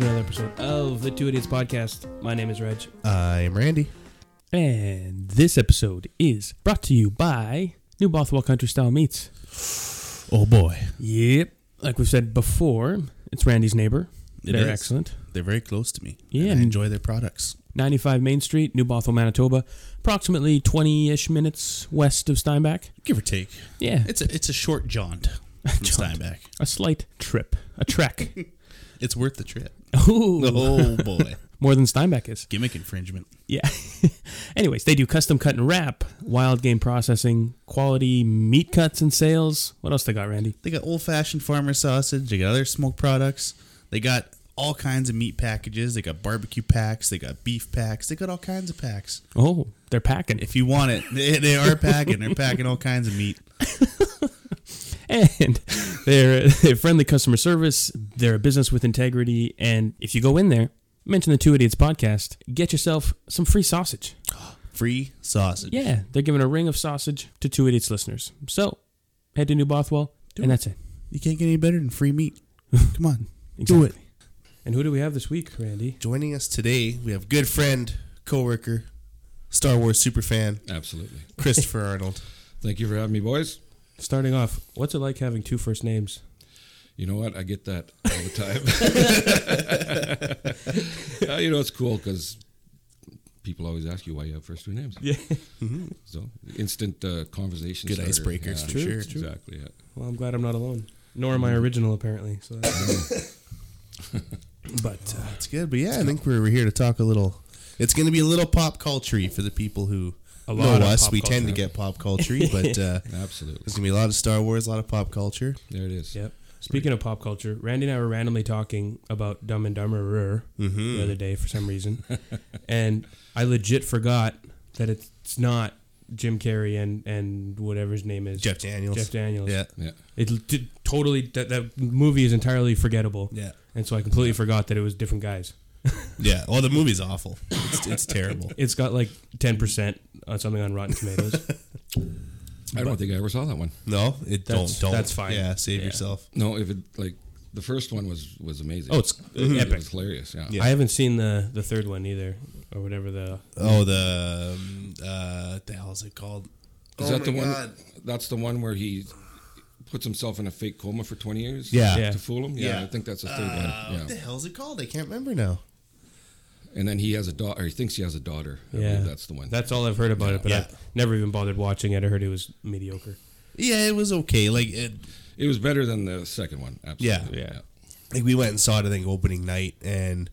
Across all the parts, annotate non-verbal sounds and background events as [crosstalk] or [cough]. episode of the Two Idiots Podcast. My name is Reg. I'm Randy. And this episode is brought to you by New Bothwell Country Style Meats. Oh boy, Yep. Like we've said before, it's Randy's neighbor. It They're is. excellent. They're very close to me. Yeah, and and- I enjoy their products. 95 Main Street, New Bothwell, Manitoba. Approximately 20 ish minutes west of Steinbach. Give or take, Yeah. it's a it's a short [laughs] jaunt from Jaunt. Steinbach. A slight trip. A [laughs] trek. It's worth the trip. Ooh. Oh boy, More than Steinbach is. gimmick infringement. Yeah. [laughs] Anyways, they do custom cut and wrap, wild game processing, quality meat cuts and sales. What else they got, Randy? They got old fashioned farmer sausage. They got other smoke products. They got all kinds of meat packages. They got barbecue packs. They got beef packs. They got all kinds of packs. Oh, they're packing. If you want it, they, they are packing. They're packing all kinds of meat. [laughs] And they're, they're friendly customer service. They're a business with integrity. And if you go in there, mention the Two Idiots podcast, get yourself some free sausage. Free sausage. Yeah, they're giving a ring of sausage to Two Idiots listeners. So head to New Bothwell, Do and it. that's it. You can't get any better than [laughs] free meat. Come on. Exactly. And who do we have this week, Randy? Joining us today, we have good friend, coworker, Star Wars superfan, Absolutely. Christopher [laughs] Arnold. Thank you for having me, boys. Starting off, what's it like having two first names? You know what? I get that all the [laughs] time. [laughs] Uh, you know, it's cool because people always ask you why you have first two names. Yeah. So instant uh, conversation. Mm-hmm. Good starter. icebreakers, Yeah, for sure. it's true. Exactly. Yeah. Well, I'm glad I'm not alone. Nor am I Mm-hmm. original, apparently. So that's- but uh, That's good, but yeah, I think we we're here to talk a little. It's going to be a little pop culture for the people who A know lot of us. pop We tend to culture. get pop culture, [laughs] but uh, Absolutely. there's going to be a lot of Star Wars, a lot of pop culture. There it is. yep. Speaking of pop culture, Randy and I were randomly talking about Dumb and Dumberer Mm-hmm. the other day for some reason, [laughs] and I legit forgot that it's not Jim Carrey and and whatever his name is Jeff Daniels. Jeff Daniels. Yeah, Yeah. It l- did totally that that movie is entirely forgettable. yeah, And so I completely forgot that it was different guys. yeah. Well, the movie's awful. It's, it's terrible. [laughs] It's got like ten percent on something on Rotten Tomatoes. I don't think I ever saw that one. No, it That's- don't. Don't. that's fine. Yeah, save Yeah. yourself. No, if it like the first one was was amazing. Oh, it's It epic. was hilarious. Yeah. [laughs] Yeah. I haven't seen the the third one either, or whatever the. oh the um, uh, what the hell is it called? Is oh that the my one? God. That's the one where he puts himself in a fake coma for twenty years. Yeah. Yeah. To fool him. Yeah. Yeah. I think that's the third Uh, one. What Yeah. the hell's it called? I can't remember now. And then he has a daughter. He thinks he has a daughter. I Yeah, believe that's the one. That's all I've heard about it, but Yeah. I've never even bothered watching it. I heard it was mediocre. Yeah, it was okay. Like it, it was better than the second one. Absolutely. Yeah. Yeah. like we went and saw it. I think opening night, and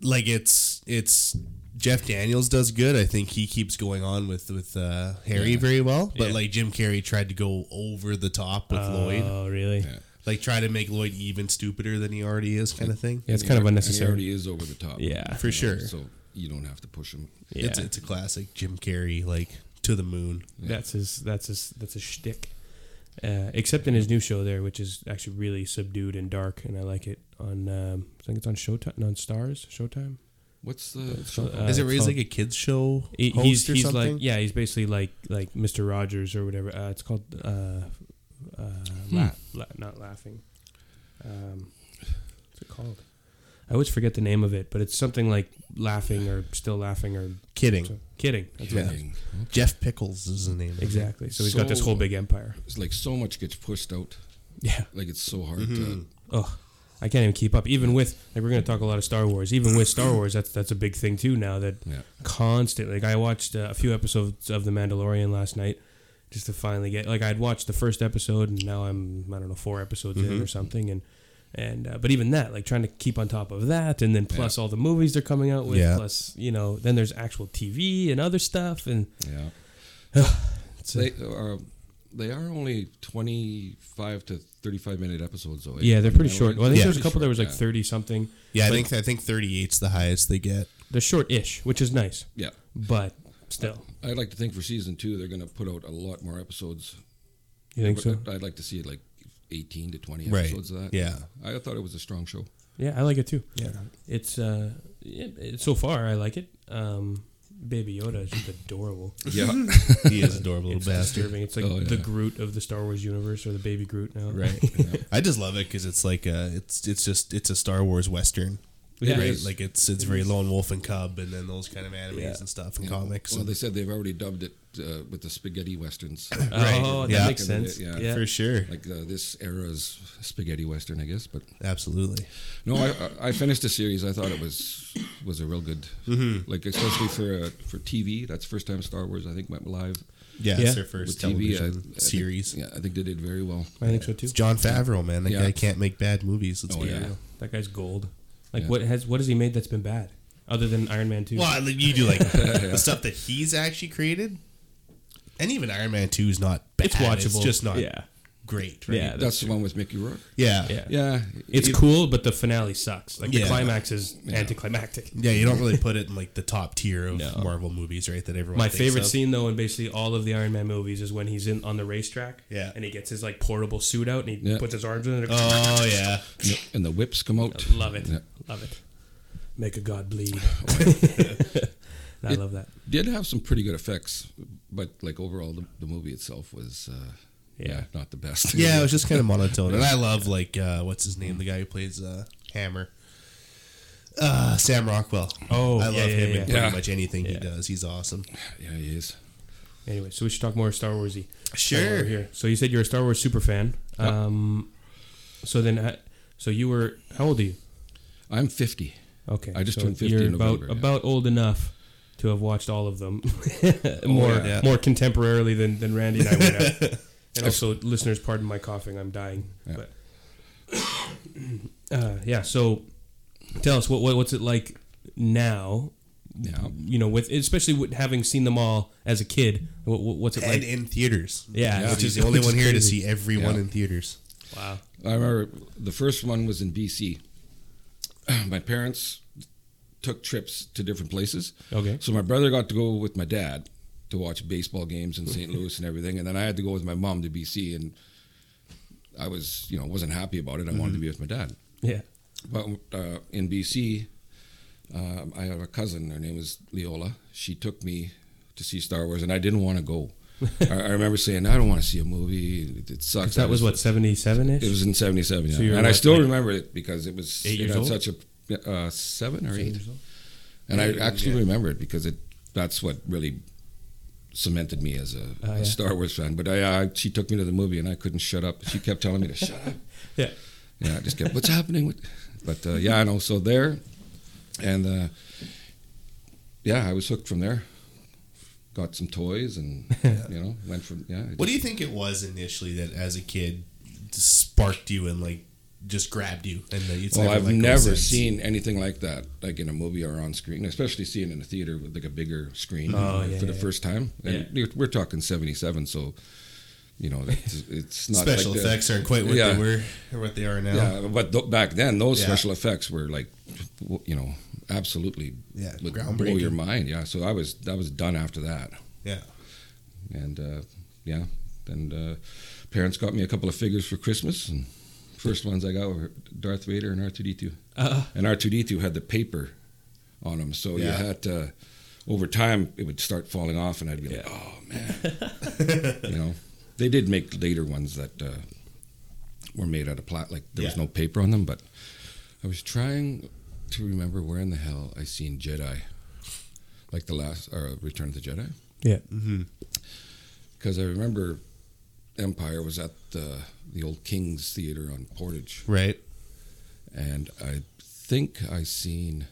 like it's it's Jeff Daniels does good. I think he keeps going on with with uh, Harry Yeah. very well, but Yeah. like Jim Carrey tried to go over the top with Lloyd, Oh, really? Yeah. like try to make Lloyd even stupider than he already is, kind of thing. Yeah, it's And kind of he al- and unnecessary. He already is over the top. Yeah. For You know, sure. So you don't have to push him. Yeah. It's it's a classic Jim Carrey, like to the moon. that's his. That's his. That's a shtick. Uh, except in his new show there, which is actually really subdued and dark, and I like it on. Um, I think it's on Showtime. no, on Stars Showtime. What's the show? uh, is it it's really called- like a kids show? He- host he's or he's something? like yeah, he's basically like like Mister Rogers or whatever. Uh, it's called uh, uh, Hmm. la- la- not laughing. Um, what's it called? I always forget the name of it, but it's something like laughing or still laughing or kidding. so- kidding. That's Yeah. right. Kidding. Jeff Pickles is the name. of it. Exactly. So he's got this So- whole big empire. It's like so much gets pushed out. Yeah. Like it's so hard to. Oh, I can't even keep up. Even with like we're gonna talk a lot of Star Wars. Even with Star Wars, that's that's a big thing too now that Mm-hmm. Yeah. constantly. Like I watched uh, a few episodes of The Mandalorian last night just to finally get like I'd watched the first episode and now I'm I don't know four episodes in or something and and uh, but even that like trying to keep on top of that and then plus all the movies they're coming out with Yeah. plus you know then there's actual TV and other stuff and Yeah. it's a- They are. They are only twenty-five to thirty-five minute episodes, though. eh? yeah they're pretty short. Well, I think Yeah. there's a couple that was like Yeah. thirty something. Yeah, I But- think I think 38's the highest they get. They're short-ish, which is nice, Yeah. but still. I'd like to think for season two, they're going to put out a lot more episodes. You think so? I'd- I'd like to see like eighteen to twenty Right. episodes of that. Yeah. I thought it was a [laughs] strong show. Yeah, I like it too. Yeah. It's uh, yeah, it, so far I like it. Um, Baby Yoda is just adorable. Yeah. He is adorable it's little bastard. disturbing. It's like Oh, yeah. the Groot of the Star Wars universe, or the baby Groot now. [laughs] uh, Right. I just love it because it's like a, it's it's just it's a Star Wars western. Yeah. right? is. Like it's it's very lone wolf and cub, and then those kind of animes Yeah. and stuff and comics. Well, and- they said they've already dubbed it uh, with the spaghetti westerns. Oh, that Yeah. makes sense. Yeah. Yeah. for sure, like uh, this era's spaghetti western, I guess. But absolutely. no, I- I, I finished the series. I thought it was was a real good, like especially for uh, for TV. That's the first time Star Wars I think went live Yeah, Yeah. it's their first with TV I- I television think- series. yeah, I think they did very well. [laughs] I think so too. It's John Favreau, man. That Yeah. guy can't make bad movies. Let's Oh, be yeah. real. That guy's gold. Like Yeah. what has what has he made that's been bad other than Iron Man two? Well, like, you do [laughs] like the stuff that he's actually created, and even Iron Man Two is not bad. It's watchable. It's just not Yeah. great. Right? Yeah, That's, the one with Mickey Rourke. yeah, Yeah. Yeah, It's it- cool, but the finale sucks. Like Yeah. the climax is anticlimactic. Yeah, You don't really put it in like the top tier of No. Marvel movies, right? That everyone. My thinks favorite of. scene though in basically all of the Iron Man movies is when he's in on the racetrack. Yeah. And he gets his like portable suit out and he Yeah. puts his arms in it. Oh [laughs] yeah, and the whips come out. Love it. Yeah. Love it. Make a god bleed. [laughs] I It- love that. Did have some pretty good effects, but like overall, the, the movie itself was uh, yeah. Yeah. not the best. yeah. It was just kind of monotone, and I love like uh, what's his name, the guy who plays uh, Hammer. Uh, Sam Rockwell. Oh, I love yeah, yeah, him yeah. in pretty Yeah. much anything he Yeah. does. He's awesome. [laughs] yeah, he is. Anyway, so we should talk more Star Warsy. Sure. Over here. So you said you're a Star Wars super fan. Um, so then, uh, so you were how old are you? I'm 50. Okay, I just so turned 50 You're in November, about yeah. about old enough to have watched all of them, [laughs] more yeah. Yeah. more contemporarily than than Randy and I would have. and also, listeners, pardon my coughing. I'm dying. Yeah. But uh, yeah, so tell us what, what what's it like now? Yeah. You know, with especially with having seen them all as a kid, what, what- what's it like? And in theaters. Yeah, Which which is is- the only which one is here to crazy. see everyone Yeah. in theaters. wow. I remember the first one was in BC. [clears throat] My parents took trips to different places. Okay. So my brother got to go with my dad to watch baseball games [laughs] in St. Louis and everything, and then I had to go with my mom to BC, and I was, you know, wasn't happy about it. I Mm-hmm. wanted to be with my dad. [laughs] Yeah. But uh, in BC, um, I have a cousin. Her name is Leola. She took me to see Star Wars, and I didn't want to [laughs] go. I, I remember saying, "I don't want to see a movie. It, it sucks." I That was what seventy seven It ish. was in '77, yeah. you were and I what, still like- remember it because it was Eight you years know, old? such a uh, seven or eight, years old? and Eight, I actually yeah. remember it because it that's what really cemented me as a, Oh, a yeah. Star Wars fan. But I, I she took me to the movie, and I couldn't shut up. She kept telling me to shut up. [laughs] Yeah. Yeah, I just kept, what's happening? What-" But uh, yeah, I know. So there, and uh, yeah, I was hooked from there. Got some [laughs] toys, and you know, went from yeah. What do you think it was initially that as a kid sparked you and like just grabbed you and that it's well, never I've let go never since? seen anything like that, like in a movie or on screen, especially seeing it in a theater with like a bigger screen Oh, for yeah, the yeah. first time. And you're- we're talking '77, so [laughs] you know, it's, it's not special like the- effects aren't quite what Yeah. they were or what they are now. Yeah, but th- back then, those Yeah. special effects were like, w- you know, absolutely Yeah, would blow groundbreaking. your mind. Yeah, so I was I was done after that, Yeah. and uh, yeah, and uh, parents got me a couple of figures for Christmas, and first ones I got were Darth Vader and R two D two, Uh, and R two D two had the paper on them, so Yeah. you had to. Over time, it would start falling off, and I'd be like, Yeah. "Oh [laughs] man!" you know, they did make later ones that uh, were made out of plat. Like there was Yeah. no paper on them, but I was trying to remember where in the hell I seen Jedi, like the last or Return of the Jedi, yeah. because I remember Empire was at the the old King's Theater on Portage, Right. and I think I seen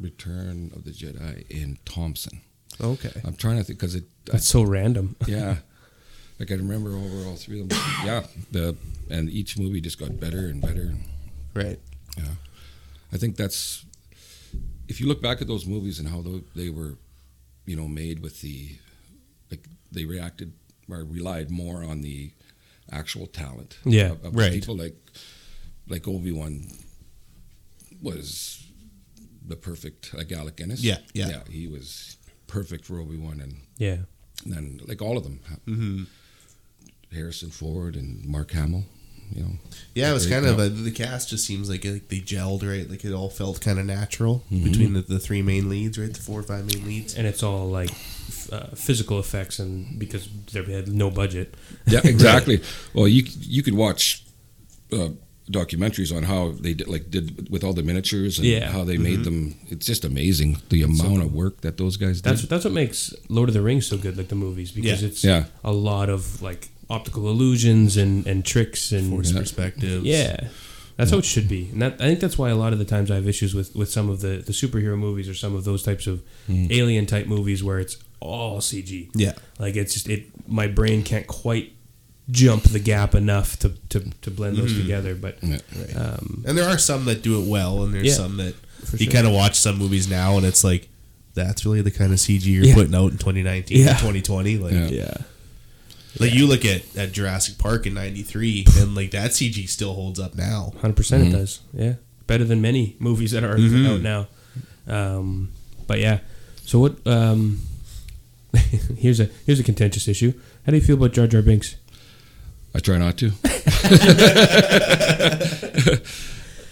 Return of the Jedi in Thompson. Okay. I'm trying to think because it, That's so [laughs] random. yeah. Like I remember over all three of them. Yeah, the and each movie just got better and better. Right. Yeah, I think that's if you look back at those movies and how tho- they were, you know, made with the like they reacted or relied more on the actual talent. Yeah, of, of right. People like like Obi Wan was the perfect like Alec Guinness. Yeah, yeah. he was perfect for Obi Wan and Yeah. and then like all of them, mm-hmm. Harrison Ford and Mark Hamill, you know. Yeah, it was Great kind of job. a, the cast just seems like, like they gelled right, like it all felt kind of natural Mm-hmm. between the, the three main leads, right, the four or five main leads. and it's all like f- uh, physical effects and because they had no budget [laughs] Yeah, exactly. Well, you you could watch uh, documentaries on how they did, like did with all the miniatures and Yeah. how they made them. It's just amazing the amount of work that those guys did. That's that's what makes Lord of the Rings so good, like the movies, because Yeah. it's Yeah. a lot of like optical illusions and and tricks and Force Yeah. perspectives. yeah. That's how it should be, and that I think that's why a lot of the times I have issues with, with some of the, the superhero movies or some of those types of alien type movies where it's all CG. Yeah. like it's just it. My brain can't quite jump the gap enough to, to, to blend Mm-hmm. those together. But Yeah. um, And there are some that do it well, and there's Yeah, some that for you sure. kind of watch some movies now, and it's like, that's really the kind of CG you're Yeah. putting out in 2019, Yeah. 2020. Like, Yeah. yeah, like you look at, at Jurassic Park in '93, and like that CG still holds up now. hundred percent Mm-hmm. it does. Yeah, better than many movies that are out now. Um, but yeah, so what? Um, [laughs] here's a here's a contentious issue. How do you feel about Jar Jar Binks? I try not to. [laughs]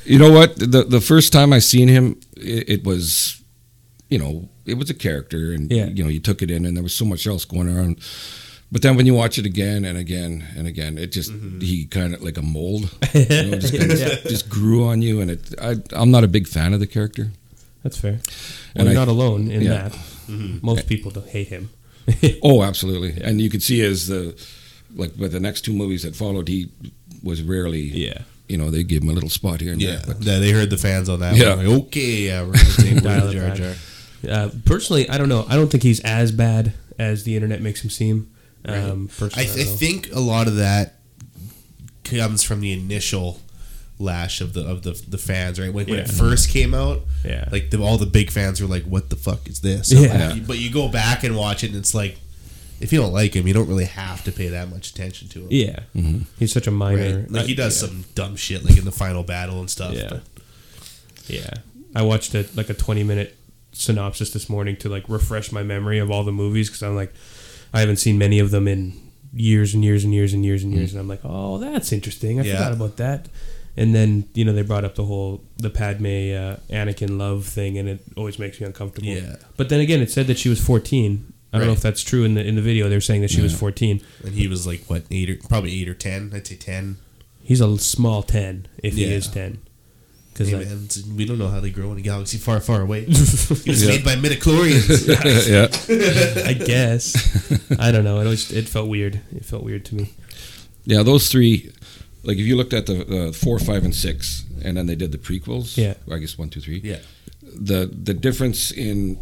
you know what? The the first time I seen him, it, it was, you know, it was a character, and Yeah. you know, you took it in, and there was so much else going on. But then when you watch it again and again and again, it just he kind of like a mold, you know, just, kinda just grew on you, and it. I, I'm not a big fan of the character. That's fair. Well, And you're I- not alone in yeah. that. Mm-hmm. Most people don't hate [laughs] him. Oh, absolutely. And you could see as the like with the next two movies that followed, he was rarely. You know, they gave him a little spot here and Yeah, there. But Yeah, they heard the fans on that. Yeah. one. Like, okay, yeah, we're gonna [laughs] take Dial it Jar back. Jar. Uh, personally, I don't know. I don't think he's as bad as the internet makes him seem. Um, I, personally, I I, don't know. think a lot of that comes from the initial lash of the of the, the fans, right? Like when it Yeah. first came out, Yeah. like the, all the big fans were like, "What the fuck is this?" Yeah. Like, but you go back and watch it, and it's like, if you don't like him, you don't really have to pay that much attention to him. yeah, he's such a minor. Right? Like he I- does yeah. some dumb shit, like in the final battle and stuff. Yeah. but- Yeah. I watched a, like a 20 minute synopsis this morning to like refresh my memory of all the movies because I'm like, I haven't seen many of them in years and years and years and years and years. And I'm like, oh, that's interesting. I Mm. Yeah. forgot about that. And then, you know, they brought up the whole, the Padme uh, Anakin love thing and it always makes me uncomfortable. Yeah. But then again, it said that she was 14. I don't know Right. if that's true in the in the video. They were saying that she was 14. and he was like, what eight or probably eight or ten? I'd say ten. He's a small 10 if Yeah. he is 10. Because Hey, man, we don't know how they grow in a galaxy far, far [laughs] away. he was made by midichlorians. [laughs] yeah. I guess. [laughs] I don't know. It always it felt weird. It felt weird to me. Yeah, those three. Like if you looked at the uh, four, five, and six, and then they did the prequels. Yeah. I guess one, two, three. yeah. The the difference in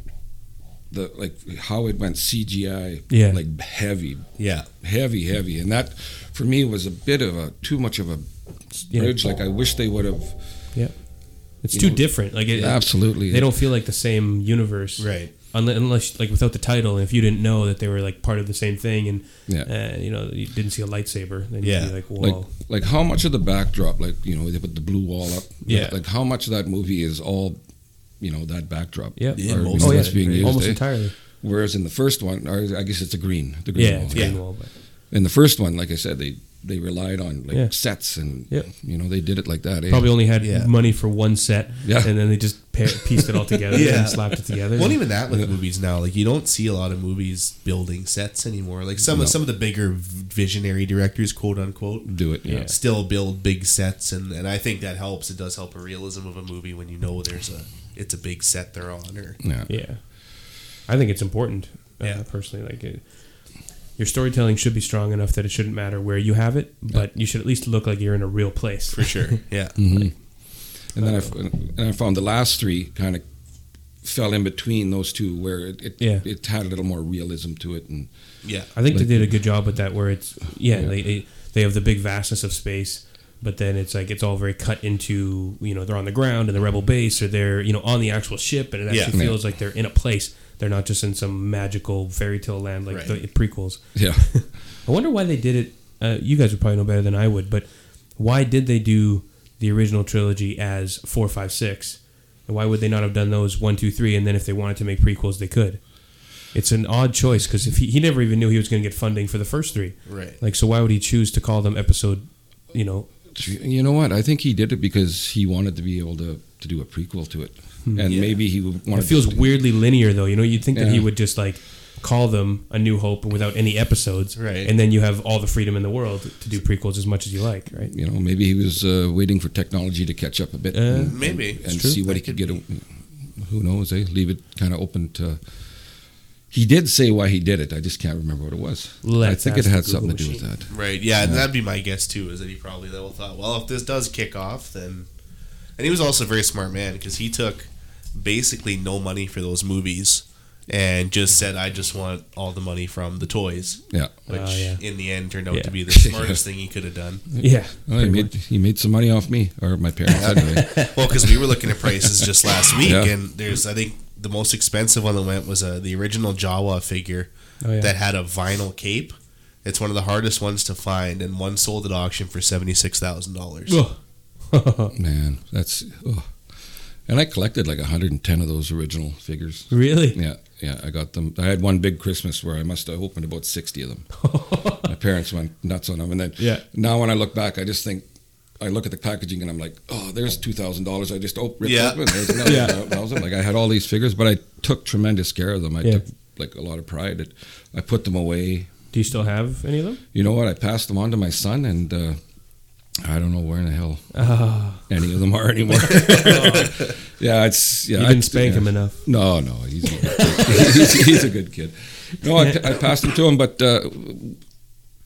the like how it went CGI. Yeah. Like heavy, [laughs] Yeah. heavy, heavy, and that for me was a bit of a too much of a Yeah. bridge. Like I wish they would have. Yeah. It's You too know, different. Like it, it- absolutely. they don't feel like the same universe. Right. Unle- Unless like without the title, and if you didn't know that they were like part of the same thing, and Yeah. uh, you know you didn't see a lightsaber, then Yeah. you'd be like, whoa, Like, like how much of the backdrop, like you know, they put the blue wall up. Yeah. Like how much of that movie is all, you know, that backdrop. yeah, Yeah, Or, you most know, of that's it. being used, almost eh? entirely. Whereas in the first one, or I guess it's a green, the green Yeah, wall. it's Yeah. green wall, but In the first one, like I said, they they relied on like Yeah. sets and Yep. you know they did it like that. eh? probably only had Yeah. money for one set, Yeah. and then they just pair, pieced it all together [laughs] Yeah. and slapped it together. Well, even that with movies now, like you don't see a lot of movies building sets anymore. Like some No. of some of the bigger visionary directors, quote unquote, do it. Yeah. Yeah. still build big sets, and and I think that helps. It does help a realism of a movie when you know there's a it's a big set they're on. Or Yeah. Yeah, I think it's important. Uh, Yeah. personally, like it, your storytelling should be strong enough that it shouldn't matter where you have it, but you should at least look like you're in a real place. for sure, yeah, And then I f- and I found the last three kind of fell in between those two where it it, Yeah. it had a little more realism to it and yeah, [laughs] I think Like- they did a good job with that, where it's yeah, Yeah. they they have the big vastness of space, but then it's like it's all very cut into you know they're on the ground in the rebel base or they're you know on the actual ship, and it Yeah. actually Yeah. feels like they're in a place. They're not just in some magical fairy tale land like Right. the prequels. yeah [laughs] I wonder why they did it. Uh, you guys would probably know better than I would, but why did they do the original trilogy as four, five, six? And why would they not have done those one, two, three? And then if they wanted to make prequels, they could. It's an odd choice because if he, he never even knew he was going to get funding for the first three, right. like so, why would he choose to call them episode? You know, You know what? I think he did it because he wanted to be able to, to do a prequel to it, and Yeah. maybe he would Hmm. it want. feels weirdly linear though. You know, you'd think that he Yeah. would just like call them A New Hope without any episodes, Right. And then you have all the freedom in the world to do prequels as much as you like, right? You know, maybe he was uh, waiting for technology to catch up a bit Uh, and, Maybe. and It's true. see what That he could, could get. a- Who knows? Eh? Leave it kind of open to. He did say why he did it. I just can't remember what it was. Let's I think ask it the had Google something to do with that. Right. Yeah, and that'd be my guess too. Is that he probably though thought, well, if this does kick off, then, and he was also a very smart man because he took basically no money for those movies and just said, I just want all the money from the toys, Yeah. which Oh, yeah. in the end turned out Yeah. to be the smartest thing he could have [laughs] done. Yeah, Well, Oh, he made he made some money off me or my parents anyway. Well, because we were looking at prices just last week, Yeah. and there's I think the most expensive one that went was uh, the original Jawa figure Oh, yeah. that had a vinyl cape. It's one of the hardest ones to find, and one sold at auction for seventy six thousand dollars. Oh, [laughs] Man, that's. Oh. And I collected like 110 of those original figures. really? Yeah, yeah, I got them. I had one big Christmas where I must have opened about 60 of them. My parents went nuts on them. And then Yeah. now when I look back, I just think, I look at the packaging and I'm like, oh, there's $2,000 I just op- ripped Yeah. open. There's another Yeah. 1000 Like I had all these figures, but I took tremendous care of them. I Yeah. took like a lot of pride. It, I put them away. [laughs] Do you still have any of them? You know what? I passed them on to my son and uh, I don't know where in the hell Oh, any of them are [laughs] anymore. [laughs] yeah, it's yeah. you I- didn't spank yeah. him enough. No, no, he's a good kid. [laughs] he's, he's a good kid. No, I, I passed him to him, but uh,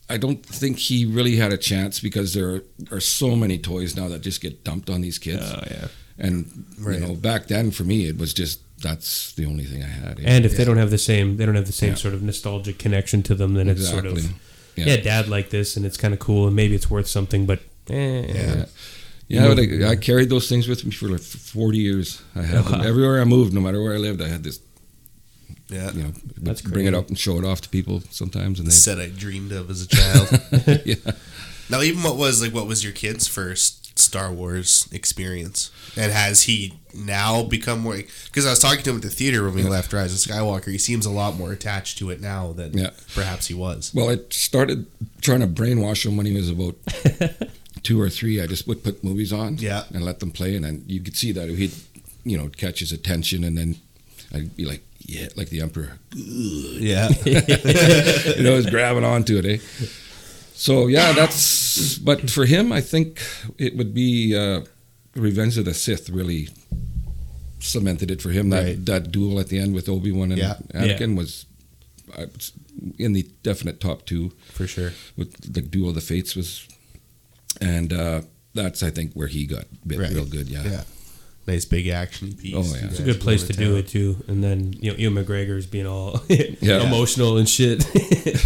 I don't think he really had a chance because there are, are so many toys now that just get dumped on these kids. yeah. and Right. you know, back then for me, it was just that's the only thing I had. And if they Yeah. don't have the same, they don't have the same Yeah. sort of nostalgic connection to them. Then it's sort of Exactly. yeah. Yeah. dad liked this, and it's kind of cool, and maybe it's worth something, but eh. Yeah. yeah, but I, I carried those things with me for like forty years. I had them everywhere I moved, no matter where I lived. I had this, Yeah. you know, That's bring it crazy. up and show it off to people [laughs] sometimes, and The they set I dreamed of as a child. [laughs] yeah. now, even what was like, what was your kid's first Star Wars experience? And has he now become more? Because I was talking to him at the theater when we Yeah. left Rise of Skywalker. He seems a lot more attached to it now than Yeah. perhaps he was. Well, I started trying to brainwash him when he [laughs] was about two or three. I just would put movies on, Yeah. and let them play, and then you could see that he'd, you know, catch his attention, and then I'd be like, yeah, like the emperor, [laughs] Yeah, you know, is grabbing onto it, eh? So yeah, that's. But for him, I think it would be uh, Revenge of the Sith really cemented it for him. That Right. that duel at the end with Obi Wan and Yeah. Anakin was uh, in the definite top two for sure. with the duel of the fates was, and uh, that's I think where he got bit Right. real good. Yeah. Yeah. Nice big action piece. Oh, yeah. It's It's a good place to do it too, and then you know Ewan McGregor's being all [laughs] emotional and shit. [laughs]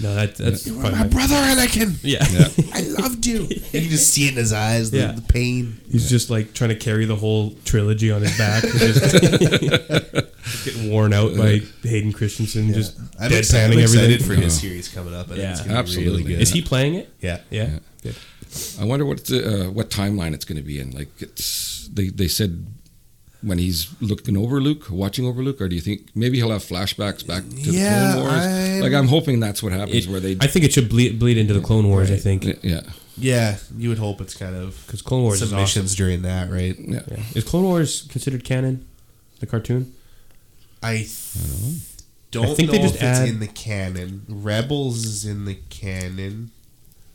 no, that, that's You were probably my my- brother, Anakin. yeah. Yeah. [laughs] I loved [laughs] you. You can just see it in his eyes, the, Yeah. the pain. He's just like trying to carry the whole trilogy on his back, [laughs] He's just just getting worn out by Hayden Christensen, just I'm excited, I'm deadpanning everything. excited for his Yeah. series coming up. I Yeah. think it's gonna Absolutely. Be really good. Is he playing it? Yeah. Yeah. I wonder what the, uh, what timeline it's going to be in. Like it's they they said when he's looking over Luke, watching over Luke, or do you think maybe he'll have flashbacks back to Yeah, the Clone Wars? I'm- Like I'm hoping that's what happens It- where they. I think it should bleed, bleed into the Clone Wars. I think yeah. Yeah, you would hope it's kind of because Clone Wars is some awesome. missions during that, right? Yeah. Yeah. Is Clone Wars considered canon? The cartoon? I th- don't Mm-hmm. I think know they just if add- it's in the canon. Rebels is in the canon,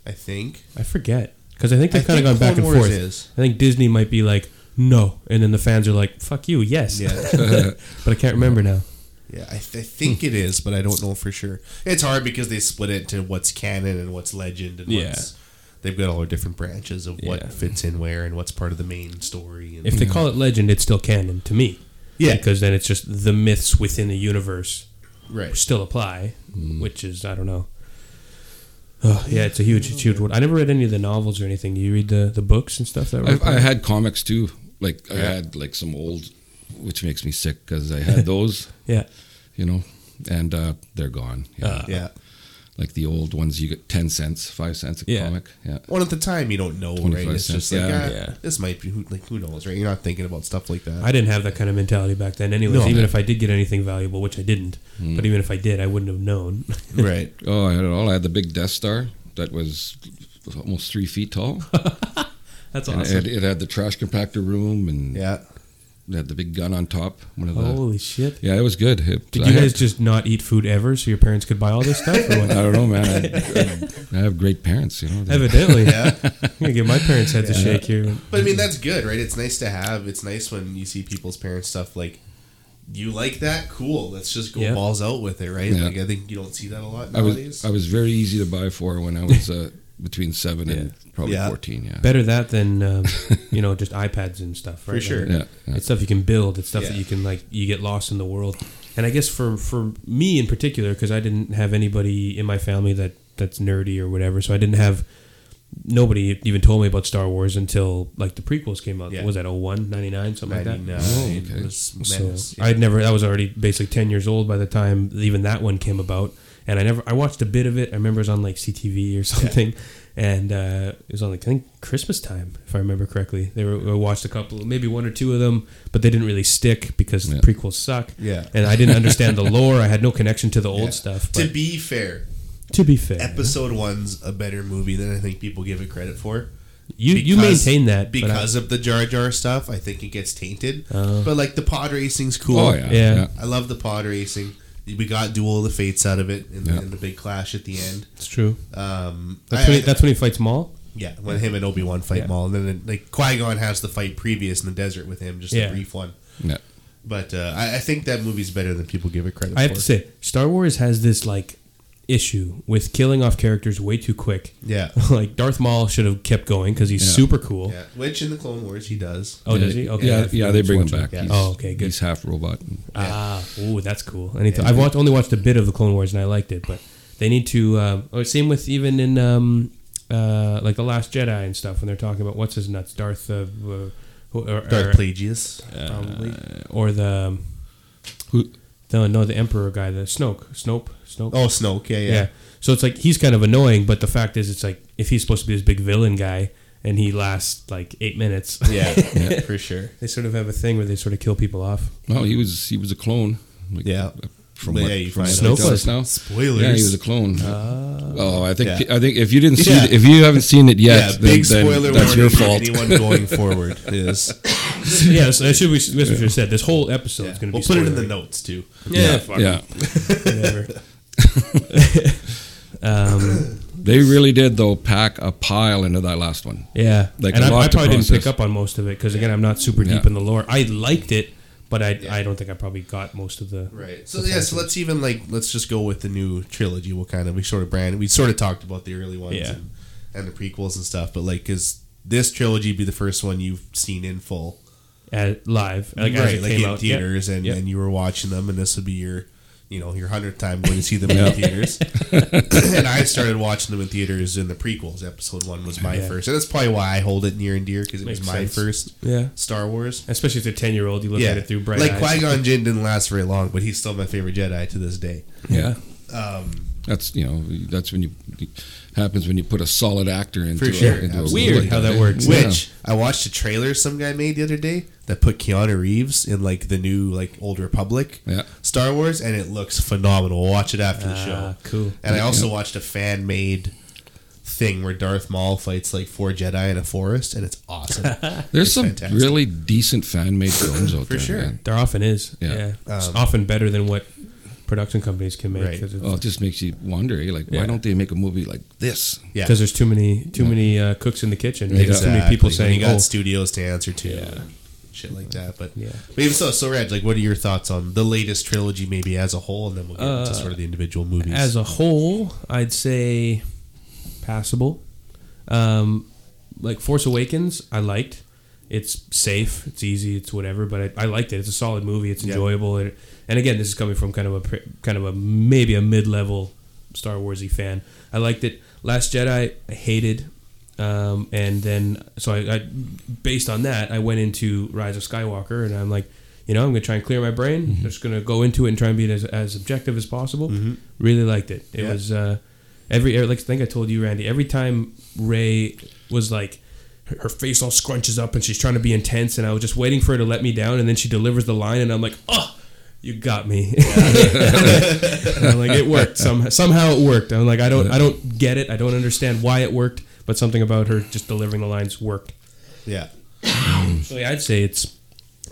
I think. I forget because I think they've I kind of think gone back and Clone Wars forth. is. I think Disney might be like no, and then the fans are like fuck you, yes. Yeah. [laughs] but I can't remember now. Yeah, I, th- I think it is, but I don't know for sure. It's hard because they split it into what's canon and what's legend and Yeah. what's they've got all their different branches of what Yeah. fits in where and what's part of the main story. And, If they call it legend, it's still canon to me. Yeah. because then it's just the myths within the universe right, still apply, Mm. which is I don't know. Oh, yeah, it's a huge, it's huge. one. I never read any of the novels or anything. Do you read the, the books and stuff that were? I, I had comics too. Like I Yeah. had like some old, which makes me sick because [laughs] I had those. yeah, you know, and uh, they're gone. Yeah. Ah. yeah. like the old ones you get 10 cents 5 cents a Yeah. comic yeah Well, at the time you don't know, right? 25 It's just like cents, yeah. ah, Yeah. this might be who, like who knows, right? You're not thinking about stuff like that. I didn't have that kind of mentality back then. Anyways, No. even if I did get anything valuable, which I didn't, Mm. but even if I did, I wouldn't have known. [laughs] right. oh i had it all i had the big death star that was almost [laughs] three feet tall That's and awesome. it, it had the trash compactor room and [laughs] Yeah. It had the big gun on top. One of the Holy shit! yeah, it was good. It- Did I you had- guys just not eat food ever, so your parents could buy all this stuff? Or I [laughs] what? [laughs] don't know, man. I, I have great parents, you know. they- Evidently, Yeah. I'm gonna [laughs] give my parents head to shake here. But I mean, that's good, right? It's nice to have. It's nice when you see people's parents stuff like, you like that? Cool. Let's just go Yeah. balls out with it, right? Yeah. Like I think you don't see that a lot I nowadays. was I was very easy to buy for when I was uh, between seven and probably Yeah. fourteen. Yeah. Better that than [laughs] um, you know just iPads and stuff, right? For sure. Like, yeah, yeah. It's stuff you can build. It's stuff that Yeah. you can like you get lost in the world. And I guess for for me in particular, because I didn't have anybody in my family that that's nerdy or whatever, so I didn't have nobody even told me about Star Wars until like the prequels came out. Yeah. What Was that 01, 99, something like that? 99 Oh, okay. was So menace, yeah. I'd never. I was already basically ten years old by the time even that one came about, and I never. I watched a bit of it. I remember it was on like CTV or [laughs] something, and uh, it was on like I think Christmas time, if I remember correctly. They were I watched a couple, maybe one or two of them, but they didn't really stick because Yeah. the prequels suck. Yeah. and I didn't understand [laughs] the lore. I had no connection to the old Yeah. stuff. But To to, be fair, be fair, episode one's a better movie than I think people give it credit for. you you Because- maintain that but I- because of the Jar Jar stuff. I think it gets tainted, Oh. but like the pod racing's cool. Oh yeah, Yeah. yeah. I love the pod racing. We got Duel of the Fates out of it in, Yeah. in the big clash at the end. it's true. Um, That's when, I- he, that's when he fights Maul. Yeah, when him and Obi Wan fight Yeah. Maul, and then like Qui Gon has the fight previous in the desert with him, just Yeah. a brief one. Yeah. But uh, I, I think that movie's better than people give it credit. I have for. to say, Star Wars has this like issue with killing off characters way too quick. yeah, [laughs] like Darth Maul should have kept going because he's Yeah. super cool. yeah. Which in the Clone Wars he does. Oh, does he? Okay, Yeah, I've- yeah, they bring him watched back. Yeah. He's- Oh, okay, good. He's half robot. Ah, ooh, that's cool. And he th- I've watched only watched a bit of the Clone Wars and I liked it, but they need to. Uh, oh, same with even in um, uh, like the Last Jedi and stuff when they're talking about what's his nuts, Darth, uh, uh, who- or, Darth or, Plagueis, probably. uh, or the Who? no, no, the Emperor guy, the Snoke, Snope, Snoke. Oh, Snoke. Yeah, yeah. Yeah. So it's like he's kind of annoying, but the fact is, it's like if he's supposed to be this big villain guy and he lasts like eight minutes, Yeah, for sure. they sort of have a thing where they sort of kill people off. No, he was he was a clone. Like, Yeah. From Well, what, yeah, you from find what out. it tells us now. Spoilers. Ah. Yeah, he was a clone. oh, I think Yeah. I think if you didn't see Yeah. if you haven't seen it yet, yeah, then- big then spoiler That's warning your for fault. anyone going forward is. [laughs] yeah, so that should we we should have said this whole episode Yeah. is going to we'll be. put it in the spoilery. notes too. Yeah, fuck Yeah, whatever. [laughs] um, they really did though pack a pile into that last one. yeah, Like, and a I, lot I to probably didn't pick process. up on most of it because again, I'm not super deep Yeah. in the lore. I liked it, but I Yeah. I don't think I probably got most of the. Right. So yeah. So let's even like let's just go with the new trilogy. What kind of we sort of brand? We sort of talked about the early ones Yeah. and, and the prequels and stuff, but like, is this trilogy be the first one you've seen in full? uh, live, like as right. it Like came in out. Yeah. theaters, and, Yeah. and you were watching them, and this would be your, you know, your hundredth time going to see [laughs] them in theaters. and I started watching them in theaters in the prequels. Episode one was my Yeah. first, and that's probably why I hold it near and dear because it was Makes my sense. first yeah, Star Wars. especially if you're ten year old, you look at it through bright like eyes. Qui Gon Jinn didn't last very long, but he's still my favorite Jedi to this day. yeah, Um, That's you know that's when you happens when you put a solid actor into, For a- sure, into absolutely. a role Weird like how that works. Yeah. Which I watched a trailer some guy made the other day that put Keanu Reeves in like the new like Old Republic Yeah. Star Wars, and it looks phenomenal. Watch it after the Ah, show. cool. And I Yeah. also watched a fan made thing where Darth Maul fights like four Jedi in a forest, and it's [laughs] awesome. There's some fantastic. really decent fan made films out For there. sure. man. There often is. Yeah. Yeah. It's Um, often better than what production companies can make Right. because Oh, it just makes you wonder. eh, Like, Yeah. why don't they make a movie like this? yeah, there's too many too many uh, cooks in the kitchen. Right? There's too many Exactly. people When saying, you got "Oh, studios to answer to." Yeah. and Shit like that, but Yeah. but even so, so Reg, like, what are your thoughts on the latest trilogy, maybe as a whole, and then we'll get into Uh, sort of the individual movies. as a whole, I'd say passable." Um, like Force Awakens, I liked. It's safe, it's easy, it's whatever, but I, I liked it. It's a solid movie. It's Yeah. enjoyable. And, and again, this is coming from kind of a pre- kind of a maybe a mid level Star Warsy fan. I liked it. Last Jedi, I hated. Um, and then, so I, I, based on that, I went into Rise of Skywalker, and I'm like, you know, I'm gonna try and clear my brain. Just gonna go into it and try and be as, as objective as possible. Really liked it. It Yeah. was uh, every like I think I told you, Randy. Every time Ray was like, her, her face all scrunches up, and she's trying to be intense, and I was just waiting for her to let me down, and then she delivers the line, and I'm like, oh. You got me. [laughs] And I'm like it worked [laughs] somehow. Somehow it worked. I'm like I don't. I don't get it. I don't understand why it worked. But something about her just delivering the lines worked. yeah, So yeah, I'd say it's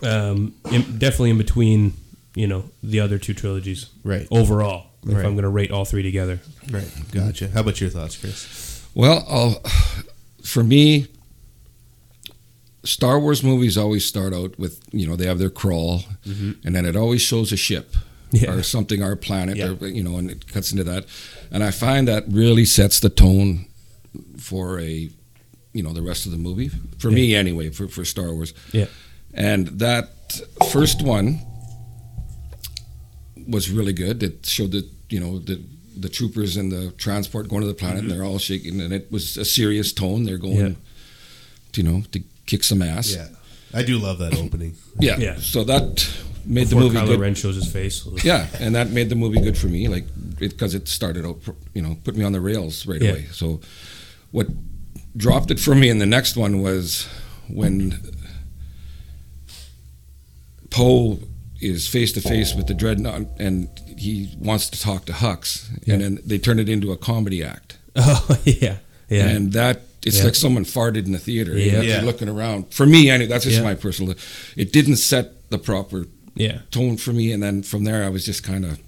um, in, definitely in between, you know, the other two trilogies. Right. Overall, if Right. I'm going to rate all three together, Right. Gotcha. Mm-hmm. How about your thoughts, Chris? Well, I'll, for me, Star Wars movies always start out with you know they have their crawl, and then it always shows a ship Yeah. [laughs] or something, our planet, Yeah. or, you know, and it cuts into that, and I find that really sets the tone for a you know the rest of the movie for me anyway for for Star Wars. Yeah. and that first one was really good. It showed that you know the the troopers and the transport going to the planet, Mm-hmm. and they're all shaking, and it was a serious tone. They're going, Yeah. to, you know, to kick some ass. I do love that opening. yeah. Yeah. So that made before the movie Kylo good. Ren shows his face. [laughs] Yeah, and that made the movie good for me, like because it, started out, you know, put me on the rails right Yeah. away. So, what dropped it for me in the next one was when Poe is face to face with the dreadnought, and he wants to talk to Hux, and then they turn it into a comedy act, Oh [laughs] yeah, yeah, and that. It's Yeah. like someone farted in the theater. Yeah. Yeah. Yeah. looking around. For me, anyway, that's just Yeah. my personal. It didn't set the proper yeah, tone for me, and then from there I was just kind of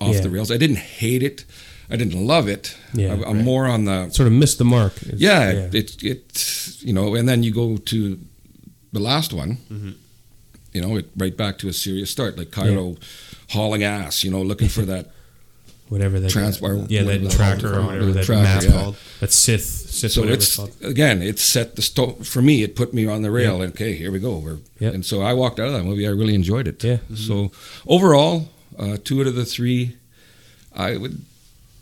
off Yeah. the rails. I didn't hate it, I didn't love it. Yeah, I, am more on the Sort of missed the mark. It's- yeah, It, it you know, and then you go to the last one. You know, it right back to a serious start, like Kylo hauling ass. You know, looking for that. whatever that Trans- or yeah whatever that it's called, tracker or or whatever whatever that tracker, map yeah. called that Sith Sith So whatever it's it's called. again, it set the sto- for me. It put me on the rail. and Okay, here we go. We're, Yeah. And so I walked out of that movie. I really enjoyed it. Yeah. So overall, uh, two out of the three, I would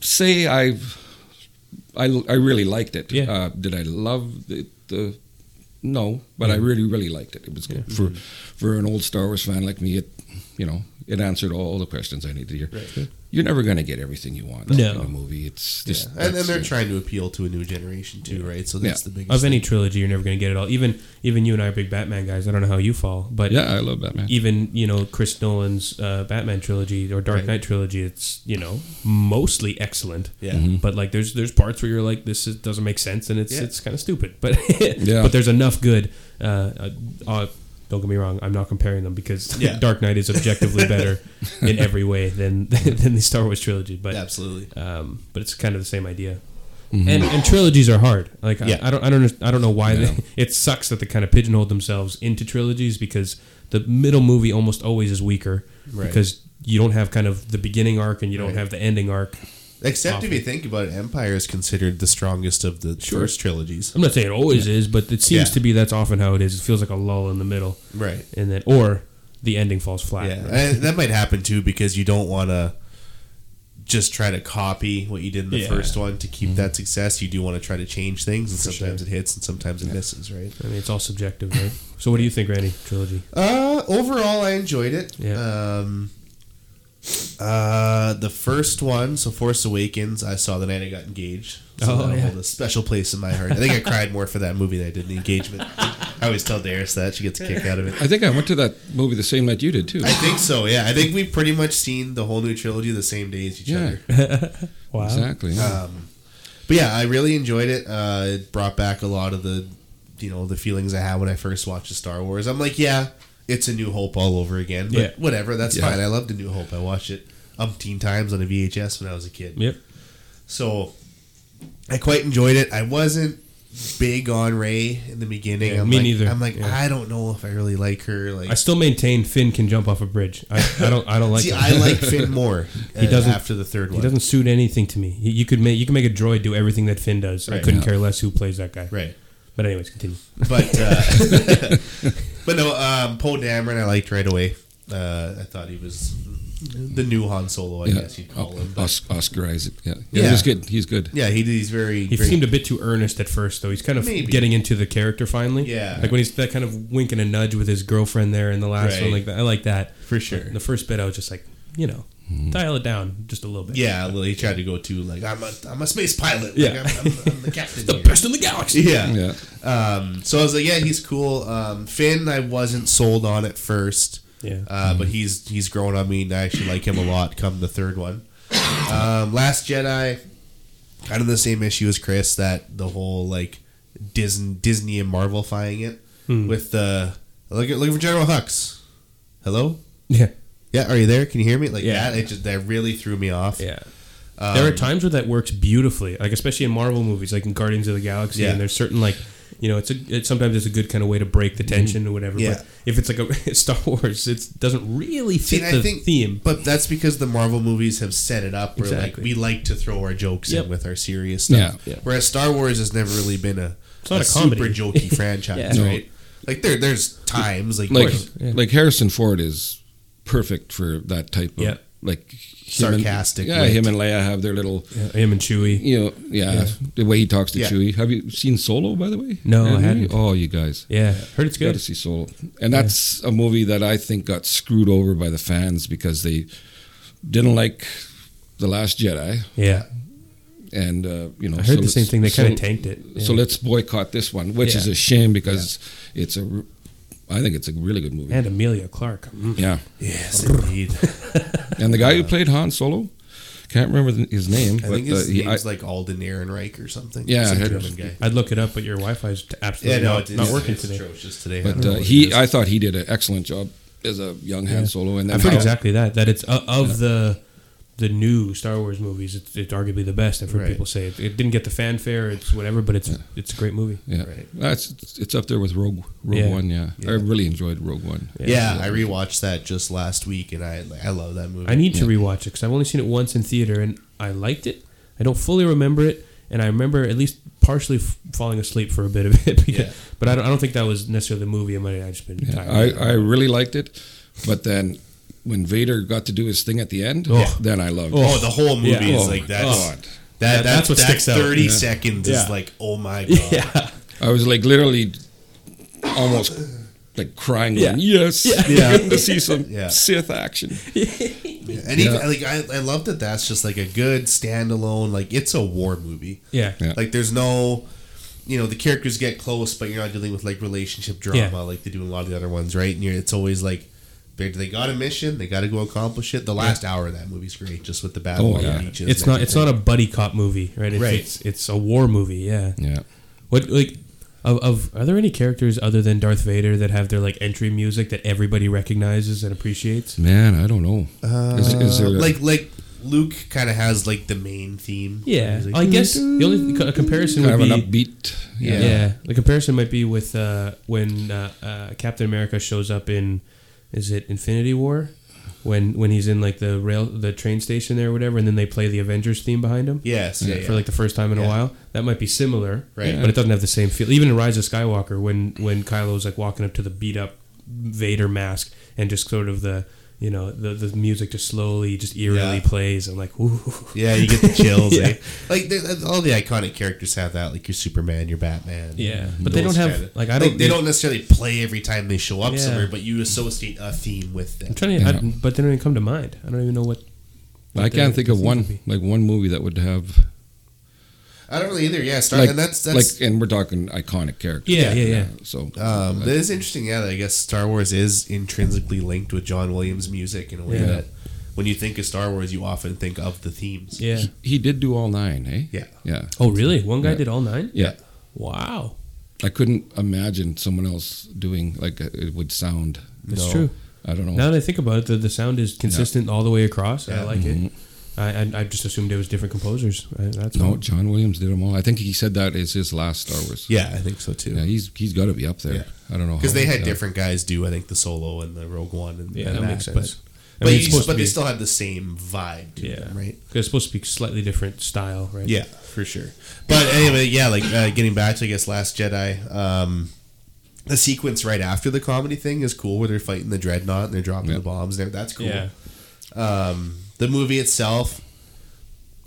say I've I, I really liked it. Yeah. Uh, did I love the, the no, but Mm-hmm. I really really liked it. It was good for for an old Star Wars fan like me. It you know it answered all the questions I needed to hear. You're never going to get everything you want No. in a movie. It's just And then that's they're it. trying to appeal to a new generation too, right? So that's Yeah. the biggest Of any trilogy, you're never going to get it all. Even even you and I are big Batman guys. I don't know how you fall, but Yeah, I love Batman. even you know Chris Nolan's uh, Batman trilogy or Dark Right. Knight trilogy, it's you know mostly excellent. Yeah. Mm-hmm. Mhm. But like there's there's parts where you're like this is, doesn't make sense and it's Yeah. it's kind of stupid. But [laughs] Yeah. but there's enough good. Uh, uh, uh, don't get me wrong, I'm not comparing them because Yeah. [laughs] Dark Knight is objectively [laughs] better in every way than [laughs] than the Star Wars trilogy. But Absolutely. um, but it's kind of the same idea. And, and trilogies are hard. Like Mm-hmm. Yeah. I, I don't I don't I don't know why Yeah. they, [laughs] it sucks that they kind of pigeonhole themselves into trilogies because the middle movie almost always is weaker Right. because you don't have kind of the beginning arc and you don't Right. have the ending arc. Except if Often. you think about it, Empire is considered the strongest of the first trilogies. I'm not saying it always is, but it seems Yeah. to be that's often how it is. It feels like a lull in the middle, Right. and then or the ending falls flat. Yeah. And that might happen too because you don't want to just try to copy what you did in the Yeah. first one to keep that success. You do want to try to change things, and sometimes it hits and sometimes it misses, right? I mean it's all subjective, right? so what do you think, Randy? Trilogy? Uh, overall, I enjoyed it. Yeah. Um, uh, the first one, so Force Awakens, I saw the night I got engaged. So Oh, that'll yeah. hold a special place in my heart. I think I cried more for that movie than I did the engagement. I always tell Darius that she gets a kick out of it. I think I went to that movie the same night you did too. I think so. Yeah, I think we've pretty much seen the whole new trilogy the same day as each Yeah, other. Wow. exactly. yeah. But yeah, I really enjoyed it. Uh, it brought back a lot of the, you know, the feelings I had when I first watched the Star Wars. I'm like, yeah, it's a New Hope all over again. But Yeah. whatever, that's Yeah. fine. I loved a New Hope. I watched it umpteen times on a VHS when I was a kid. Yep. So I quite enjoyed it. I wasn't big on Ray in the beginning. Yeah, I'm me like, neither. I'm like, Yeah. I don't know if I really like her. Like, I still maintain Finn can jump off a bridge. I, I don't I don't like see, him. I like Finn more. he doesn't- after the [laughs] third He one. doesn't suit anything to me. He, you could make you can make a droid do everything that Finn does. I Right. couldn't Yeah. care less who plays that guy. Right. But anyways, continue. but [laughs] uh, [laughs] but no, um, Poe Dameron I liked right away. Uh, I thought he was the new Han Solo, I Yeah. guess you'd call O- him. But Os- Oscar Isaac. Yeah. yeah, Yeah. he's good. He's good. yeah, he, he's very. He very- seemed a bit too earnest at first, though. He's kind of Maybe. getting into the character finally. Yeah. Like when he's that kind of wink and a nudge with his girlfriend there in the last one, Right. like that. I like that For sure. The first bit, I was just like, you know, dial it down just a little bit. yeah, well, he tried to go too like I'm a I'm a space pilot. Like, Yeah. I'm, I'm, I'm the captain. The here. best in the galaxy. Yeah. Yeah. Um, so I was like, yeah, he's cool. Um, Finn, I wasn't sold on at first. Yeah. Uh, but he's he's grown on me, and I actually like him a lot. Come the third one, um, Last Jedi, kind of the same issue as Chris Hmm. that the whole like Disney Disney and Marvel fying it with the Look at looking for General Hux. Hello. [laughs] Yeah, Yeah, are you there? Can you hear me? Like Yeah. that, it just that really threw me off. yeah. Um, there are times where that works beautifully, like especially in Marvel movies, like in Guardians of the Galaxy, Yeah. and there's certain like, you know, it's a it, sometimes it's a good kind of way to break the tension or whatever. Mm-hmm. Yeah. But if it's like a [laughs] Star Wars, it doesn't really See, fit and the I think, theme. but that's because the Marvel movies have set it up where Exactly. like we like to throw our jokes Yep. in with our serious stuff. Yeah. Yeah. Whereas Star Wars has never really been a, It's not a super comedy. [laughs] jokey franchise, Yeah. No. right? Like there, there's times like, like course, yeah. like Harrison Ford is perfect for that type of Yeah. like him and- Sarcastic yeah, wit. him and Leia have their little. Him and Chewie. You know, yeah, the way he talks to Yeah. Chewie. Have you seen Solo, by the way? No, I That movie? hadn't. Oh, you guys, Yeah, heard it's got to good. see Solo, and that's a movie that I think got screwed over by the fans because they didn't like the Last Jedi, Yeah, and uh, you know, I heard the same thing. They kind of of tanked it. Yeah. So let's boycott this one, which is Yeah. a shame because it's a, r- I think it's a really good movie. and Amelia Clark. Mm. yeah, yes, indeed. and the guy who played Han Solo, can't remember the, his name, I but think uh, his he, I, name's like Alden Ehrenreich or something. Yeah, Some I heard- German guy. I'd look it up, but your Wi-Fi's t- Yeah, absolutely no, not, it's not working it's today. Atrocious today. I don't but know uh, what it he, is. I thought he did an excellent job as a young Han Solo, and then I've heard how- exactly that. That it's uh, of the the new Star Wars movies. It's, it's arguably the best. I've heard Right. people say it, it didn't get the fanfare. It's whatever, but it's it's a great movie. Yeah, Right. that's it's- it's up there with Rogue Rogue Yeah. One. Yeah. I really enjoyed Rogue One. yeah, I rewatched that just last week, and I I love that movie. I need to rewatch it because I've only seen it once in theater and I liked it. I don't fully remember it, and I remember at least partially f- falling asleep for a bit of it. [laughs] Because, Yeah. But I don't, I don't think that was necessarily the movie. I might have just been Yeah, tired. I, I really liked it, but then when Vader got to do his thing at the end, Oh. then I loved Oh, it. the whole movie Yeah. is Oh like my that's God. that, Yeah, that that's what that sticks out. Thirty Yeah. seconds Yeah. is like oh my god. [laughs] yeah. I was like literally almost like crying. Yeah. going, yes, [laughs] yeah. Yeah. to see some Yeah. Sith action. And even like I, I love that that's just like a good standalone. Like it's a war movie. Yeah. Yeah. Like there's no, you know, the characters get close, but you're not dealing with like relationship drama Yeah. like they do in a lot of the other ones, right? And you're, it's always like. They, they got a mission. They got to go accomplish it. The last hour of that movie's great, just with the battle Oh, on yeah. the beaches. It's and not. It's not a buddy cop movie, right? It's, Right. It's, it's a war movie. Yeah. Yeah, What like of, of are there any characters other than Darth Vader that have their like entry music that everybody recognizes and appreciates? man, I don't know. is, is everything. there a- like like Luke kind of has like the main theme. Yeah, He's like, I guess the only co- a comparison kind would of an be upbeat? yeah. Yeah. the comparison might be with uh, when uh, uh, Captain America shows up in is it Infinity War when when he's in like the rail the train station there or whatever and then they play the Avengers theme behind him yes, yeah, yeah. for like the first time in a Yeah. while that might be similar Right. but it doesn't have the same feel even in Rise of Skywalker when when Kylo's like walking up to the beat up Vader mask and just sort of the you know the the music just slowly just eerily Yeah. plays and like ooh Yeah, [laughs] you get the chills. Yeah. eh? Like there- there's- all the iconic characters have that, like your Superman, your Batman. Yeah, but they Those don't have- kinda- like, I don't- they don't necessarily play every time they show up Yeah. somewhere, but you associate a theme with them. I'm trying to I- Yeah. but they don't even come to mind I don't even know what I can't think of Things one would be- like one movie that would have I don't really either. Yeah, Star, like and that's that's like, and we're talking iconic characters. Yeah, yeah, yeah. So uh, um, like, that is interesting. Yeah, that I guess Star Wars is intrinsically linked with John Williams' music in a way Yeah. that when you think of Star Wars, you often think of the themes. yeah he did do all nine, eh? Yeah. yeah, oh really one guy Yeah. did all nine yeah. wow I couldn't imagine someone else doing like uh, it would sound. That's true. I don't know. now that I think about it the, the sound is consistent all the way across I Yeah. like it I, I I just assumed it was different composers I, that's Mm-hmm. no, all. John Williams did them all. I think he said that is his last Star Wars. Yeah, I think so too. yeah. He's he's got to be up there. Yeah. I don't know Because how uh, they he had did different guys do, I think, the solo and the Rogue One, and, yeah and that makes but- sense I But, mean, it's you, supposed but to they be- still have the same vibe to them, right? Because it's supposed to be slightly different style, right? Yeah, for sure. But anyway, yeah, like uh, getting back to I guess Last Jedi, um, the sequence right after the comedy thing is cool, where they're fighting the dreadnought and they're dropping Yeah. the bombs. And everything. that's cool. Yeah. Um, the movie itself,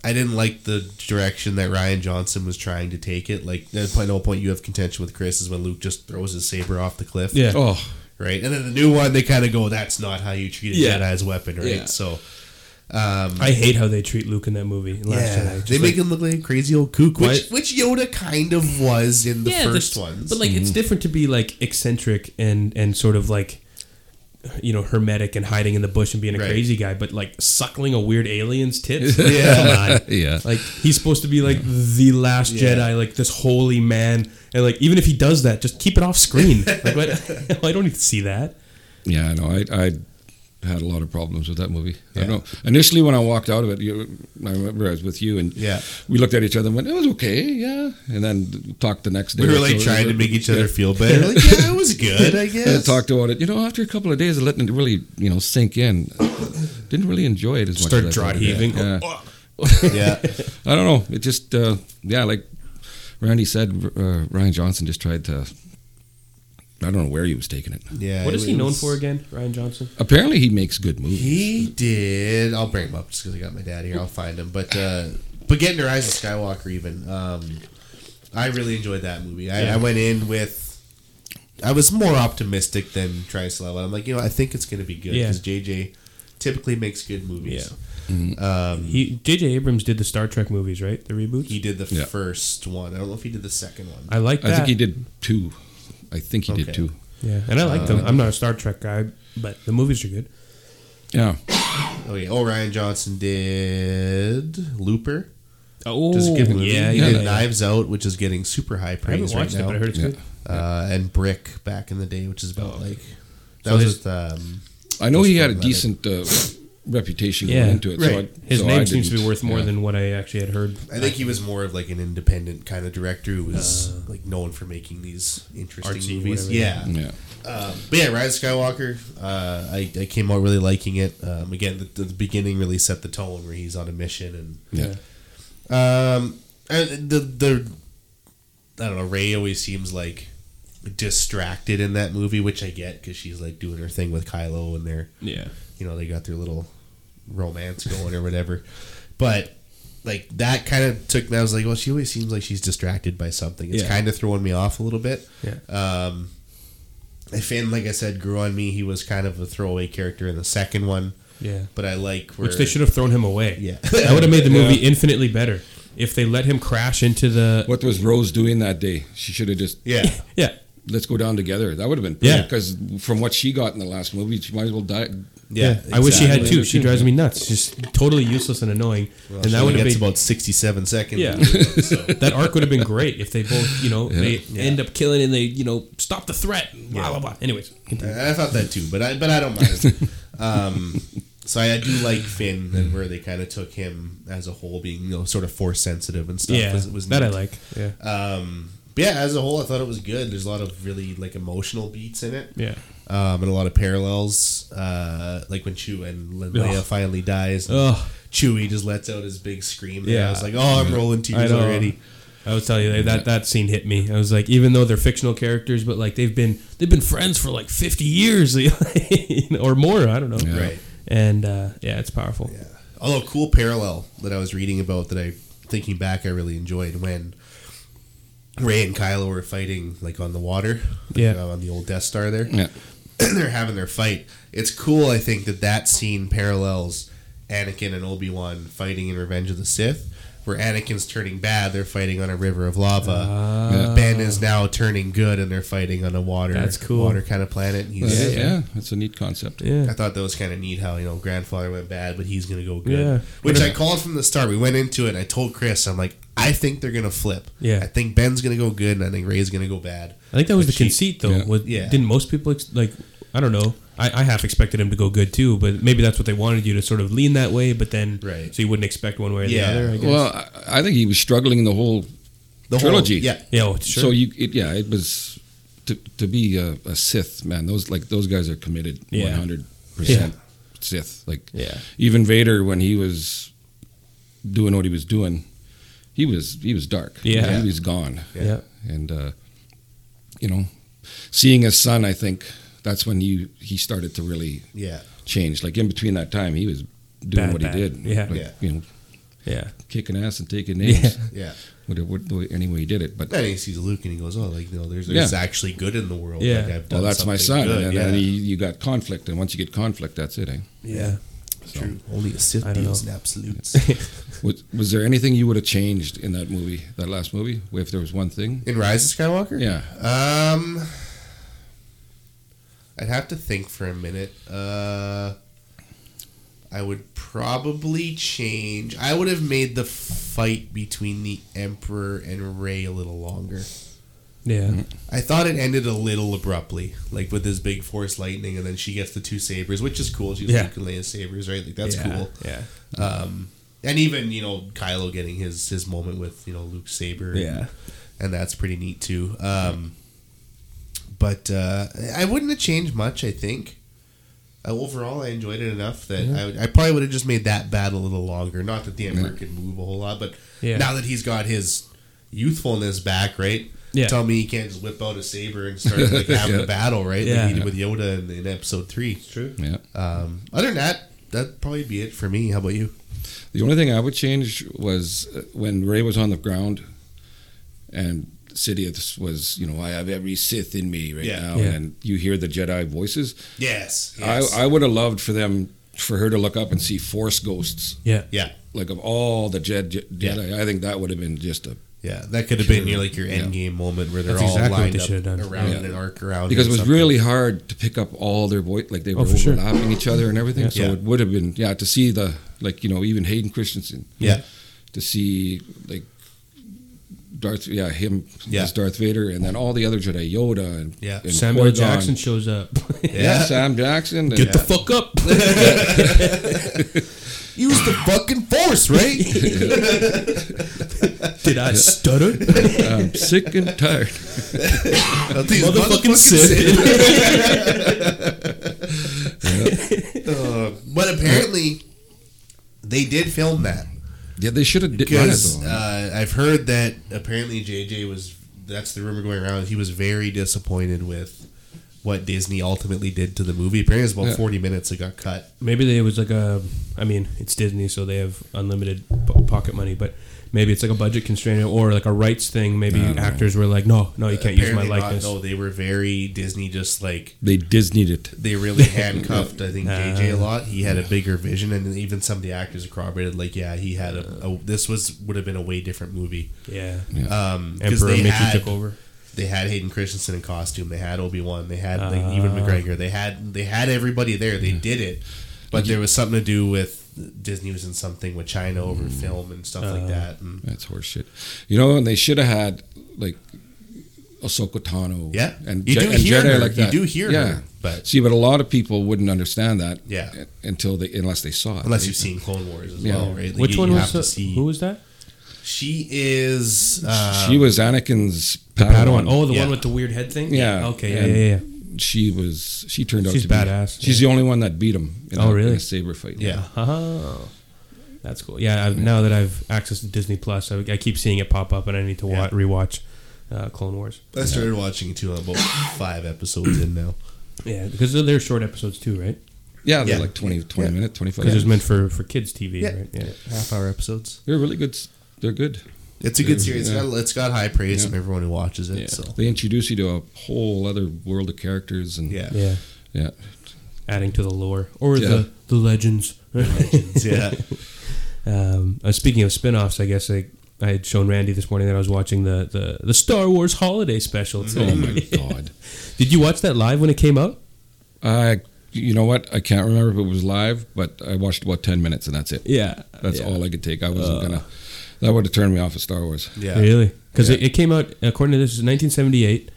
I didn't like the direction that Ryan Johnson was trying to take it. Like, at no point you have contention with Chris is when Luke just throws his saber off the cliff. Yeah. Oh, Right, and then the new one, they kind of go, "That's not how you treat a Yeah. Jedi's weapon," right? Yeah. So. I hate how they treat Luke in that movie. in Last Yeah, Jedi. Just they make him look like a crazy old kook, which, What? which Yoda kind of was in the Yeah, first that's- ones. But like, it's different to be like eccentric and and sort of like, you know, hermetic and hiding in the bush and being a Right. crazy guy. But like suckling a weird alien's tits. Yeah. Come on. yeah. Like he's supposed to be like the last Yeah. Jedi, like this holy man, And like, even if he does that, just keep it off screen. Like, what? [laughs] I don't need to see that. Yeah, no, I I had a lot of problems with that movie. I don't know. Initially, when I walked out of it, you, I remember I was with you, and Yeah. we looked at each other and went, "It was okay, yeah." And then talked the next day. We were or like so. trying to make each other [laughs] feel better. Like, yeah, it was good, I And I guess. talked about it. You know, after a couple of days of letting it really, you know, sink in, didn't really enjoy it as Start much. as I dry thought it did. heaving. Yeah. Oh. Yeah, I don't know. It just, uh, yeah, like Randy said, uh, Ryan Johnson just tried to. I don't know where he was taking it. [laughs] yeah. What it is he known was- for again? Ryan Johnson. Apparently, he makes good movies. He did. I'll bring him up just because I got my dad here. I'll find him. But uh, but getting to Rise of Skywalker, even um, I really enjoyed that movie. I, I went in with. I was more optimistic than trying to level. I'm like, you know, I think it's going to be good Yeah. because JJ typically makes good movies. Um, He J.J. Abrams did the Star Trek movies, right? The reboots. he did the Yeah. first one. I don't know if he did the second one. I like I that. think he did two. I think he Okay. did two. Yeah, and I like them. I'm not a Star Trek guy, but the movies are good. Yeah. Oh yeah. Oh, Ryan Johnson did Looper. Oh, Just a good movie. yeah, he yeah. did yeah. Knives Out, which is getting super high I haven't praise right watched it, now. but I heard it's Yeah. good. Oh. uh, and Brick back in the day, which is about like that So was his- with, um, I know he had a Just decent uh, reputation Yeah. going into it. So I, Right. His so I name seems to be didn't- worth more yeah. than what I actually had heard. I think he was more of like an independent kind of director who was like known for making these interesting Uh. Artsy, movies. whatever. Yeah, Yeah. Um, but yeah, Rise of Skywalker. Uh, I, I came out really liking it. Um, again, the, the beginning really set the tone where he's on a mission and Yeah. Um, and the the I don't know. Ray always seems like distracted in that movie, which I get because she's like doing her thing with Kylo, and they're Yeah, you know they got their little romance going or whatever. But like that kind of took me. I was like, well, she always seems like she's distracted by something. It's Yeah. kind of throwing me off a little bit. yeah. Um, and Finn, like I said, grew on me. He was kind of a throwaway character in the second one, yeah. but I like where, Which they should have thrown him away. [laughs] [laughs] Yeah. that would have made the movie infinitely better if they let him crash into the. What was Rose doing that day? She should have just Yeah, [laughs] Yeah, let's go down together. That would have been Yeah. Because from what she got in the last movie, she might as well die. yeah. I wish she had exactly. two. She drives me nuts. She's totally useless and annoying. and that would have gets been about sixty-seven seconds. Yeah. [laughs] So, that arc would have been great if they both, you know, they end up killing and they, you know, stop the threat. Blah blah blah. Anyways, continue. I I thought that too, but I but I don't mind. um, so I, I do like Finn and where they kind of took him as a whole, being you know sort of force sensitive and stuff. yeah, was, was that uh, I neat. like. Yeah, Um, but yeah, as a whole, I thought it was good. There's a lot of really like emotional beats in it, yeah. um, and a lot of parallels. Uh, like when Chew and Le- Leia Ugh. finally dies, and Ugh. Chewie just lets out his big scream. There. I Yeah. was like, oh, I'm rolling tears know. already. I was telling you that, that that scene hit me. I was like, even though they're fictional characters, but like they've been they've been friends for like fifty years [laughs] or more. I don't know. Yeah. Right. And uh, yeah, it's powerful. Yeah. Although cool parallel that I was reading about that I thinking back I really enjoyed when Ray and Kylo were fighting like on the water, like, Yeah. uh, on the old Death Star there. Yeah. [clears throat] They're having their fight. It's cool I think that that scene parallels Anakin and Obi-Wan fighting in Revenge of the Sith. Where Anakin's turning bad, they're fighting on a river of lava. ben is now turning good, and they're fighting on a water, Ah. That's cool. water kind of planet. and He's, Yeah, That's a neat concept. Yeah. I thought that was kind of neat how, you know, grandfather went bad, but he's going to go good. Yeah. Which I called from the start. We went into it, and I told Chris, I'm like, I think they're going to flip. Yeah. I think Ben's going to go good, and I think Ray's going to go bad. I think that was the But she- conceit, though. Yeah. Was, Yeah. Didn't most people ex- like? I don't know. I, I half expected him to go good too, but maybe that's what they wanted you to sort of lean that way. But then, Right. so you wouldn't expect one way or the Yeah. other. I guess. Well, I- I think he was struggling the whole The Trilogy. Whole, yeah. yeah, well, sure. So you, it, yeah, it was to, to be a, a Sith man. Those like those guys are committed, Yeah. one hundred percent Sith. Like Yeah. even Vader when he was doing what he was doing, he was he was dark. Yeah. he was gone. yeah. And uh, you know, seeing his son, I think that's when he he started to really Yeah. change. Like in between that time, he was doing Bad, what bad. he did. Yeah. Like, Yeah. you know, yeah, kicking ass and taking names. Yeah. Whatever, what, any way he did it, but Then he sees Luke, and he goes, oh, like, no, there's, there's Yeah. actually good in the world. Yeah. Like, I've well, done that's my something son. good. and yeah. then you, you got conflict, and once you get conflict, that's it. Eh? yeah, True. Only a Sith I don't deals know. in absolutes. Was, was there anything you would have changed in that movie, that last movie, if there was one thing? [laughs] in Rise of Skywalker? Yeah, Um, I'd have to think for a minute. Uh, I would probably change. I would have made the fight between the Emperor and Rey a little longer. Yeah. Mm-hmm. I thought it ended a little abruptly, like with this big force lightning, and then she gets the two sabers, which is cool. She's Yeah. like, you can lay his sabers, right? Like that's yeah, cool. Yeah. Um, and even you know Kylo getting his his moment with you know Luke's saber, Yeah. and, and that's pretty neat too. Um, but uh, I wouldn't have changed much. I think uh, overall I enjoyed it enough that I, would- I probably would have just made that battle a little longer. Not that the Emperor could move a whole lot, but Yeah. now that he's got his youthfulness back, right? Yeah. Tell me he can't just whip out a saber and start [laughs] like having Yeah. a battle, right? Yeah. Like he did with Yoda in, in Episode Three. True. Yeah. Um, other than that, that'd probably be it for me. How about you? The only thing I would change was uh, when Ray was on the ground, and Sidious was, you know, I have every Sith in me right Yeah. now, Yeah. and you hear the Jedi voices. Yes. I, I would have loved for them, for her to look up and see Force ghosts, Yeah. yeah. like of all the Jed, Jedi. I think that would have been just a Yeah. That could have been your like your end game moment where they're That's all exactly what lined they up should have done. around Yeah. an arc around because it was something. really hard to pick up all their voice, like they were Oh, for sure. overlapping each other and everything. So Yeah. it would have been yeah to see the like you know even Hayden Christensen Yeah. to see like Darth yeah him Yeah. as Darth Vader and then all the other Jedi Yoda and, Yeah. and Samuel Qui-Gon. Jackson shows up. [laughs] [laughs] yeah. Sam Jackson and, Get the fuck up. Use the fucking force, [laughs] right? Did I stutter? I'm sick and tired These Motherfucking Sith. Sith. [laughs] Uh, but apparently, they did film that yeah they should have did that because though uh, I've heard that apparently JJ was. That's the rumor going around. He was very disappointed with what Disney ultimately did to the movie. Apparently, it was about Yeah. forty minutes that got cut. maybe they was like a i mean it's disney so they have unlimited po- pocket money but maybe it's like a budget constraint or like a rights thing maybe I don't know. actors were like no no you can't use my Apparently not, likeness no, they were very Disney. Just like they Disneyed it they [laughs] really handcuffed. I think JJ a Uh, lot. He had a bigger vision, and even some of the actors corroborated. Like, yeah, he had a, a this was would have been a way different movie. yeah Um, because emperor they mickey had took over they had Hayden Christensen in costume. They had Obi Wan. They had like, even Ah. McGregor. They had they had everybody there. They did it, but there was something to do with. Disney was in something with China Mm. over film and stuff Uh-huh. like that. And That's horseshit. You know, and they should have had like Ahsoka Tano. Yeah. and, You Je- do and hear Jedi her. like You that. do hear yeah. her, but- see, but a lot of people wouldn't understand that. Yeah. until they unless they saw it. unless right? you've seen Clone Wars as Yeah. well, right? Like, which you- one you was have to the, see- who was that She is. Uh, she was Anakin's padawan Padawan. oh the Yeah. one with the weird head thing Yeah. okay yeah And- yeah yeah She was. She turned out She's to be badass. She's the only one that beat him. In Oh, a, In really? a saber fight. yeah. oh that's cool yeah I've, now that i've access to disney plus I, I keep seeing it pop up and i need to wa- Yeah. rewatch uh, clone wars I started watching it too. I'm [coughs] about five episodes in now. yeah because they're, they're short episodes too right yeah. They're Yeah. like 20, 20 Yeah. minutes, twenty five. because minutes. it's meant for for kids tv Yeah. right yeah Half hour episodes. They're really good. s- They're good. It's a good Yeah. series. It's got, it's got high praise Yeah. from everyone who watches it. Yeah. So [laughs] They introduce you to a whole other world of characters and yeah, yeah yeah. adding to the lore or Yeah. the the legends. yeah. [laughs] um, uh, speaking of spin-offs, I guess I, I had shown Randy this morning that I was watching the the, the Star Wars holiday special. [laughs] Oh Today. [laughs] my god. Did you watch that live when it came out? I, you know what? I can't remember if it was live, but I watched about ten minutes, and that's it. Yeah, That's all I could take. I wasn't gonna. That would have turned me off of Star Wars. yeah, Really? Because Yeah. it, it came out according to this is 1978.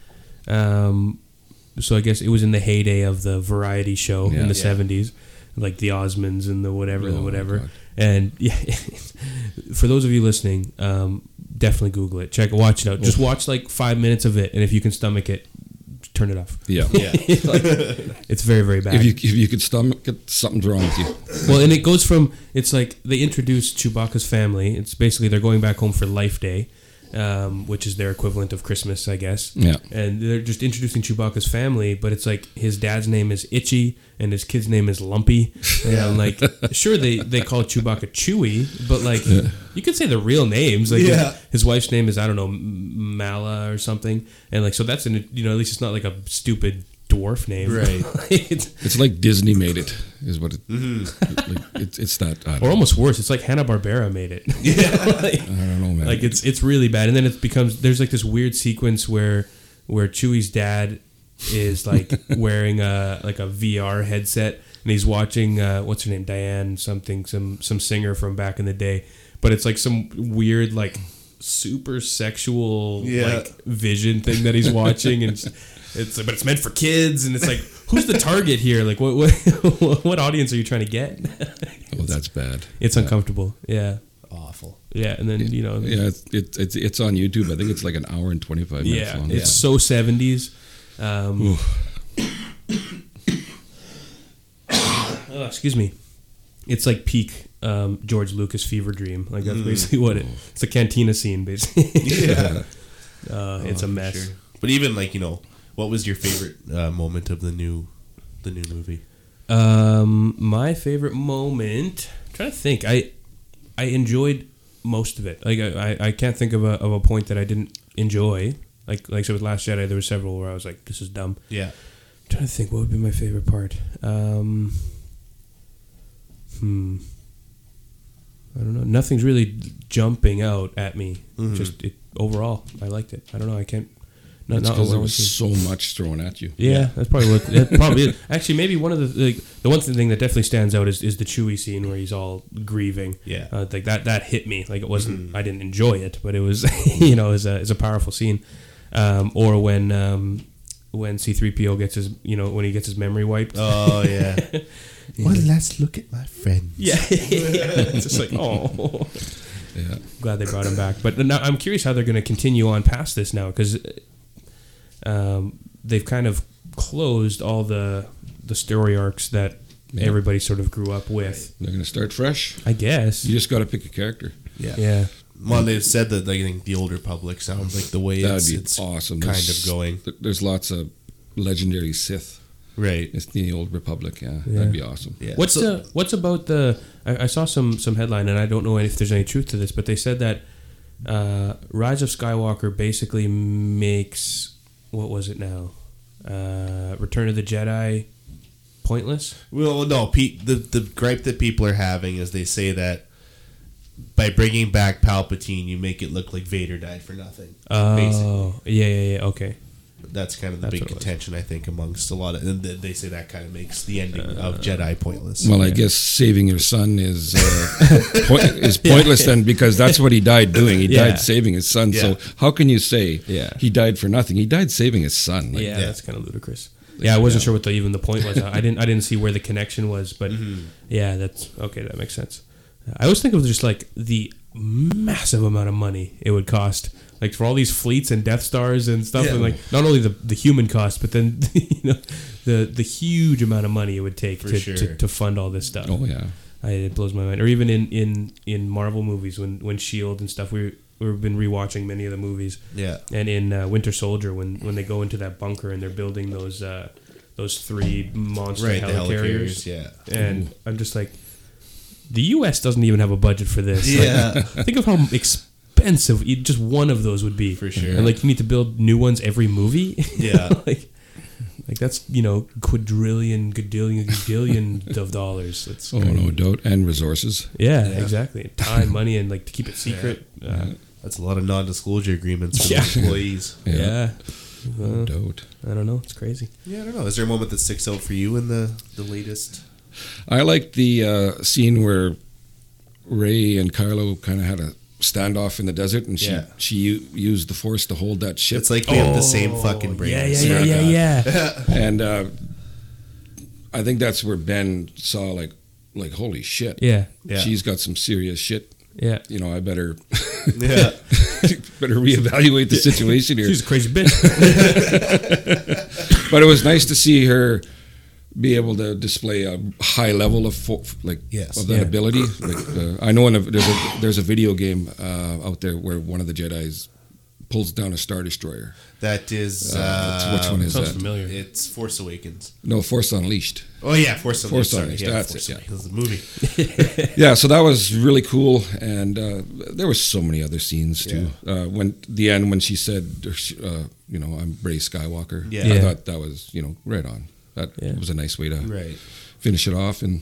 Um, so I guess it was in the heyday of the variety show Yeah. in the Yeah. 70s, like the Osmonds and the whatever, Oh, the my whatever. God. And [laughs] yeah, for those of you listening, um, definitely Google it. Check, watch it out. Just watch like five minutes of it, and if you can stomach it, turn it off. Yeah. [laughs] yeah. It's very very bad. If you if you could stomach it, something's wrong with you. Well, and it goes from it's like they introduce Chewbacca's family. It's basically they're going back home for Life Day, um, which is their equivalent of Christmas, I guess. Yeah. And they're just introducing Chewbacca's family, but it's like his dad's name is Itchy and his kid's name is Lumpy. And like, sure they they call Chewbacca Chewy, but like you could say the real names. Like Yeah. his wife's name is I don't know M- Mala or something, and like so that's an you know at least it's not like a stupid dwarf name, Right. [laughs] It's- It's like Disney made it, is what it. Like, it's it's that. I Mm-hmm. or don't, almost worse, it's like Hanna Barbera made it. Yeah. [laughs] like, I don't know, man. like it's it's really bad and then it becomes there's like this weird sequence where where Chewie's dad is like wearing a like a VR headset and he's watching uh, what's her name Diane something some some singer from back in the day but it's like some weird like super sexual Yeah. like vision thing that he's watching, and it's- it's but it's meant for kids, and it's like who's the target here? Like what what [laughs] what audience are you trying to get? [laughs] Oh, that's bad. It's uncomfortable. Yeah, [laughs] Awful. yeah, and then you know Yeah, it's it, it's it's on YouTube. I think it's like an hour and twenty five minutes Yeah, long. it's so seventies. Um, [coughs] oh, excuse me. It's like peak um, George Lucas fever dream. Like that's basically what it. It's a cantina scene, basically. Yeah. uh, it's a mess. Sure. But even like you know, what was your favorite uh, moment of the new, the new movie? Um, my favorite moment. I'm trying to think. I I enjoyed most of it. Like I, I- I can't think of a of a point that I didn't enjoy. Like like so with Last Jedi, there were several where I was like, this is dumb. Yeah. trying to think what would be my favorite part. Um, hmm. I don't know. Nothing's really jumping out at me. Just it, overall, I liked it. I don't know. I can't. Not, not because there overall, was it's- so much thrown at you. yeah, that's probably what. That probably is. [laughs] actually maybe one of the like, the one thing that definitely stands out is, is the Chewy scene where he's all grieving. Yeah. uh, like that that hit me. Like it wasn't. I didn't enjoy it, but it was [laughs] you know is a is a powerful scene. Um, or when um, when C three PO gets his you know when he gets his memory wiped. Oh yeah. [laughs] One last look at my friend. [laughs] yeah, [laughs] it's just like oh. [laughs] Yeah. glad they brought him back. But now I'm curious how they're going to continue on past this now because um, they've kind of closed all the the story arcs that Yeah. everybody sort of grew up with. They're gonna start fresh. I guess. You just got to pick a character. Yeah. Yeah. Well, they've said that like, I think the old republic sounds like the way That would it's, be it's awesome. kind There's- of going. th- There's lots of legendary Sith. Right. It's the old Republic. Yeah, Yeah. that'd be awesome. Yeah. What's So- the what's about the? I, I saw some some headline and I don't know if there's any truth to this, but they said that uh, Rise of Skywalker basically makes what was it now? Uh, Return of the Jedi pointless. Well, no. Pe- the the gripe that people are having is they say that by bringing back Palpatine, you make it look like Vader died for nothing. Oh, yeah, yeah, yeah. Okay. That's kind of the That's big what it was. contention, I think, amongst a lot of. And th- they say that kind of makes the ending Uh, of Jedi pointless. Well, I guess saving your son is uh, [laughs] point, is pointless then because that's what he died doing. He Yeah. died saving his son. So Yeah. how can you say Yeah. he died for nothing? He died saving his son. Like, yeah, Yeah. that's kind of ludicrous. Yeah, I wasn't yeah. sure what the, even the point was. I I didn't I didn't see where the connection was, but yeah, that's okay. That makes sense. I always think of just like the massive amount of money it would cost, like for all these fleets and Death Stars and stuff, Yeah. and like not only the, the human cost, but then [laughs] you know the the huge amount of money it would take For to, sure. to, to fund all this stuff. Oh yeah. I, it blows my mind. Or even in in in Marvel movies when when Shield E and stuff, we we've been rewatching many of the movies. Yeah. And in uh, Winter Soldier, when when they go into that bunker and they're building those uh, those three monster Right, the helicarriers, helicarriers, yeah. And I'm just like, the U.S. doesn't even have a budget for this. Like, Yeah. [laughs] think of how expensive e- just one of those would be For sure. And like, you need to build new ones every movie. [laughs] Yeah. like. Like that's you know quadrillion, gadillion, gadillion of dollars. That's Oh no doubt. And resources. yeah, Yeah. exactly. Time, money, and like to [laughs] keep it secret. Uh, That's a lot of non-disclosure agreements for Yeah. the [laughs] employees. yeah. No doubt. I don't know. It's crazy. Yeah, I don't know. Is there a moment that sticks out for you in the the latest? I liked the uh, scene where Ray and Kylo kind of had a standoff in the desert, and she Yeah. she u- used the Force to hold that ship. It's like we have the same fucking brain. Oh, Yeah, as yeah, her. yeah, yeah, yeah. and uh, I think that's where Ben saw like like holy shit. yeah, Yeah. she's got some serious shit. yeah. You know, I better [laughs] Yeah. better reevaluate the situation here. She's a crazy [laughs] bitch. But it was nice to see her be able to display a high level of fo- like Yes. of that Yeah. ability. Like uh, I know in a, there's a there's a video game uh, out there where one of the Jedi's pulls down a star destroyer. [laughs] That is. Uh, Uh, which one is Sounds that? familiar. It's Force Awakens. No, Force [laughs] Unleashed. Oh yeah, Force Awakens. Force sorry. Awakens, Yeah, that's Force it, yeah. Awakens. It was a movie. yeah, so that was really cool, and uh, there were so many other scenes too. Uh, when the end, when she said, uh, "You know, I'm Bray Skywalker," Yeah. I Yeah. thought that was you know right on. That Yeah. was a nice way to Right. finish it off. And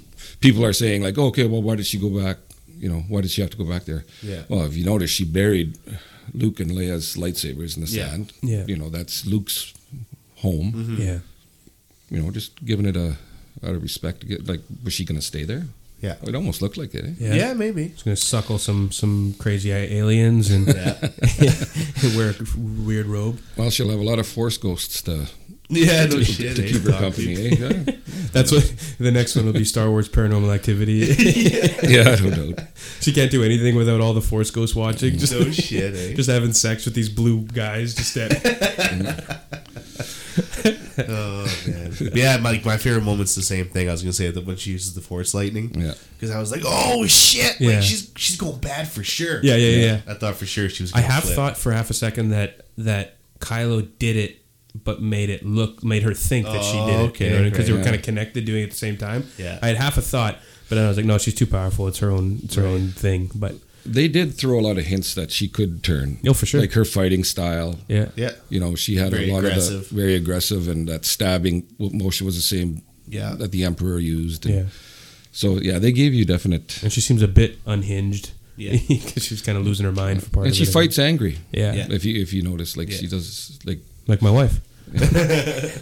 people are saying like, "Okay, well, why did she go back? You know, why did she have to go back there?" Yeah. Well, if you notice, she buried Luke and Leia's lightsabers in the Yeah. Mm-hmm. sand. Yeah. You know, that's Luke's home. yeah, You know, just giving it a out of respect to get like, was she going to stay there? Yeah. It almost looked like it. Eh? Yeah. yeah, maybe. It's gonna suckle some some crazy aliens and Yeah. [laughs] wear a weird robe. Well, she'll have a lot of force ghosts to, [laughs] Yeah, no to, shit. to eh? keep her Fuck, company. dude. Eh? Yeah. That's what [laughs] the next one will be. Star Wars Paranormal Activity. [laughs] [laughs] yeah, I don't know. she can't do anything without all the Force ghosts watching. Just No [laughs] shit, eh? just having sex with these blue guys. Just [laughs] at Oh man. Yeah, my my favorite moment's the same thing. I was gonna say that when she uses the force lightning. Yeah. Because I was like, oh shit, Yeah. like she's she's going bad for sure. yeah, yeah, yeah. yeah. I thought for sure she was. I Gonna have flip. thought for half a second that that Kylo did it, but made it look made her think that she Oh, did it. okay, because they were right. kind of connected, doing it at the same time. Yeah. I had half a thought, but then I was like, no, she's too powerful. It's her own. It's her own thing. But They did throw a lot of hints that she could turn. Oh, for sure. Like her fighting style. yeah, Yeah, You know, she had Very a lot aggressive. of the, very aggressive, and that stabbing motion was the same Yeah. that the Emperor used. And yeah. So yeah, they gave you definite. And she seems a bit unhinged. [laughs] Yeah. because she's kind of losing her mind for part And of she it. fights angry. Yeah. Yeah. If you if you notice, like she Yeah. does, like like my wife.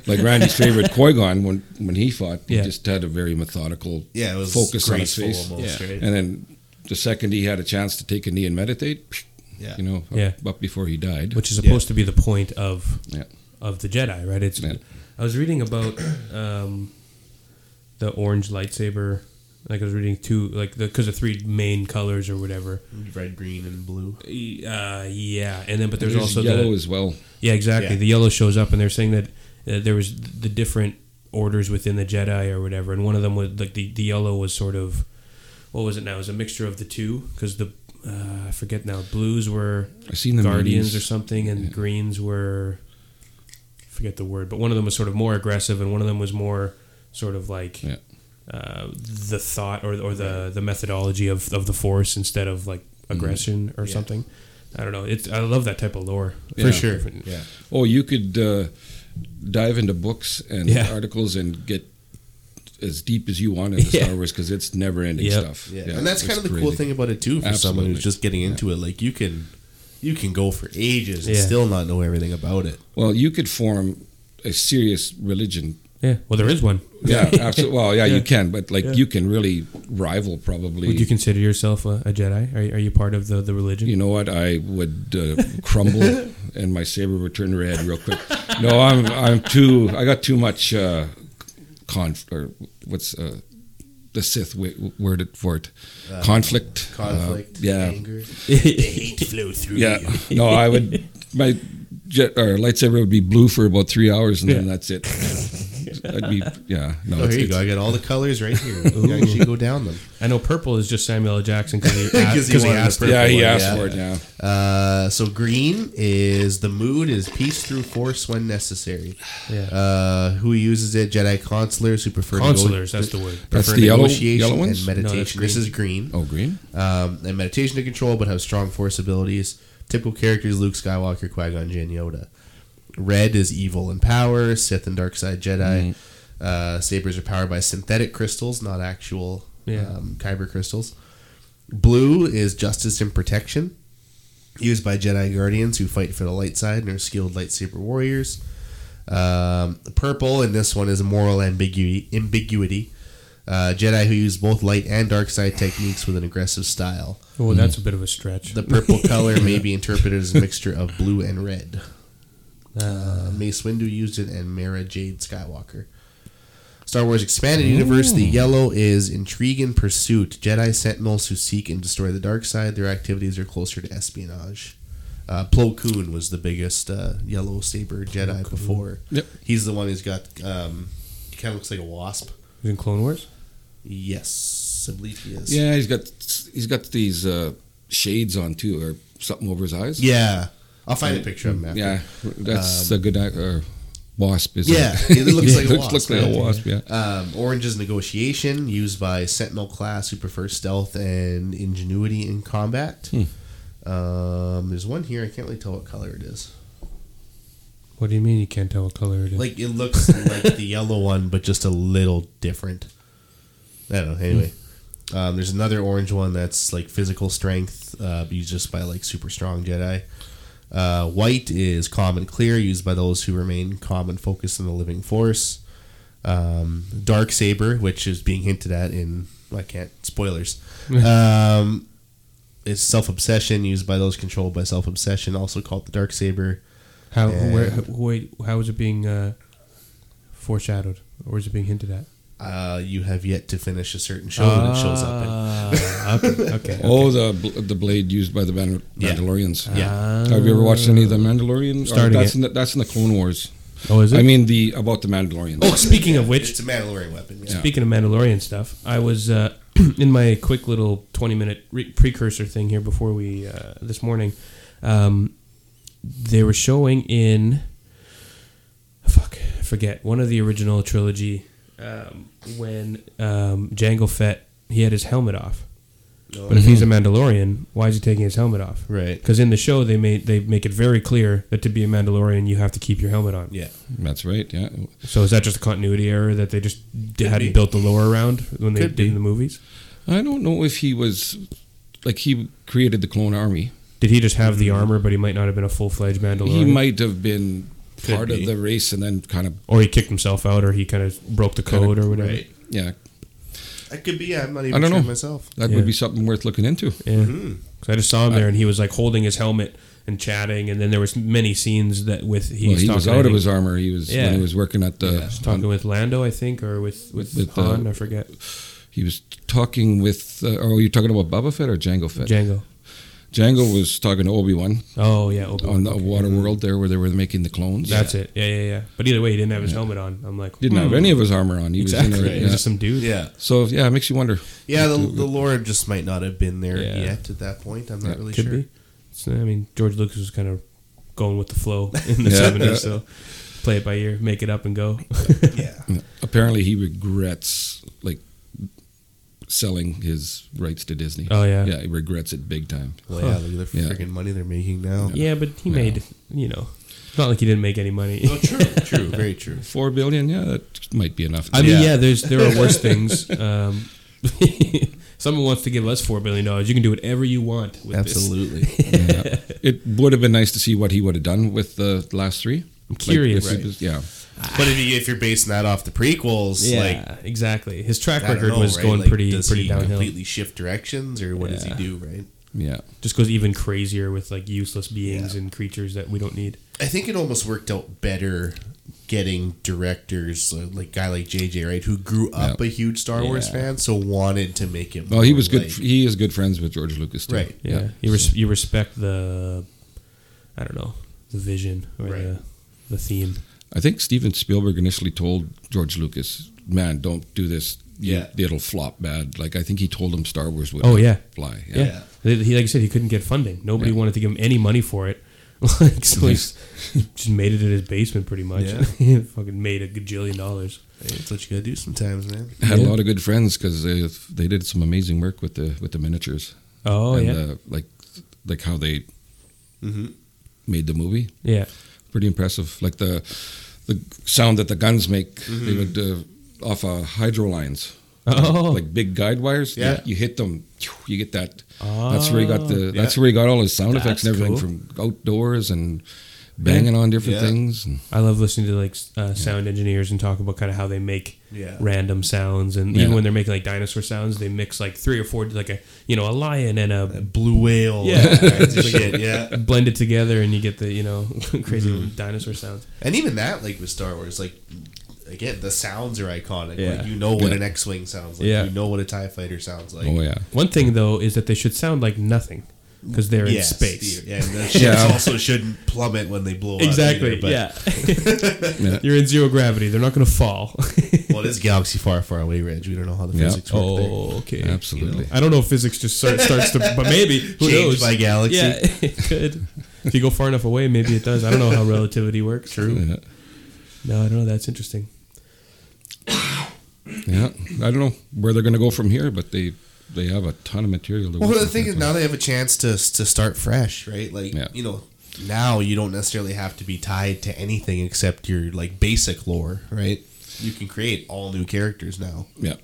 like Randy's favorite Qui-Gon when when he fought, he Yeah. just had a very methodical yeah. It was focus on his graceful face. almost, Yeah. right? And then the second he had a chance to take a knee and meditate, psh, Yeah. you know, up, Yeah. up before he died. which is supposed to be the point of Yeah. of the Jedi, right? It's Yeah. I was reading about um, the orange lightsaber. Like I was reading two, like the because the three main colors or whatever. Red, green, and blue. Uh, yeah, and then but there's, there's also yellow the as well. yeah exactly Yeah. the yellow shows up and they're saying that uh, there was the different orders within the Jedi or whatever, and one of them was like the, the yellow was sort of what was it now? It was a mixture of the two because the uh, I forget now blues were I seen them. Guardians meetings. or something, and Yeah. Greens were I forget the word, but one of them was sort of more aggressive, and one of them was more sort of like Yeah. uh, the thought or or the the methodology of of the Force instead of like Mm-hmm. aggression or Yeah. something. I don't know. It's I love that type of lore Yeah. Different- Yeah. Oh, you could uh, dive into books and Yeah. articles and get as deep as you want into Yeah. Star Wars because it's never-ending Yep. stuff. Yeah. and that's it's kind of the cool crazy. thing about it too for someone Absolutely. who's just getting into it. Like you can, you can go for ages and Yeah. still not know everything about it. Well, you could form a serious religion. Yeah. Well, there is one. Yeah, absolutely. Well, yeah, [laughs] Yeah. you can, but like Yeah. you can really rival probably. Would you consider yourself a, a Jedi? Are, you- are you part of the the religion? You know what? I would uh, crumble, and my saber would turn red real quick. No, I'm I'm too. I got too much uh, conf or what's uh, the Sith w- word it for it? conflict. Uh, Conflict, yeah, anger, [laughs] the hate flow through yeah. you. No, I would. My jet or lightsaber would be blue for about three hours, and then that's it. I'd be yeah. No, Oh, it's- here you it's- go. I got all the colors right here. You can actually go down them. I know purple is just Samuel L. Jackson because [laughs] he, a- 'Cause he 'cause he wanted asked. the it. Yeah, he Purple one, asked yeah. for it. Yeah, Uh, so green is the mood is peace through force when necessary. Yeah. Uh, who uses it? Jedi consulars who prefer Consulars, nego- that's the word. prefer That's the yellow- negotiation yellow and ones? No, that's meditation. this is green. Oh, green. Um, and meditation to control, but have strong force abilities. Typical characters: Luke Skywalker, Qui Gon Jinn, Yoda. Red is evil and power. Sith and dark side Jedi. Uh, sabers are powered by synthetic crystals, not actual Yeah. um, kyber crystals. Blue is justice and protection, used by Jedi guardians who fight for the light side and are skilled lightsaber warriors. Um, purple, and this one is moral ambiguity. ambiguity. Uh, Jedi who use both light and dark side techniques with an aggressive style. Oh, that's a bit of a stretch. The purple color may be interpreted as a mixture of blue and red. Uh, Mace Windu used it, and Mara Jade Skywalker. Star Wars Expanded Universe, the yellow is intrigue and pursuit. Jedi Sentinels who seek and destroy the dark side. Their activities are closer to espionage. Uh, Plo Koon was the biggest uh, yellow saber Jedi before. Yep. He's the one who's got, um, he kind of looks like a wasp. in Clone Wars. Yes, I believe he is. Yeah, he's got he's got these uh, shades on too, or something over his eyes. Yeah. I'll find a picture of him after. Yeah, that's Um, a good ac- or wasp. Is Yeah, it? it [laughs] looks like a wasp, looks like a yeah. wasp. Yeah, Um, orange is negotiation, used by Sentinel class who prefer stealth and ingenuity in combat. Um, there's one here. I can't really tell what color it is. What do you mean you can't tell what color it is? Like it looks like the yellow one, but just a little different. I don't know. Anyway, um, there's another orange one that's like physical strength, uh, used just by like super strong Jedi. Uh, white is calm and clear, used by those who remain calm and focused in the living force. um, Dark Saber, which is being hinted at in I can't spoilers. um, it's self obsession used by those controlled by self obsession, also called the Dark Saber. How where And- h- wait how is it being uh, foreshadowed or is it being hinted at? Uh, you have yet to finish a certain show, and it shows up. In, Ah, [laughs] okay, okay. Oh, the bl- the blade used by the Mandal- Yeah. Mandalorians. Uh, Yeah. Have you ever watched any of the Mandalorians? Or Starting that's it. in the, that's in the Clone Wars. Oh, is it? I mean the about the Mandalorians. oh, speaking of which, it's a Mandalorian weapon. Yeah. Speaking of Mandalorian stuff, I was uh, [clears throat] in my quick little twenty-minute re- precursor thing here before we uh, this morning. Um, they were showing in fuck, I forget one of the original trilogy um, when um, Jango Fett he had his helmet off. No. But if he's a Mandalorian, why is he taking his helmet off? Mm-hmm. Right. Because in the show they made they make it very clear that to be a Mandalorian you have to keep your helmet on. Yeah. That's right. Yeah. So is that just a continuity error that they just d- Could hadn't be. built the lore around when they Could did be. in the movies? I don't know if he was like he created the clone army. Did he just have the Mm-hmm. armor, but he might not have been a full fledged Mandalorian? He might have been Could part be. of the race and then kind of or he kicked himself out, or he kind of broke the Kinda- code, or whatever. Right. yeah. That could be. Yeah, I'm not even I don't sure know. myself. That Yeah. would be something worth looking into. Yeah, Mm-hmm. 'Cause I just saw him there, and he was like holding his helmet and chatting, and then there was many scenes that with he, well, he talking, was I out of think- his armor. He was Yeah. when he was working at the. he was talking with Lando, I think, or with with, With, uh, Han, I forget He was talking with. Uh, oh, you're talking about Boba Fett or Jango Fett? Django. Jango was talking to Obi Wan Oh yeah, Obi on the Water World there, where they were making the clones. That's it. Yeah, yeah, yeah. But either way, he didn't have his helmet on. I'm like, Didn't have hmm. any of his armor on. He was in Exactly. there. He's just some dude. Yeah. So yeah, it makes you wonder. Yeah, the, the lore just might not have been there Yeah. yet at that point. I'm not Yeah, really Could sure. be. So, I mean, George Lucas was kind of going with the flow [laughs] in the Yeah. 70s, so play it by ear, make it up and [laughs] go. Yeah. Apparently, he regrets like selling his rights to Disney. Oh, yeah. yeah, he regrets it big time. Well, yeah, look at the Yeah. freaking money they're making now. yeah, but he Yeah. made, you know, it's not like he didn't make any money. Oh, true, [laughs] true, very true. Four billion, yeah, that might be enough. I mean, yeah, Yeah. there's there are worse [laughs] things. Um, someone wants to give us $4 billion. You can do whatever you want with This. Absolutely. Yeah. it would have been nice to see what he would have done with the last three. I'm curious. if he was- yeah, but if, you, if you're basing that off the prequels, like yeah, exactly. His track I don't record know, was right? going Like, pretty does pretty he downhill. Completely shift directions, or what does he Yeah. do? Right. yeah. Just goes even crazier with like useless beings and creatures that we don't need. I think it almost worked out better getting directors uh, like guy like JJ right who grew up a huge Star Wars Yeah. fan so wanted to make it Well, he more was good. like- he is good friends with George Lucas, too. Right. Yeah, you res- you respect the, I don't know, the vision or Right. the, the theme. I think Steven Spielberg initially told George Lucas, "Man, don't do this. You- Yeah. it'll flop bad." Like I think he told him Star Wars would. Oh, yeah. fly. Yeah. Yeah, he like I said, he couldn't get funding. Nobody Yeah. wanted to give him any money for it. [laughs] Like so, he's [laughs] just made it in his basement pretty much. Yeah. [laughs] He fucking made a gajillion dollars. Hey, that's what you gotta do sometimes, man. had Yeah. a lot of good friends because they they did some amazing work with the with the miniatures. Oh and, yeah, Mm-hmm. uh, like like how they Mhm. made the movie. yeah. Pretty impressive. Like the the sound that the guns make. Mm-hmm. They would uh, off uh, hydro lines. Oh. [laughs] Like, big guide wires. Yeah. You, you hit them. You get that. that's where he got the. That's yeah. where he got all his sound effects and That's everything from outdoors and banging on different Yeah. things. And, I love listening to like s- uh, sound engineers and talk about kind of how they make Yeah. random sounds, and Yeah. even when they're making like dinosaur sounds, they mix like three or four, like a you know a lion and a Blue whale, Yeah. [laughs] [laughs] all kinds [laughs] of shit, yeah. blend it together and you get the you know [laughs] crazy dinosaur sounds. And even that, like with Star Wars, like again, the sounds are iconic. Yeah. Like you know what Yeah. an X-wing sounds like. Yeah. You know what a Tie fighter sounds like. oh yeah. One thing though is that they should sound like nothing because they're Yes, in space. the- [laughs] Yeah, and the ships Yeah. also shouldn't plummet when they blow Exactly. up. either, yeah. [laughs] [laughs] Yeah. You're in zero gravity. They're not going to fall. [laughs] Well, it is galaxy far, far away, Reg. We don't know how the Yeah. Oh. physics work there. Oh, okay. Absolutely. I don't know if physics just start, starts to, but maybe who Changed knows? by galaxy. yeah, it [laughs] could. If you go far enough away, maybe it does. I don't know how relativity works. True. Yeah. No, I don't know. That's interesting. Yeah, I don't know where they're going to go from here, but they they have a ton of material. To Well, work the with, thing is, I now they have a chance to to start fresh, right? Like Yeah. you know, now you don't necessarily have to be tied to anything except your like basic lore, right? You can create all new characters now. think. Yeah.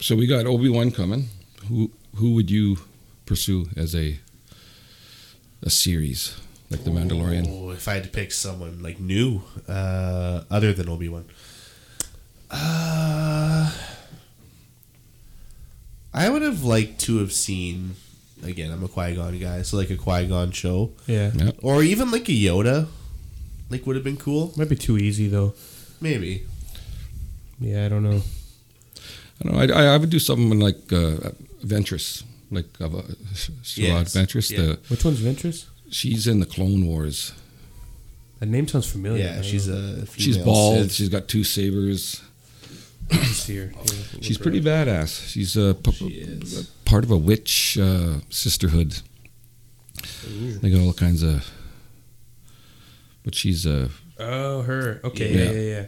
So we got Obi Wan coming. Who who would you pursue as a a series like The Mandalorian? Oh, if I had to pick someone like new, uh, other than Obi Wan, Uh, I would have liked to have seen. Again, I'm a Qui Gon guy, so like a Qui Gon show, Yeah. Yeah. or even like a Yoda, like would have been cool. Might be too easy though. Maybe. Yeah, I don't know. I don't know. I, I, I would do something like uh, Ventress, like of a Yes. Ventress. Yeah. The, Which one's Ventress? she's in the Clone Wars. That name sounds familiar. I Yeah, don't she's know. a. She's female bald. Sith. She's got two sabers. I see her. Yeah, look She's her pretty up. badass. She's a p- She is. part of a witch uh, sisterhood. Ooh. They got all kinds of. But she's uh, a Oh, her. Okay. Yeah. Yeah, yeah,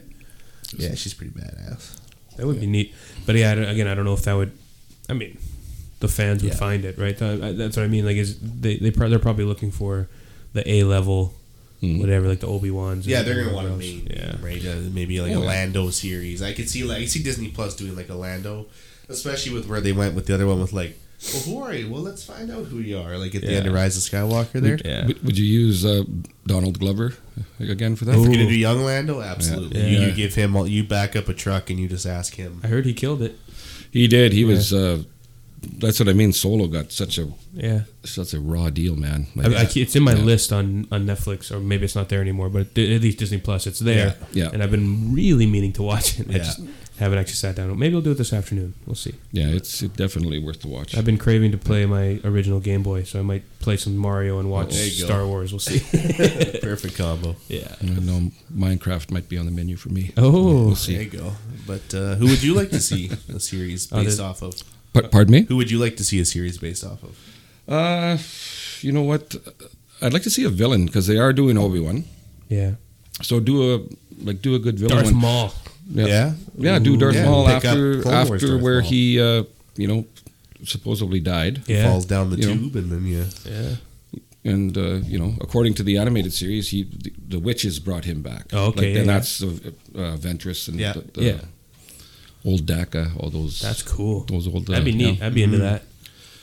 yeah. Yeah, she's pretty badass. That would be neat. But yeah, I don't- again, I don't know if that would. I mean, the fans would Yeah. find it, right? That- I- That's what I mean. Like, is they they pro- they're probably looking for the A level, hmm. Mm-hmm. whatever, like the Obi Wan's. Yeah, they're gonna want to main, Yeah. right? Uh, maybe like Oh, a yeah. Lando series. I could see like I see Disney Plus doing like a Lando, especially with where they went with the other one with like, well, who are you? Well, let's find out who you are. Like at the Yeah. end of Rise of Skywalker, there. Yeah. Would, would you use uh, Donald Glover again for that? If you're gonna Ooh. do young Lando, absolutely. Yeah. You, Yeah. you give him all. You back up a truck and you just ask [laughs] him. I heard he killed it. He did. He was. Uh, that's what I mean. Solo got such a Yeah. such a raw deal, man. I, I, it's in my Yeah. list on, on Netflix, or maybe it's not there anymore, but di- at least Disney Plus, it's there. Yeah. Yeah. And I've been really meaning to watch it. I Yeah. just haven't actually sat down. Maybe I'll do it this afternoon. We'll see. Yeah, it's definitely worth the watch. I've been craving to play my original Game Boy, so I might play some Mario and watch There you go. Star Wars. We'll [laughs] see. Perfect combo. yeah. I don't know Minecraft might be on the menu for me. Oh. we'll There see. you go. But uh, who would you like to see a [laughs] series Oh, based there's- off of? Pa- pardon me. Who would you like to see a series based off of? Uh, you know what? I'd like to see a villain because they are doing Obi Wan. Yeah. So do a like do a good villain. Darth one. Maul. Yeah. Yeah? yeah, do Darth Yeah, Maul pick up after Clone Wars after Darth where Maul. he uh, you know supposedly died. Yeah. Falls down the You know. tube and then you. Yeah. and uh, you know, according to the animated series, he the, the witches brought him back. Oh, okay, like, yeah, and yeah. that's the uh, Ventress and Yeah. the, the Yeah. old Daka, all those. That's cool. those old. uh, That'd be neat. Yeah. I'd be into that.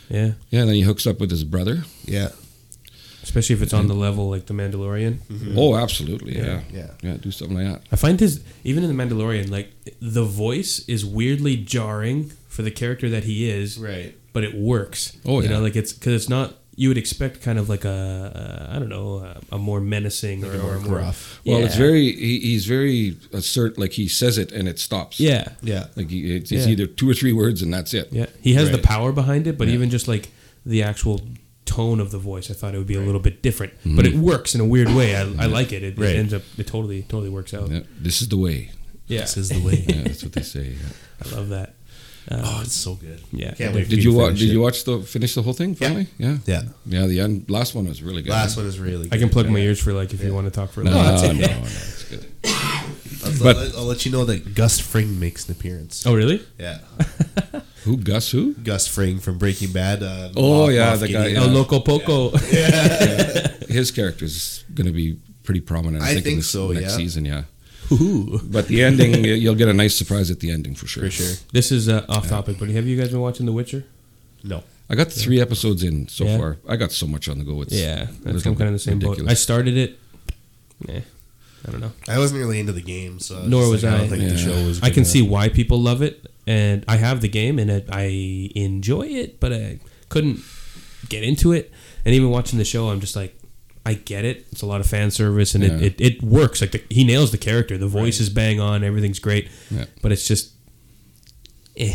Yeah. Yeah, and then he hooks up with his brother. Yeah. Especially if it's on the level like The Mandalorian. Oh, absolutely. Yeah. Mm-hmm. Yeah. do something like that. I find this even in the Mandalorian, like the voice is weirdly jarring for the character that he is, Right. but it works. Oh, you yeah. know, like it's because it's not. You would expect kind of like a, uh, I don't know, a, a more menacing or, or a more Gruff. Well, it's Yeah. very. He, he's very assert. Like he says it and it stops. Yeah, Yeah. Like he, it's, it's Yeah. either two or three words and that's it. yeah. He has the Right. power behind it, but Yeah. even just like the actual tone of the voice, I thought it would be a little bit different, but it works in a weird way. I, I like it. It, Right. it ends up. It totally totally works out. Yeah, Yeah, This is the [laughs] way. This is the way. [laughs] Yeah, that's what they say. yeah. I love that. Oh, it's so good. Yeah. Can't wait. for Did to you watch? finish Did it. you watch the finish the whole thing finally? Yeah. Yeah. Yeah. the end, last one was really good. Last one is really. Good. I can plug my ears for like if you want to talk for a No, little. no, no, it's good. I'll, but- I'll let- I'll let you know that Gus Fring makes an appearance. Oh really? Yeah, Who Gus? Who? [laughs] Gus Fring from Breaking Bad. Uh, Oh, Moff- yeah, Moff the guy, Gideon. yeah. El Loco Poco. His character is going to be pretty prominent. I I, think, in think this so, Next yeah. season, yeah. [laughs] Ooh. But [laughs] the ending, y- you'll get a nice surprise at the ending for sure. for sure. This is uh, off topic, but have you guys been watching The Witcher? No, I got three episodes in so Yeah. far. I got so much on the go. It's that's I'm kind of the same boat. I ridiculous. started it. Eh, I don't know. I wasn't really into the game, so Nor just, was like, I. I. don't think the Yeah. show was. I good can enough. see why people love it, and I have the game, and it, I enjoy it, but I couldn't get into it. And even watching the show, I'm just like, I get it. It's a lot of fan service, and Yeah. it, it, it works. Like the, he nails the character. The voice is bang on. Everything's great. Yeah. But it's just, eh.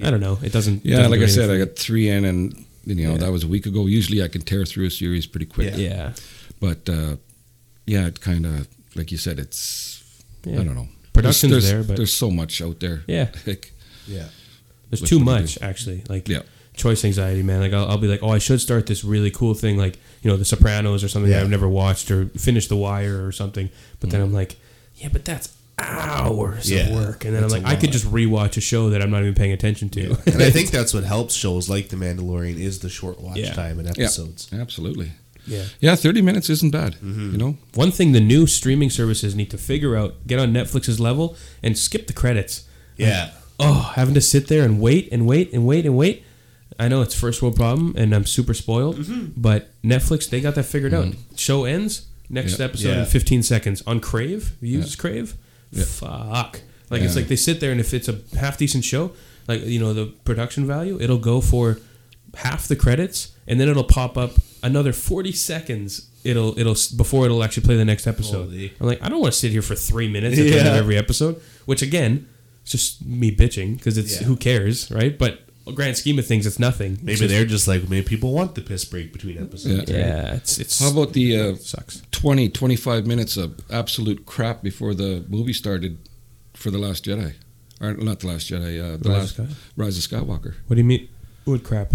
I don't know. It doesn't. yeah, doesn't like do I said, I anything. got three in, and you know that was a week ago. Usually, I can tear through a series pretty quick. got- yeah. But uh, yeah, it kind of like you said, it's Yeah. I don't know. Production's there's, there, but- there's so much out there. Yeah. [laughs] Like, [laughs] Yeah, There's with too what they much actually. Like Yeah. choice anxiety, man. Like I'll, I'll be like, oh, I should start this really cool thing, like you know, The Sopranos or something that Yeah. I've never watched, or finish The Wire or something. But then I'm like, yeah, but that's hours Mm-hmm. Yeah, of work, and then I'm that's like, a I could lot. just rewatch a show that I'm not even paying attention to. [laughs] and I think that's what helps shows like The Mandalorian is the short watch Yeah. time and yeah, episodes. absolutely. yeah. Yeah, thirty minutes isn't bad. Mm-hmm. You know, One thing the new streaming services need to figure out: get on Netflix's level and skip the credits. Yeah, oh, having to sit there and wait and wait and wait and wait. I know it's first world problem, and I'm super spoiled. But Netflix, they got that figured out. Show ends next Mm-hmm. Yeah. episode Yeah. in 15 seconds on Crave. You use Crave? Yeah. Fuck. Like it's Yeah. like they sit there and if it's a half decent show, like you know the production value, it'll go for half the credits and then it'll pop up another 40 seconds it'll it'll before it'll actually play the next episode Holy. i'm like i don't want to sit here for three minutes at the end of Yeah. every episode which again it's just me bitching because it's Yeah. who cares right but grand scheme of things it's nothing It's Maybe just- they're just like maybe people want the piss break between episodes. yeah it's it's How about the uh, sucks 20, 25 minutes of absolute crap before the movie started for The Last Jedi? Or not The Last Jedi, uh, The Rise Last of Rise of Skywalker. what do you mean wood crap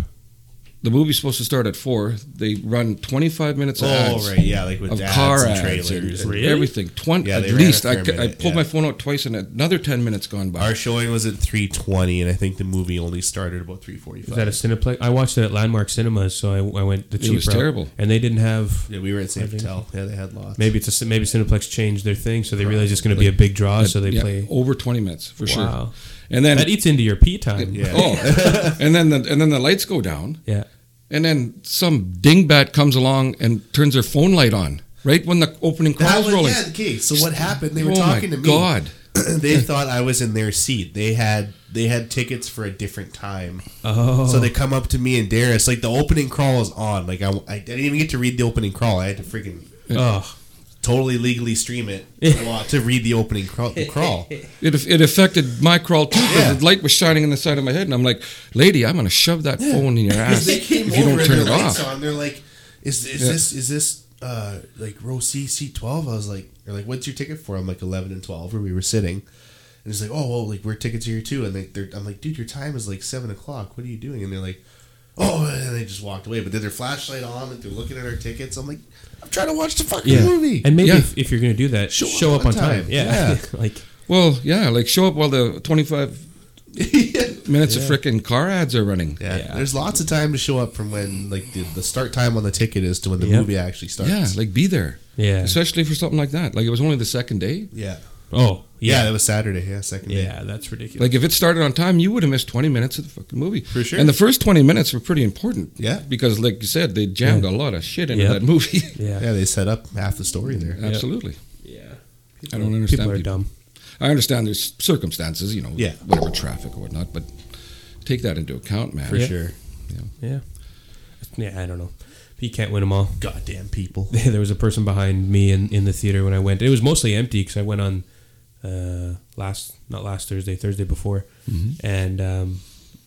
The movie's supposed to start at 4. They run 25 minutes of Oh ads. right, yeah, like with Of ads car and ads trailers. and, and- Really? everything. 20, Yeah, at they ran a least. I, fair c- I minute, pulled yeah. my phone out twice and another 10 minutes gone by. Our showing was at three twenty, and I think the movie only started about three forty is five. that a cineplex i watched it at landmark cinemas so i, I went the cheap was route, terrible. and they didn't have yeah, we were at I Saint think- Patel. Yeah, they had lots. maybe it's a maybe cineplex changed their thing so they realize it's going to be a big draw so they Yeah, play over 20 minutes for sure. Wow. And then that e-, eats into your pee time Yeah. [laughs] oh, [laughs] and then the, and then the lights go down. yeah. And then some dingbat comes along and turns their phone light on right when the opening That crawl's was- rolling. yeah, okay. So what happened? They were oh talking my to me. God. [clears throat] they thought I was in their seat. They had they had tickets for a different time. Oh. So they come up to me and Darius. Like the opening crawl is on. Like I, I didn't even get to read the opening crawl. I had to freaking Oh, totally legally stream [laughs] it to wa- to read the opening crawl. The crawl. It, it affected my crawl too because Yeah. the light was shining in the side of my head. And I'm like, lady, I'm going to shove that phone in your ass [laughs] they if came you over don't and turn their it lights off. on. They're like, is is Yeah. this is this uh like row C seat twelve? I was like, they're like, what's your ticket for? I'm like eleven and twelve where we were sitting. And he's like, oh well, like we're tickets here too. And they, they're, I'm like, dude, your time is like seven o'clock. What are you doing? And they're like, oh, [laughs] and they just walked away. But then their flashlight on, and they're looking at our tickets. I'm like, I'm trying to watch the fucking yeah. movie. And maybe Yeah. if, if you're going to do that, show, up, on time. Yeah. [laughs] like, Well, yeah, like show up while the 25 [laughs] yeah. minutes of frickin' car ads are running. Yeah. there's lots of time to show up from when like the, the start time on the ticket is to when the Yep. movie actually starts. Yeah, like be there, yeah. especially for something like that. Like it was only the second day. yeah, Oh, yeah. yeah. That was Saturday. Yeah, second Yeah, day. that's ridiculous. Like if it started on time, you would have missed 20 minutes of the fucking movie. For sure. And the first 20 minutes were pretty important. Yeah. Because like you said, they jammed a lot of shit into Yeah. that movie. yeah. Yeah, they set up half the story there. Absolutely. Yeah. I don't understand People are people. dumb. I understand there's circumstances, you know, Yeah. whatever traffic or whatnot, but take that into account, man. For Yeah. sure. Yeah. Yeah, I don't know. You can't win them all. Goddamn people. [laughs] there was a person behind me in, in the theater when I went. It was mostly empty because I went on uh, last, not last Thursday, Thursday before. Mm-hmm. And um,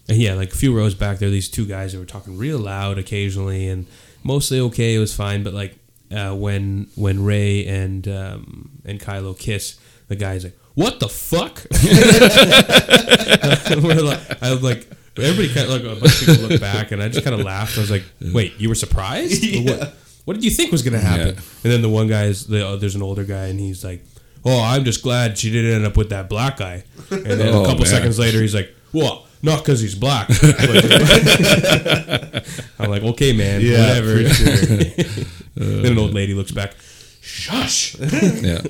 yeah, like a few rows back, there were these two guys that were talking real loud occasionally and mostly okay. It was fine. But like uh, when when Ray and um, and Kylo kiss, the guy's like, what the fuck? [laughs] We're like, I'm like, everybody kind of like a bunch of people looked back, and I just kind of laughed. I was like, "Wait, you were [laughs] surprised? What, what did you think was going to happen?" Yeah. And then the one guy is the uh, there's an older guy, and he's like, "Oh, I'm just glad she didn't end up with that black guy." And then [laughs] Oh, a couple man. seconds later, he's like, "Well, not because he's [laughs] black." Like- I'm like, "Okay, man, whatever." [laughs] [laughs] then an old lady looks back. Shush! Yeah.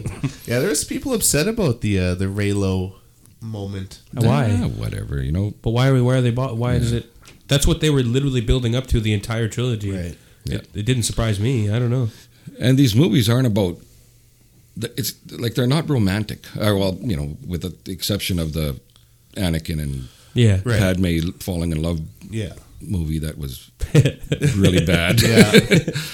Yeah, there's people upset about the uh, the Raylo moment. Yeah, Why? whatever, you know. But why are we? Why are they? Bought, why is it? That's what they were literally building up to the entire trilogy. Right. Yeah. It, it didn't surprise me. I don't know. And these movies aren't about the- it's like they're not romantic. Uh, well, you know, with the exception of the Anakin and Yeah. [laughs] Right. Padme falling in love Yeah. movie that was really [laughs] bad.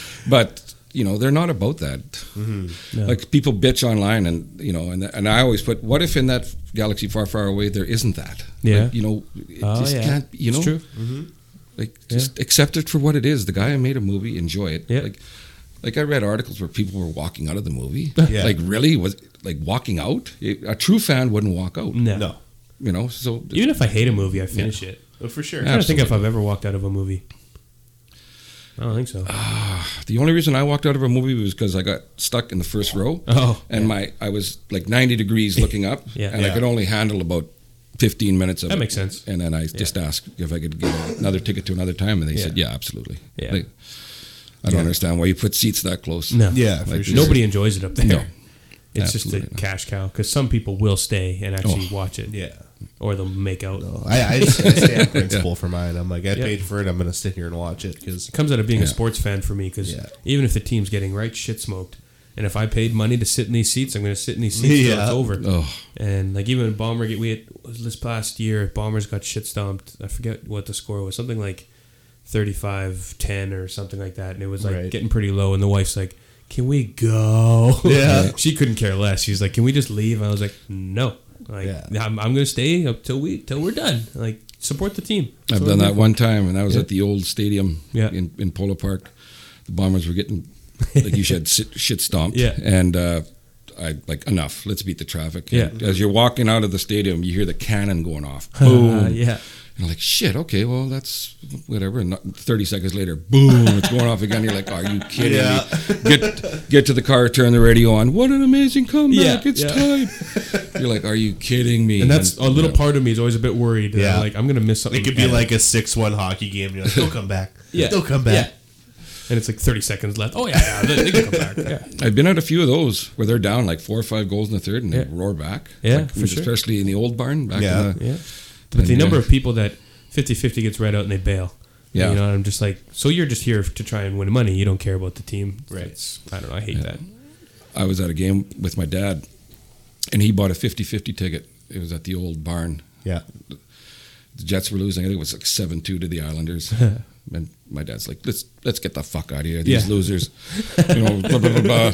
[laughs] but you know they're not about that. Mm-hmm. No. Like people bitch online, and you know, and and I always put, what if in that galaxy far, far away there isn't that? Yeah. Like, you know, it Oh, just yeah. can't. You know, It's true. like just accept it for what it is. The guy who made a movie, enjoy it. Yeah. Like, like I read articles where people were walking out of the [laughs] movie. Yeah. Like really was like walking out. A true fan wouldn't walk out. No. No. You know, so Even if I hate a movie, I finish it. Oh, for sure. I'm trying to think if I've ever walked out of a movie. I don't think so. Uh, The only reason I walked out of a movie was because I got stuck in the first row. Oh, and my I was like [laughs] 90 degrees looking up, Yeah. and I Yeah. could only handle about 15 minutes of That it. makes sense. And then I just asked if I could get another ticket to another time, and they said, Yeah. "Yeah, absolutely." Yeah. Like, I don't Yeah. understand why you put seats that close. no. Yeah, for Like, sure. Nobody enjoys it up there. No. It's Absolutely just a not. Oh. cash cow because some people will stay and actually watch it. Yeah. Or they'll make out. No, I, I, just, I [laughs] stand principle for mine. I'm like, I paid for it. I'm gonna sit here and watch it because It comes out of being a Yeah. sports fan for me because Yeah. even if the team's getting right shit smoked, And if I paid money to sit in these seats, I'm going to sit in these seats till Yeah. it's over. Oh, And like even Bomber, we had this past year, Bombers got shit stomped. I forget what the score was, something like 35-10 or something like that. And it was like Right. getting pretty low. And the wife's like, "Can we go?" Yeah. [laughs] she couldn't care less. She's like, "Can we just leave?" And I was like, "No, like Yeah. I'm, I'm gonna stay up till we till we're done. Like support the team." That's I've what done I'm that one time, and that was at the old stadium Yeah. in in Polo Park. The Bombers were getting, like you said, sit, shit stomped. Yeah. and uh, I like enough. Let's beat the traffic. Yeah. And as you're walking out of the stadium, you hear the cannon going off. doing. Boom. Uh, [laughs] yeah. And I'm like, shit. Okay, well that's whatever. And not- thirty seconds later, boom, it's going off again. You're like, are you kidding Yeah. me? Get get to the car, turn the radio on. What an amazing comeback! Yeah, it's yeah. time. You're like, are you kidding me? And that's a little yeah. part of me is always a bit worried. Yeah. Yeah. Like I'm gonna miss something. It could be And- like a six-one hockey game. and You're like, they'll come [laughs] back. Yeah. they'll come back. and it's like 30 seconds left. Oh yeah, yeah they, they can come [laughs] back. Yeah. I've been at a few of those where they're down like four or five goals in the third and Yeah. they roar back. Yeah, Like, for sure. Especially in the old barn back Yeah. in the, Yeah. But the And, number uh, of people that 50 50 gets read out and they bail. Yeah. You know, I'm just like, so you're just here to try and win money. You don't care about the team. Right. It's- I don't know. I hate that. I was at a game with my dad and he bought a 50 50 ticket. It was at the old barn. Yeah, The Jets were losing. I think it was like 7 2 to the Islanders. and my dad's like, let's let's get the fuck out of here. These Yeah. losers. You know, blah, blah, blah, blah.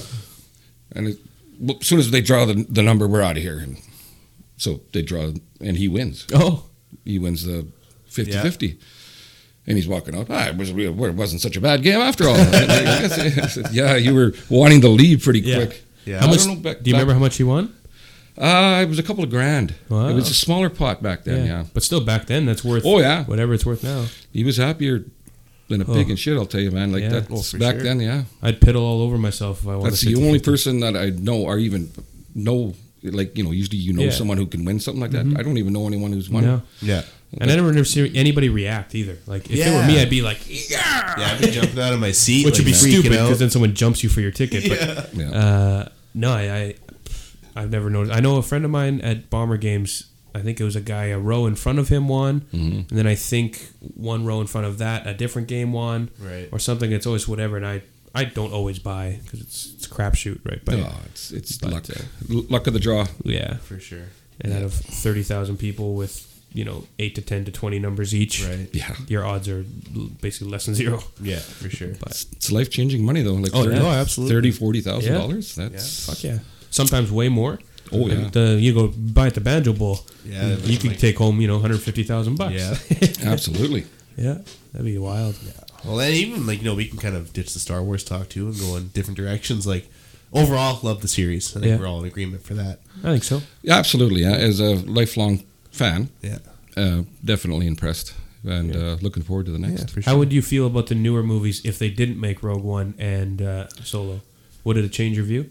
And it, well, as soon as they draw the, the number, we're out of here. And so they draw and he wins. Oh, he wins the 50 Yeah. 50. And he's walking out. Ah, it, was, it wasn't such a bad game after all. [laughs] I said, yeah, you were wanting to leave pretty Yeah. quick. Yeah. I how much? don't know, back- do you back- remember how much he won? Uh, it was a couple of grand. Wow. It was a smaller pot back then, yeah. But still, back then, that's worth. Oh, yeah. Whatever it's worth now. He was happier than a Oh. pig and shit, I'll tell you, man. Like Yeah. that Oh, for back sure. then, yeah. I'd piddle all over myself if I wanted. That's the only 50-50. person that I know or even know. Like, you know, usually you know Yeah. Mm-hmm. someone who can win something like that. I don't even know anyone who's won. No. yeah, And I never never see anybody react either. Like if it were Yeah. me, I'd be like, yeah. I've been jumping out of my seat, which like, would be freaking stupid out. because then someone jumps you for your ticket. But [laughs] yeah. Yeah. Uh, no, I, I I've never noticed. I know a friend of mine at Bomber games. I think it was a guy a row in front of him won, Mm-hmm. and then I think one row in front of that a different game won, Right. Or something. It's always whatever, and I I don't always buy because it's it's crapshoot, right? But No, Oh, it's it's But, luck, uh, luck of the draw. yeah, for sure. and out of thirty thousand people with you know eight to ten to twenty numbers each, Right. Yeah. Your odds are l- basically less than zero. Yeah, for sure. It's, life changing money though. Like Oh, thirty, yeah. Oh, absolutely. thirty, forty thousand dollars. That's Fuck yeah. Sometimes way more. Oh, And yeah. the- you go buy at the banjo bowl. Yeah, and that you was can like- take home you know 150,000 bucks. Yeah. [laughs] absolutely. Yeah, that'd be wild. Well, and even like you know, we can kind of ditch the Star Wars talk too and go in different directions. Like overall, love the series. I think Yeah. we're all in agreement for that. I think so. Yeah, absolutely. Yeah. As a lifelong fan, Yeah, uh, definitely impressed and uh, looking forward to the next. for How would you feel about the newer movies if they didn't make Rogue One and uh, Solo? Would it change your view?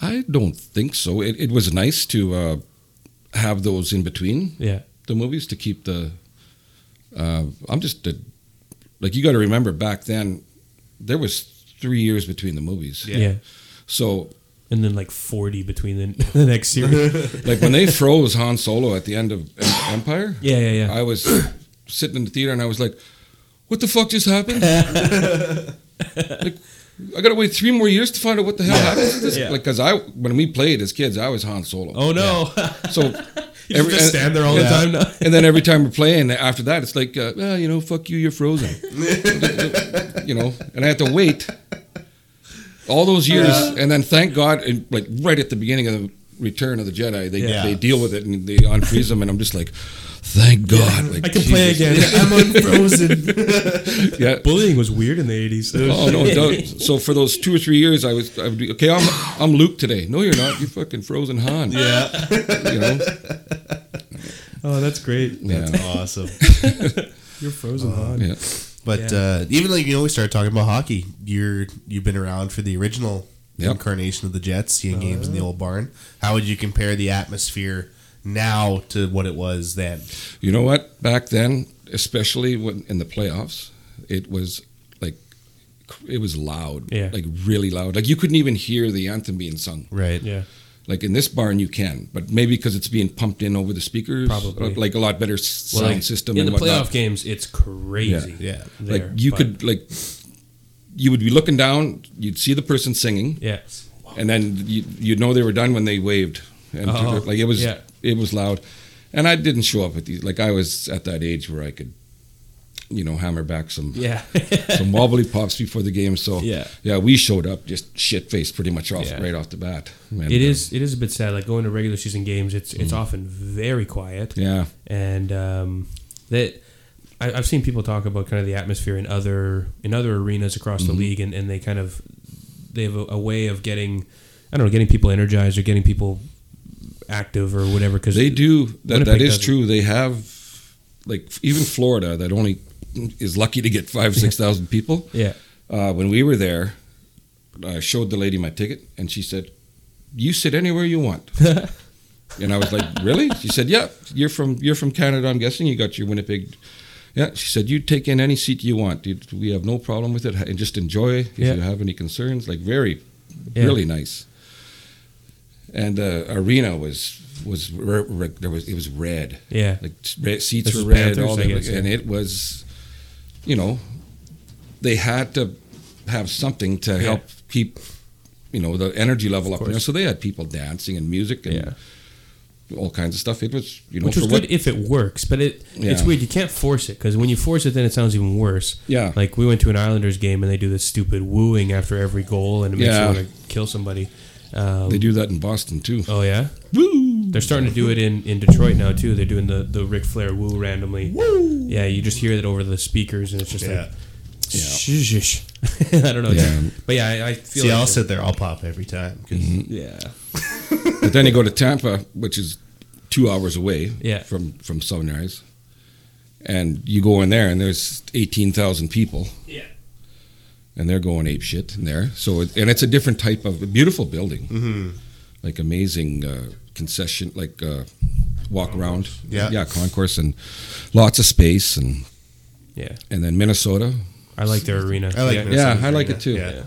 I don't think so. It, it was nice to uh, have those in between Yeah, the movies to keep the. Uh, I'm just a, like you got to remember back then, there was three years between the movies. yeah. Yeah. So And then like 40 between the, [laughs] the next series. like when they [laughs] froze Han Solo at the end of Em- Empire. Yeah, yeah, yeah. I [clears throat] was sitting in the theater and I was like, "What the fuck just [laughs] happened?" like, I gotta wait three more years to find out what the hell happened. To this. Yeah. Like, cause I when we played as kids, I was Han Solo. [laughs] oh no. So [laughs] You just stand there all the time and- now. [laughs] and then every time we're playing after that, it's like, uh, well, you know, fuck you, you're [laughs] frozen. you know, and I had to wait all those years, and then thank God, and like right at the beginning of the Return of the Jedi, they Yeah. they deal with it and they unfreeze them, and I'm just like, thank God, like, I can play Jesus. again. I'm unfrozen. [laughs] Yeah. Bullying was weird in the 80s. [laughs] Oh no, no! So for those two or three years, I was, I would be, okay. I'm, I'm Luke today. No, you're not. You fucking frozen Han. yeah, You know. Oh, that's great. Yeah. [laughs] awesome. You're frozen on. yeah. But Yeah. uh, even like you know, we started talking about hockey. You're you've been around for the original Yep. incarnation of the Jets, Oh, seeing games in the old barn. How would you compare the atmosphere now to what it was then? You know what? Back then, especially when in the playoffs, it was like it was loud, Yeah. like really loud. Like you couldn't even hear the anthem being sung. Right. Yeah. Like in this barn, you can, but maybe because it's being pumped in over the speakers, Probably. like a lot better s- sound like, system in and the whatnot. playoff games, it's crazy. Yeah. there, like you but- could like you would be looking down, you'd see the person singing, Yeah. and then you, you'd know they were done when they waved. And Oh, like it was, yeah. [laughs] it was loud. And I didn't show up at these. Like I was at that age where I could, you know, hammer back some Yeah. [laughs] some wobbly pops before the game. So Yeah. yeah, we showed up just shit faced pretty much off Yeah. right off the bat. And, it uh, Mm-hmm. is it is a bit sad. Like going to regular season games, it's it's often very quiet. uh, Yeah, and um, that I, I've seen people talk about kind of the atmosphere in other in other arenas across Mm-hmm. the league, and, and they kind of they have a, a way of getting I don't know getting people energized or getting people active or whatever because they do. That that Winnipeg is doesn't. true. They have like even Florida that only is lucky to get five six thousand people. [laughs] Yeah, uh, when we were there, I showed the lady my ticket, and she said, "You sit anywhere you [laughs] want." and I was like, "Really?" She said, "Yeah, you're from you're from Canada. I'm guessing you got your Winnipeg." Yeah, she said, "You take in any seat you want. You- We have no problem with it, and just enjoy. If Yeah. you have any concerns, like very, Yeah. really nice." And the arena was was re- re- there was it was red yeah, like red, seats This were is red, Panthers, all I that, guess, yeah. and it was, you know, they had to have something to help keep, you know, the energy level up. You know, so they had people dancing and music and all kinds of stuff. It was, you know, which was for good what, if it works, but it it's Yeah. weird. You can't force it because when you force it, then it sounds even worse. Yeah. like we went to an Islanders game and they do this stupid wooing after every goal, and it makes Yeah. you want to kill somebody. Um, they do that in Boston too. Oh yeah, woo! They're starting to do it in, in Detroit now too. They're doing the the Ric Flair woo randomly. Woo! Yeah, you just hear that over the speakers, and it's just like, Yeah. "Shh, shh, shh." [laughs] I don't know, Yeah. but yeah, I, I feel See, like I'll sit there. I'll pop every time. 'cause yeah, Mm-hmm. But then you go to Tampa, which is two hours away Yeah. from from Sunrise, and you go in there, and there's eighteen thousand people. yeah, and they're going ape shit in there. So it, and it's a different type of a beautiful building, like amazing uh, concession, like uh, walk around, Yeah. yeah, concourse and lots of space, and yeah. and then Minnesota, I like their arena. I like yeah. Minnesota Yeah, I like Arena. it too. Yeah.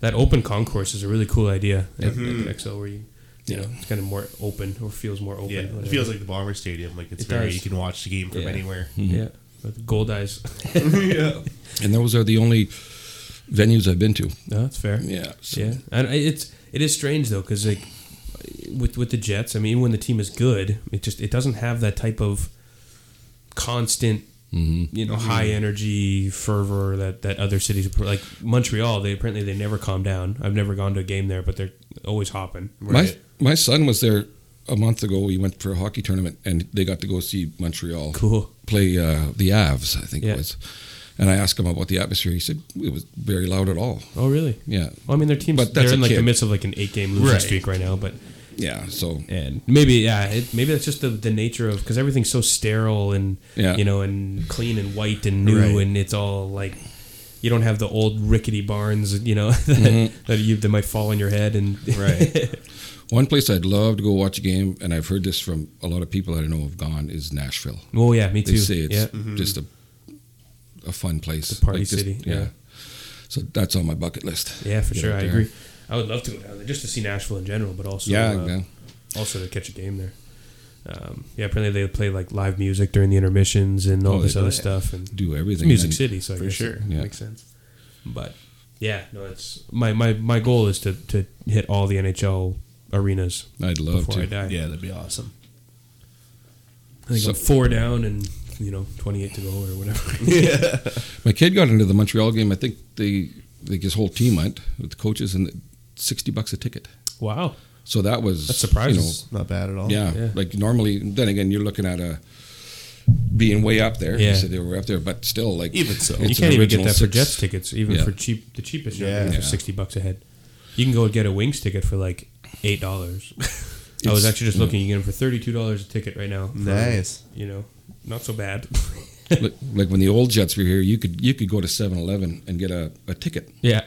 that open concourse is a really cool idea. At, at XL where you, you Yeah. know, it's kind of more open or feels more open. Yeah, it whatever. feels like the Bomber Stadium. Like it's It very does. you can watch the game from Yeah. anywhere. yeah. But Mm-hmm. gold [laughs] eyes. yeah, and those are the only venues I've been to. no, that's fair. Yeah, so, Yeah, and I- it's it is strange though because like with with the Jets, I mean, even when the team is good, it just it doesn't have that type of constant, mm-hmm. you know, high energy fervor that that other cities like Montreal. They apparently they never calm down. I've never gone to a game there, but they're always hopping. my my son was there a month ago. We went for a hockey tournament, and they got to go see Montreal. Cool. play uh, the Avs, I think Yeah. it was. And I asked him about the atmosphere. He said it was very loud at all. Oh, really? Yeah, Well, I mean, their teams But that's they're in a like the kid. midst of like an eight game losing Right. streak right now, but yeah. So and maybe yeah it, maybe that's just the, the nature of because everything's so sterile and Yeah. you know and clean and white and new Right. and it's all like you don't have the old rickety barns you know [laughs] that, Mm-hmm. that you that might fall on your head and [laughs] right. One place I'd love to go watch a game, and I've heard this from a lot of people that I know have gone, is Nashville. oh yeah me They too say it's yeah Mm-hmm. just a a fun place, a party just- city, yeah. So that's on my bucket list. yeah for Get sure out I there. agree I would love to go down there just to see Nashville in general but also yeah, uh, yeah. also to catch a game there um, yeah apparently they play like live music during the intermissions and all Oh, they this do, other yeah. stuff and do everything. Music And- City, so I for guess sure. it Yeah. makes sense. But yeah, no, it's my, my, my goal is to, to hit all the NHL arenas I'd love before I to. die. yeah, that'd be awesome. I think So- I'm four down and you know twenty eight to go or [laughs] whatever. [laughs] Yeah, My kid got into the Montreal game. I think they like his whole team went with the coaches and sixty bucks a ticket. wow, So that was That's surprising. it's not bad at all. Yeah, Oh, Yeah. like normally. Then again, you're looking at a being way up there. Yeah. You said they were up there, but still, like Even so. you it's an can't even get original that for six- Jets tickets, even Yeah. for cheap. The cheapest Jets Yeah. tickets are Yeah. sixty bucks a head. You can go get a Wings ticket for like eight dollars. [laughs] I was It's- actually just looking. You can get them for thirty two dollars a ticket right now. for, Nice. You know, not so [laughs] bad. like, like when the old Jets were here, you could you could go to 7-Eleven and get a, a ticket yeah.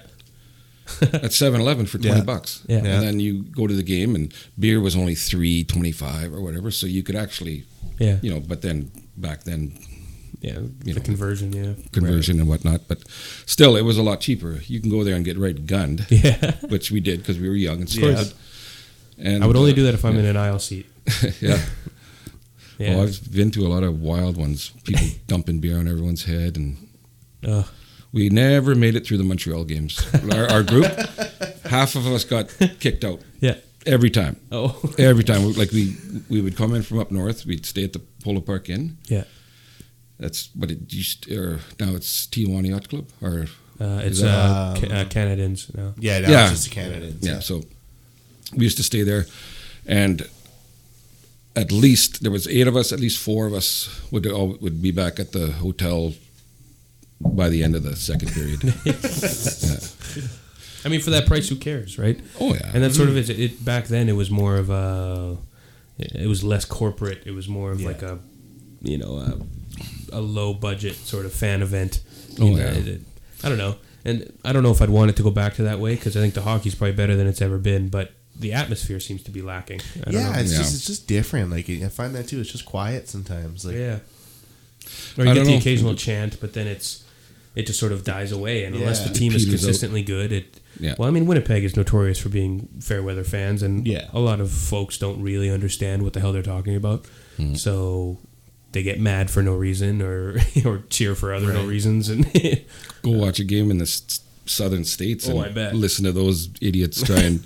at 7-Eleven for twenty Yeah. bucks. Yeah. Yeah. and then you go to the game and beer was only three twenty five or whatever, so you could actually Yeah. you know. But then back then yeah. The you know. conversion. Yeah. conversion and whatnot, but still it was a lot cheaper. You can go there and get right gunned, Yeah. which we did because we were young and Yeah. stupid. And I would only uh, do that if I'm in an aisle seat. [laughs] Yeah. yeah. [laughs] Oh, I've been to a lot of wild ones. People dumping beer on everyone's head and Ugh. We never made it through the Montreal games. Our, our [laughs] group, half of us got kicked out Yeah. every time. Oh. Every time, like we we would come in from up north, we'd stay at the Polo Park Inn. Yeah. That's what it used. Or now it's Tijuana Yacht Club. Or Uh, Is it's that- uh, ca- uh, Canadians now. Yeah, now Yeah. it's just a Canada. yeah, so we used to stay there, and at least there was eight of us. At least four of us would all, would be back at the hotel by the end of the second period. [laughs] I mean, for that price, who cares, right? oh yeah, And that sort of is it. Back then, it was more of a. It was less corporate. It was more of like a, you know, a, a low budget sort of fan event. Oh, You know, yeah. it- it- I don't know, and I don't know if I'd want it to go back to that way because I think the hockey's probably better than it's ever been, but the atmosphere seems to be lacking. I don't yeah, know. it's Yeah. just it's just different. Like I find that too. It's just quiet sometimes. Like yeah. Or I you don't get the know. occasional chant, but then it's it just sort of dies away, and unless Yeah. the team is Peters out. consistently good, it. Yeah. Well, I mean, Winnipeg is notorious for being fair weather fans, and Yeah. a lot of folks don't really understand what the hell they're talking about, Hmm. so they get mad for no reason or [laughs] or cheer for other no reasons, and [laughs] go watch a game in the s- southern states Oh, and I bet. listen to those idiots try [laughs] and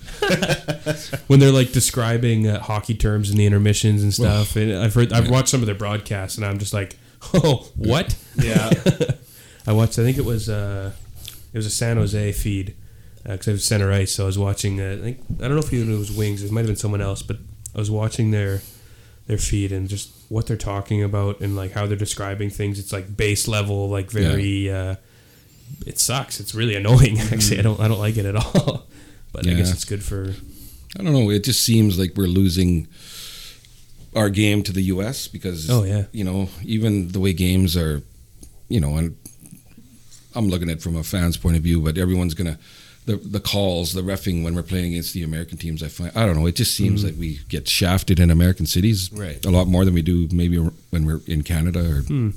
when they're like describing uh, hockey terms in the intermissions and stuff, and I've heard I've watched some of their broadcasts, and I'm just like, [laughs] oh, [laughs] what? [laughs] yeah, I watched. I think it was uh, it was a San Jose feed because I was center ice, so I was watching. Uh, I think I don't know if even it was Wings. It might have been someone else, but I was watching their their feed and just what they're talking about and like how they're describing things. It's like base level, like very. Uh, it sucks. It's really annoying. [laughs] Actually, I don't. I don't like it at all. [laughs] But I guess Yeah. it's good for. I don't know. It just seems like we're losing our game to the U.S. because Oh, yeah. you know even the way games are, you know, and I'm looking at it from a fan's point of view, but everyone's gonna the the calls, the refing when we're playing against the American teams. I find I don't know. It just Mm-hmm. seems like we get shafted in American cities Right. a lot more than we do maybe when we're in Canada or Hmm.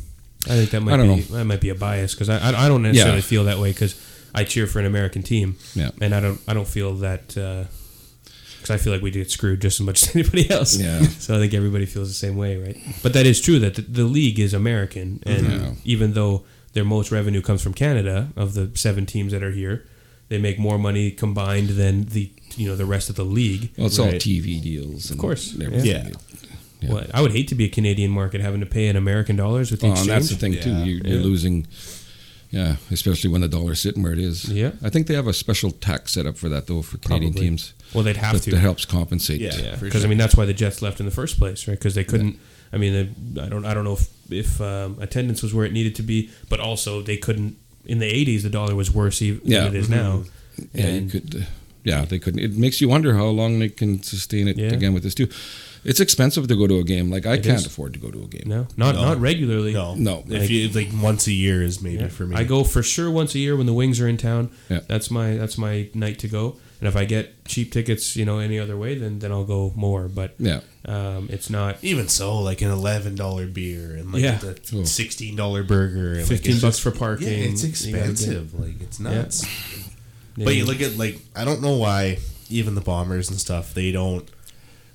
I think that might I don't be that might be a bias because I, I I don't necessarily feel that way because I cheer for an American team. Yeah. and I don't I don't feel that because I feel like we get screwed just as much [laughs] as anybody else. Yeah. so I think everybody feels the same way, right? But that is true that the, the league is American, and Yeah. even though their most revenue comes from Canada of the seven teams that are here, they make more money combined than the you know the rest of the league. well, it's all Right. TV deals. And of course. everything. Yeah. Yeah. What I would hate to be a Canadian market having to pay in American dollars with the Well, Oh, and exchange. that's the thing too. Yeah. You're, you're Yeah. losing, yeah, especially when the dollar's sitting where it is. Yeah. I think they have a special tax set up for that though for Canadian Probably. teams well, they'd have that, to. that helps compensate. Yeah. Yeah, for because I sure. mean that's why the Jets left in the first place, right? Because they couldn't. I mean, they- I don't. I don't know if if um, attendance was where it needed to be, but also they couldn't. In the '80s, the dollar was worse even Yeah. than it is now. Mm-hmm. Yeah, you And- could. uh, Yeah, they couldn't. It makes you wonder how long they can sustain it Yeah. again with this too. It's expensive to go to a game. Like I can't is. afford to go to a game. No, not No. not regularly. no, No. If Like- you like once a year is maybe Yeah. for me. I go for sure once a year when the Wings are in town. Yeah. That's my that's my night to go. And if I get cheap tickets, you know, any other way, then then I'll go more. But Yeah. um, it's not Even so, like an eleven dollar beer and like Yeah. the sixteen dollar burger, and, like, fifteen it's bucks just- for parking. Yeah, it's You gotta get- expensive. Like it's Yeah. nuts. But you look at like I don't know why even the bombers and stuff they don't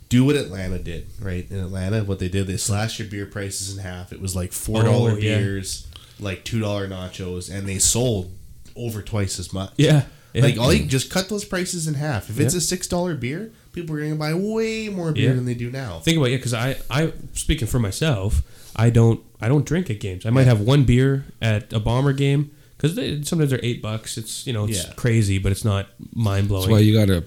do what Atlanta did right in Atlanta what they did they slashed your beer prices in half it was like four dollar Oh, yeah. beers like two dollar nachos and they sold over twice as much yeah, yeah. like all you just cut those prices in half if it's Yeah. a six dollar beer people are gonna buy way more beer Yeah. than they do now think about it, yeah, because I, I speaking for myself, I don't I don't drink at games. I might have one beer at a bomber game because they, sometimes they're eight bucks. It's you know it's Yeah. crazy, but it's not mind That's why blowing. you gotta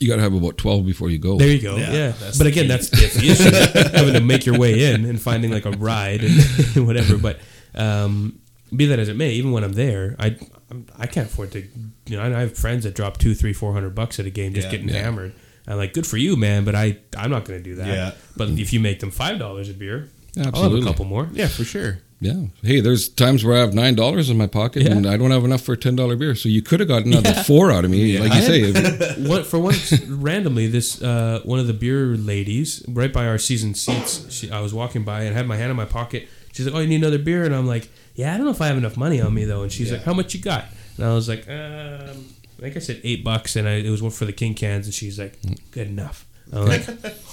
you gotta have about twelve before you go. There you go. Yeah, Yeah, that's but the again, key. that's, that's the issue having to make your way in and finding like a ride and [laughs] whatever. But um, be that as it may, even when I'm there, I I'm- I can't afford to. You know, I have friends that drop two, three, four hundred bucks at a game just Yeah. getting Yeah. hammered. I'm like, good for you, man, but I I'm not going to do that. Yeah. But if you make them five dollars a beer, I'll have Absolutely. a couple more. yeah for sure Yeah. Hey, there's times where I have nine dollars in my pocket Yeah. and I don't have enough for a ten dollar beer. So you could have got another four out of me, like you I [laughs] say. had- if- What for once, randomly, this uh, one of the beer ladies right by our season seats. She, I was walking by and had my hand in my pocket. She's like, "Oh, you need another beer?" And I'm like, "Yeah, I don't know if I have enough money on me though." And she's like, Yeah. "How much you got?" And I was like, um, "I think I said eight bucks." And I, it was one for the king cans. And she's like, "Good enough." I'm like,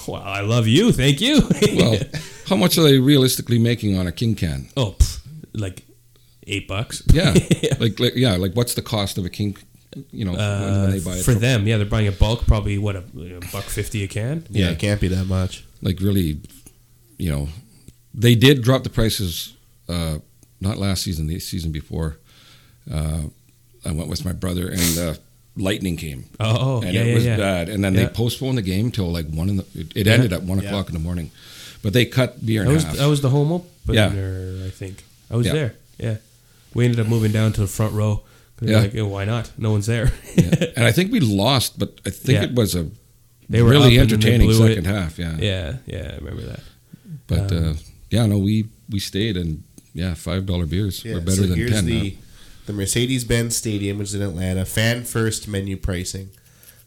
"Wow, I love you. Thank you." [laughs] Well, how much are they realistically making on a king can? oh, pff, like eight bucks. Yeah, like, like yeah, like what's the cost of a king? You know, when, [laughs] Uh, when they buy it for them, yeah, they're buying a bulk, probably what a, a buck fifty a can. Yeah, Yeah. it can't be that much. like really, you know, they did drop the prices. Uh, not last season, the season before. Uh, I went with my brother, and uh, lightning came, Oh, and yeah, it yeah, was yeah. bad. And then Yeah. they postponed the game till like one in the. It, it ended at one Yeah. o'clock in the morning, but they cut beer in That was half. that was the home opener, I think. I was Yeah. there. Yeah, we ended up moving down to the front row. 'Cause we're Yeah. like, "Yeah, why not? No one's there. Yeah. And I think we lost, but I think Yeah. it was a [laughs] They were really up and then they entertaining blew it. second half. Yeah, yeah, yeah, I remember that. but Um, uh, yeah, no, we we stayed and yeah, five dollar beers Yeah, were better so than here's ten. the huh? the Mercedes Benz Stadium, which is in Atlanta. Fan first menu pricing: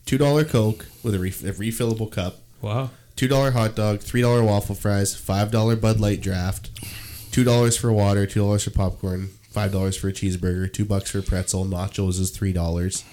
two dollar Coke with a, ref- a refillable cup, Wow. two dollar hot dog, three dollar waffle fries, five dollar Bud Light draft, two dollars for water, two dollars for popcorn, five dollars for a cheeseburger, two bucks for a pretzel, nachos is three dollars.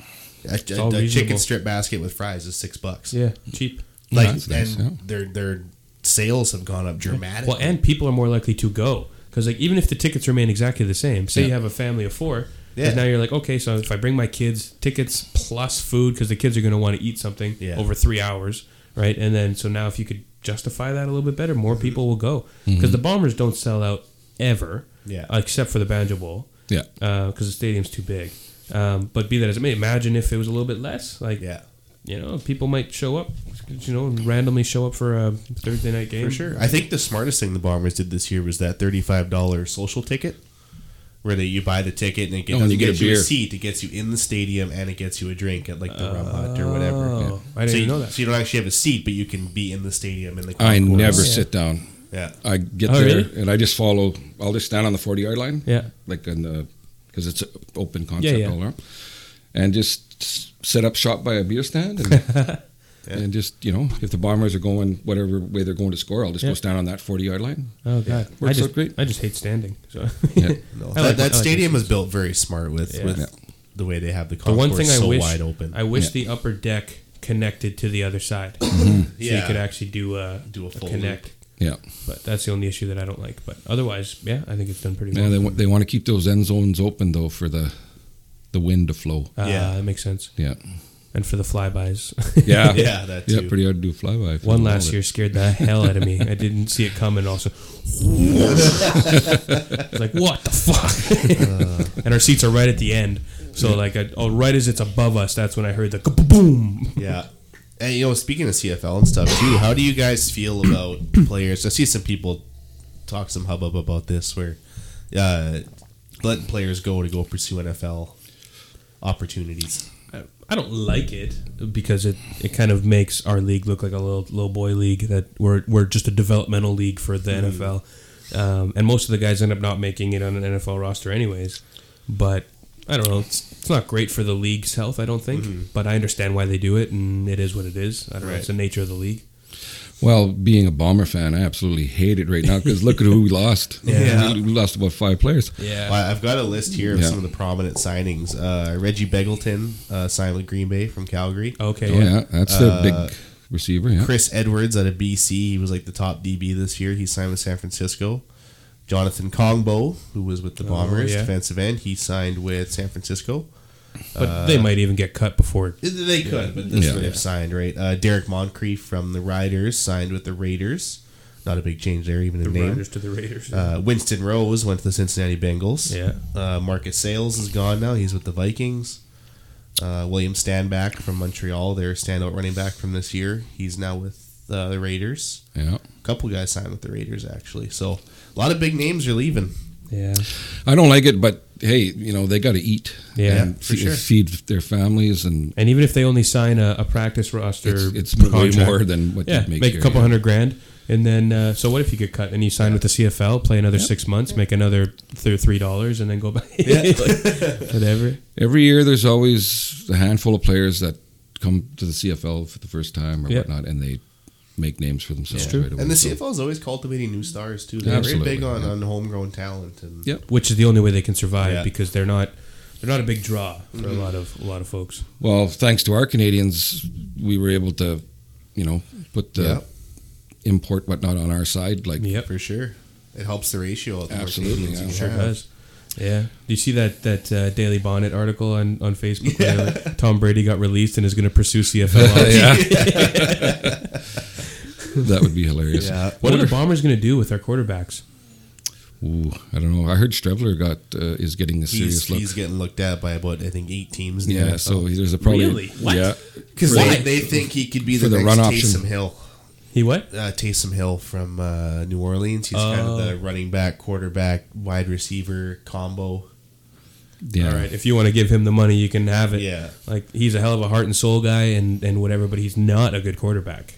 A, all a- a reasonable. chicken strip basket with fries is six bucks. Yeah, cheap. Like That's nice, and yeah. their their sales have gone up dramatically. Well, and people are more likely to go because, like, even if the tickets remain exactly the same, say you have a family of four, 'cause Yeah. now you're like, okay, so if I bring my kids, tickets plus food because the kids are going to want to eat something Yeah. over three hours, right? And then so now if you could justify that a little bit better, more people will go because the Bombers don't sell out ever, Mm-hmm. Yeah. except for the Banjo Bowl yeah, because the stadium's too big. Um, but be that as it may, imagine if it was a little bit less, like yeah, you know, people might show up, you know, randomly show up for a Thursday night game. for sure. I think the smartest thing the Bombers did this year was that thirty-five dollar social ticket, where they you buy the ticket and it Oh, gets, and you, you get a a, beer. seat, it gets you in the stadium, and it gets you a drink at like the rum hut or whatever. Oh, I so didn't you, know that. So you don't actually have a seat, but you can be in the stadium in the. I concourse. never Yeah. sit down. Yeah. I get Oh, there really? and I just follow. I'll just stand on the forty yard line. Yeah. like in the because it's an open concept yeah. all around, and just s- set up shop by a beer stand [laughs] and. And just you know, if the bombers are going whatever way they're going to score, I'll just Yeah. go stand on that forty yard line. Oh god, I Works just out great. I just hate standing. So [laughs] Yeah. No, I like- that I like that the stadium was built very smart with Yeah. with Yeah. the way they have the the concourse one thing I so wish wide open. I wish Yeah. the upper deck connected to the other side, so you Yeah. could actually do a Do a full connect. Yeah, But that's the only issue that I don't like. But otherwise, yeah, I think it's done pretty yeah. well. They want they want to keep those end zones open though for the the wind to flow. uh, Yeah. that makes sense. [laughs] Yeah, And for the flybys, yeah, yeah, that too. Yeah, pretty hard to do a flyby. if you one don't last know year it. scared the hell out of me. I didn't see it coming. Also, it's [laughs] like what the Uh. fuck? [laughs] and our seats are right at the end, so like, I, oh, right as it's above us, that's when I heard the boom. Yeah. And you know, speaking of CFL and stuff too, how do you guys feel about players? I see some people talk some hubbub about this, where uh, letting players go to go pursue NFL opportunities. I- I don't like it because it, it kind of makes our league look like a little low boy league that we're we're just a developmental league for Hmm. the NFL, um, and most of the guys end up not making it on an NFL roster anyways. But I don't know. It's, it's not great for the league's health, I don't think. Mm-hmm. But I understand why they do it, and it is what it is. I don't know. It's the nature of the league. Well, being a bomber fan, I absolutely hate it right now because look at who we [laughs] lost. Yeah. we, we lost about five players. Yeah. Well, I've got a list here of Yeah. some of the prominent signings. Uh, Reggie Beggleton uh, signed with Green Bay from Calgary. Okay. Oh, yeah. yeah, that's the big receiver. Yeah, Chris Edwards out of BC. He was like the top DB this year. He signed with San Francisco. Jonathan Kongbo, who was with the Bombers, Oh, yeah. defensive end, he signed with San Francisco. But they Uh, might even get cut before. They could, but that's Yeah. what they've signed, right? Uh, Derek Moncrief from the Riders signed with the Raiders. Not a big change there, even in The name. Riders to the Raiders. Uh, Winston Rose went to the Cincinnati Bengals. Yeah. Uh, Marcus Sales is gone now. He's with the Vikings. Uh, William Standback from Montreal, their standout running back from this year, he's now with uh, the Raiders. yeah. A couple guys signed with the Raiders actually. So a lot of big names are leaving. yeah. I don't like it, but hey, you know they got to eat. Yeah, and for fe- sure. feed their families, and And even if they only sign a, a practice roster, it's, it's way contract- more than what Yeah, you make, make. a here, couple yeah. hundred grand, and then uh, so what if you get cut and you sign with the CFL, play another six months, make another th- three dollars, and then go [laughs] back, Like, whatever. Every year, there's always a handful of players that come to the CFL for the first time or Yeah. whatnot, and they make names for themselves. true. Right away, And the so- CFL is always cultivating new stars too. They're Absolutely, very big on, yeah. on homegrown talent and Yeah. Which is the only way they can survive Yeah. because they're not they're not a big draw for a Mm-hmm. lot of a lot of folks. Well, thanks to our Canadians, we were able to, you know, put the Yeah. import whatnot on our side. Like, Yep, for sure. It helps the ratio. Of the more Absolutely, Canadians yeah. you sure have. does. Yeah. Do you see that that uh, Daily Bonnet article on on Facebook? Where [laughs] Tom Brady got released and is going to pursue CFL. options? [laughs] yeah. that would be hilarious. Yeah. What are the Wonder- Bombers going to do with our quarterbacks? Ooh, I don't know. I heard Strebler got uh, is getting a He's, serious look. he's getting looked at by about I think eight teams. in the yeah, NFL. so there's a probably Really? What? yeah. Because For they, the- they think he could be for the, the next run option. Taysom Hill. He what? Uh, Taysom Hill from uh, New Orleans. He's kind of Oh. the running back, quarterback, wide receiver combo. yeah. All right. If you want to give him the money, you can have it. Yeah. Like he's a hell of a heart and soul guy and and whatever, but he's not a good quarterback.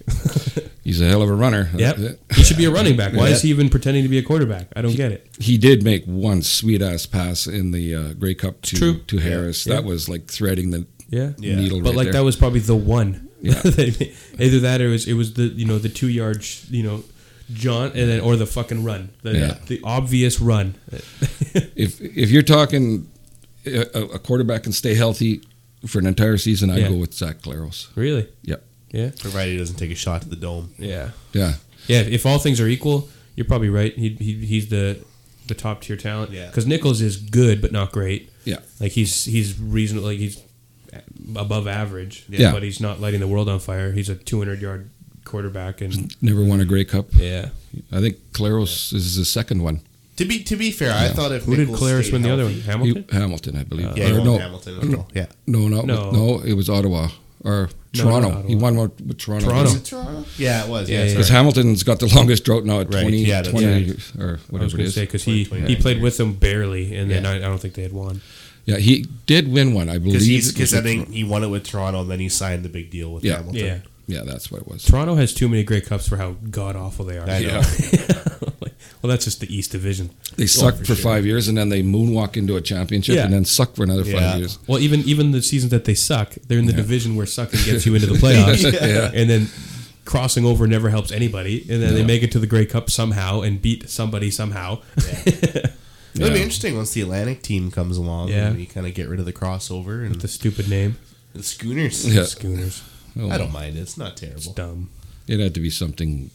He's a hell of a runner. yep. [laughs] That's it. He should be a running [laughs] back. Why is Yeah. he even pretending to be a quarterback? I don't get it. He did make one sweet ass pass in the uh, Grey Cup to True. to Harris. Yeah. That was like threading the Yeah. Yeah. needle. But right like there. that was probably the one. Yeah. [laughs] They- Either that or it was it was the you know the two yard sh- you know. John and then or the fucking run, the, Yeah. the obvious run. if if you're talking a, a a quarterback can stay healthy for an entire season, I'd Yeah. go with Zach Claros. Really? Yeah, Yeah. Provided he doesn't take a shot to the dome. Yeah. yeah. Yeah, if all things are equal, you're probably right. He, he he's the the top tier talent. Yeah. Because Nichols is good but not great. Yeah. Like he's he's reasonable. Like he's above average. Yeah. But he's not lighting the world on fire. He's a 200 yard quarterback [laughs] and Never won a Grey Cup. yeah. I think Claros is the second one. To be to be fair, I thought if Who did Nichols Claris stayed win the other one? healthy- Hamilton. Uh, You- Hamilton, I believe. Yeah, he Or won no, Hamilton as well. Yeah. no, no, No. no, It was Ottawa or No, Toronto. not He Ottawa. won one with Toronto. Toronto. Was it Toronto? Yeah, it was. Yeah, Yeah, sorry. yeah. Because Hamilton's got the longest drought now at Right, 20, yeah, that's 20 right. or I was whatever going to it is. say because he, he 2029 played with them barely, and then Yeah. I, I don't think they had won. Yeah, he did win one, I believe. Because he's it was because I with think he won it with Toronto, and then he signed the big deal with Yeah. Hamilton. Yeah, Tor- Yeah, that's what it was. Toronto has too many great cups for how god awful they are. I know. Yeah. [laughs] well, that's just the East Division. They suck for, five years and then they moonwalk into a championship Yeah. and then suck for another Yeah. five years. Well, even even the seasons that they suck, they're in the division where sucking gets you into the [laughs] playoffs, Yeah. and then crossing over never helps anybody, and then they No. make it to the Grey Cup somehow and beat somebody somehow. It'll be Yeah. interesting once the Atlantic team comes along. Yeah. and we kind of get rid of the crossover [laughs] and the the, stupid name, Schooners. Yeah. Schooners, Oh, I well. don't mind. it. It's not terrible. it's dumb, It had to be something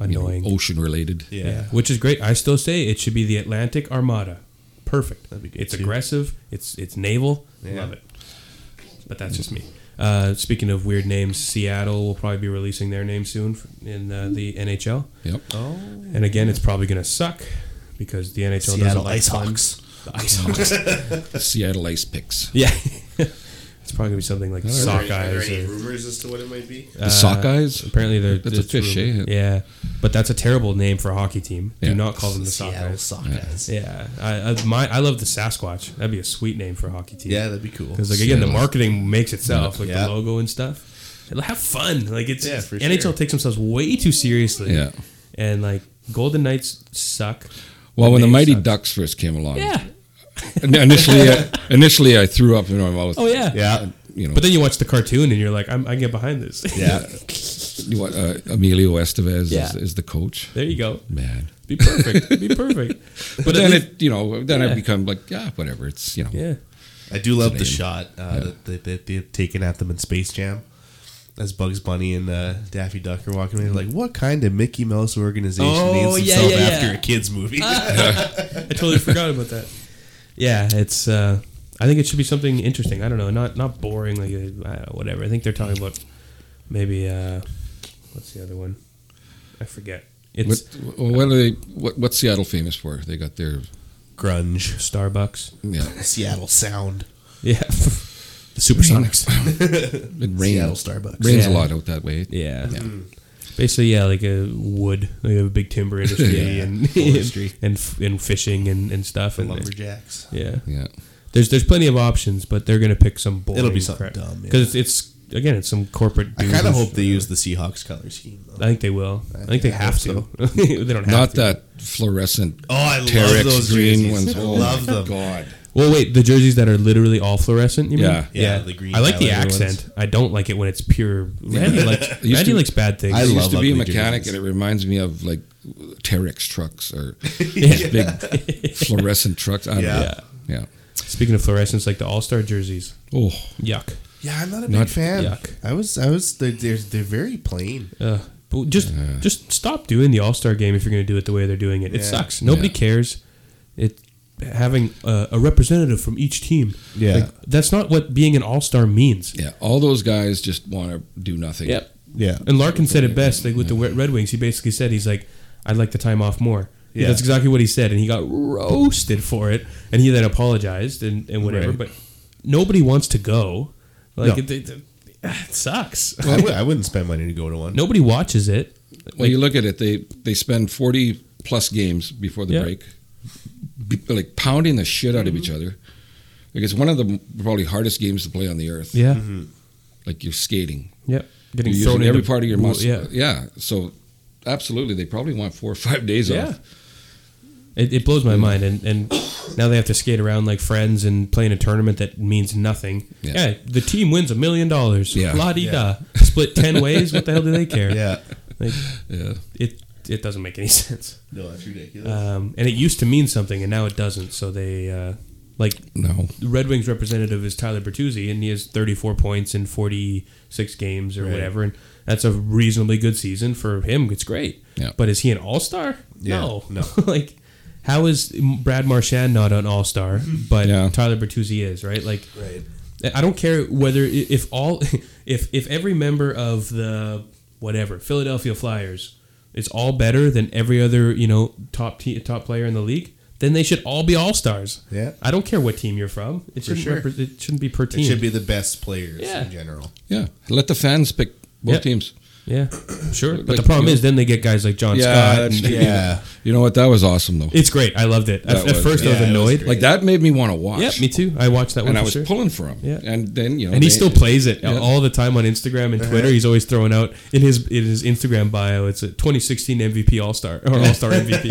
you know, annoying. ocean related. Yeah. which is great. I still say it should be the Atlantic Armada. Perfect. That'd be good it's too. aggressive. It's it's naval. Yeah. Love it. But that's just me. Uh, speaking of weird names, Seattle will probably be releasing their name soon f- in uh, the NHL. Yep. Oh, And again, it's probably going to suck because the NHL doesn't Seattle like Ice fun. Hawks. The Ice Hawks. Seattle Ice Picks. yeah. [laughs] it's probably going to be something like Sockeyes. Or, rumors as to what it might be? The Sockeyes? Uh, apparently, they're That's a it's fish, rumored. eh? Yeah, but that's a terrible name for a hockey team. Do Yeah. not call them the Seattle Sockeyes. Sockeyes. Yeah. Yeah, I, I my I love the Sasquatch. That'd be a sweet name for a hockey team. that'd be cool. because like again, the Seattle. marketing makes itself, like Yeah. the logo and stuff. And Have fun, like it's Yeah, for NHL sure. takes themselves way too seriously. Yeah. and like Golden Knights suck. Well, when the Name Mighty sucks. Ducks first came along, Yeah, initially, I, initially I threw up in my mouth. oh yeah, Yeah, You know, But then you watch the cartoon and you're like, I'm, I can get behind this. yeah. you want, uh, Emilio Estevez Yeah. is, is the coach. there you go. Man. Be perfect. Be perfect. [laughs] But, But at then least- it, you know, then Yeah. I become like, yeah, whatever. It's, you know, yeah. I do love the name. shot uh, that, they, that they've taken at them in Space Jam. As Bugs Bunny and uh, Daffy Duck are walking away, they're like, what kind of Mickey Mouse organization Oh, names yeah, itself yeah, after yeah. a [laughs] kid's movie? I totally forgot about that. Yeah, it's. Uh, I think it should be something interesting. I don't know, not not boring like uh, I don't know, whatever. I think they're talking about maybe uh, what's the other one? I forget. What, It's well, what are they? What, what's Seattle famous for? They got their Grunge. Starbucks. yeah. Seattle Sound. Yeah, the Supersonics. [laughs] It Seattle rains. Starbucks. Rains a Yeah. lot out that way. Yeah. Mm. Basically, yeah, like a wood, like a big timber industry Yeah, and forestry. [laughs] and f- and fishing and, and stuff The and Lumberjacks. yeah. Yeah. There's there's plenty of options, but they're gonna pick some boring. It'll be something dumb, yeah. because it's, it's again it's some corporate. I dude kind of who's- hope they use the Seahawks color scheme. Though. I think they will. I think they I have to. [laughs] hope they don't have Not to. that fluorescent. Oh, I love Terex those green jerseys. [laughs] ones. I Oh love my them. God. Well, wait, the jerseys that are literally all fluorescent. You Yeah. mean? Yeah, the green I like the highlighter ones. accent. I don't like it when it's [laughs] pure. Randy likes used Randy to- likes bad things. I I love used to be a ugly mechanic, jerseys. and it reminds me of like Terex trucks [laughs] or [laughs] Yeah. [laughs] big fluorescent trucks. I don't Yeah. Know. Yeah. Speaking of fluorescence, like the All Star jerseys. Oh, Yuck. Yeah, I'm not a Not- big fan. yuck. I was, I was. They're they're, they're very plain. Ugh. Uh, But just just stop doing the All Star game if you're going to do it the way they're doing it. It Yeah. sucks. Nobody Yeah. cares. It having a, a representative from each team. Yeah. Like, that's not what being an all star means. Yeah, all those guys just want to do nothing. Yep. Yeah. And Larkin said it best. Like with the Red Wings, he basically said he's like, "I'd like the time off more." Yeah. Yeah. That's exactly what he said, and he got roasted for it. And he then apologized and, and whatever. Right. But nobody wants to go. No. Like it, it, it- it sucks. [laughs] I w- I wouldn't spend money to go to one. [laughs] nobody watches it. Well, you look at it; they they spend forty plus games before the Yeah. Mm-hmm. break, be, like pounding the shit out of each other. Like it's one of the m- probably hardest games to play on the earth. Yeah. Like you're skating, Mm-hmm. Yep. Getting you're thrown using into every part of your muscle. Yeah. yeah. So, absolutely, they probably want four or five days Yeah. off. It, it blows my mind, and, and now they have to skate around like friends and play in a tournament that means nothing. Yeah. Yeah, the team wins a million dollars. Yeah. La di da. Split ten ways. What the hell do they care? Yeah. Like, Yeah. it it doesn't make any [laughs] sense. No, that's ridiculous. Um, and it used to mean something, and now it doesn't. So they uh, like No. the Red Wings representative is Tyler Bertuzzi, and he has 34 points in 46 games or Right. whatever, and that's a reasonably good season for him. It's great. Yeah. But is he an All Star? Yeah, No. no. [laughs] like, how is Brad Marchand not an All Star, but Yeah. Tyler Bertuzzi is? Right. Like, right. I don't care whether if all [laughs] if if every member of the whatever Philadelphia Flyers is all better than every other you know top te- top player in the league, then they should all be all stars. Yeah. I don't care what team you're from. It shouldn't sure. repre- it shouldn't be per team. It should be the best players Yeah. in general. Yeah. Let the fans pick both Yep. teams. Yeah, sure. But Like, the problem you know- is, then they get guys like John Scott. and- [laughs] yeah. [laughs] You know what? That was awesome though. It's great. I loved it. At, That at was- first, I was yeah, it was annoyed. great. like, like that made me want to watch. yeah, me too. I watched that one And I for was sure. pulling for him. Yeah. And then you know. and he they- still plays it Yeah. all the time on Instagram Uh-huh. and Twitter. He's always throwing out in his in his Instagram bio. It's a 2016 MVP All Star or All Star [laughs] MVP.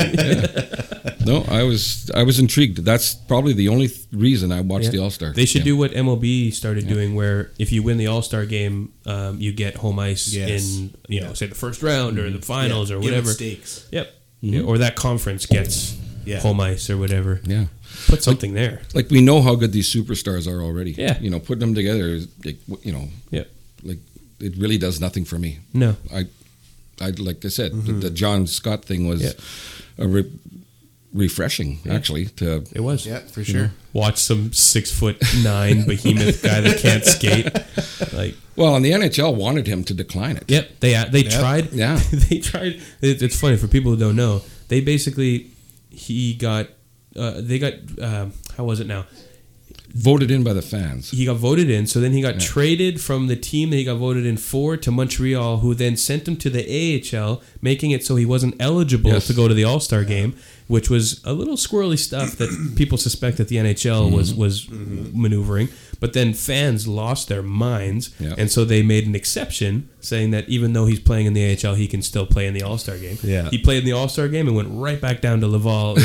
No, I was I was intrigued. That's probably the only th- reason I watched Yeah. the All Star. They should do what MLB started doing, where if you win the All Star game, um, you get home ice Yes. in you know Yeah. Mm-hmm. say the first round or the finals or Give it whatever. Stakes. Yep. Yeah, or that conference gets Mm-hmm. Yeah. home ice or whatever. Yeah, Put something there. like we know how good these superstars are already. Yeah. you know, putting them together, is like w- you know, Yep. like it really does nothing for me. No. I, I like I said, the, the John Scott thing was Yeah. a re- refreshing actually. To It was. Yeah, for sure. Watch some six foot nine behemoth guy that can't [laughs] skate. Like well, and the NHL wanted him to decline it. Yep, they uh, they tried. Yeah. [laughs] they tried. It, it's funny for people who don't know. They basically he got uh, they got um how was it now? voted in by the fans. He got voted in, so then he got traded from the team that he got voted in for to Montreal, who then sent him to the AHL, making it so he wasn't eligible Yes. to go to the All Star game, which was a little squirrely stuff that [clears throat] people suspect that the NHL Mm-hmm. was was maneuvering. But then fans lost their minds, Yeah. and so they made an exception, saying that even though he's playing in the AHL, he can still play in the All Star game. Yeah. he played in the All Star game and went right back down to Laval, [laughs] in,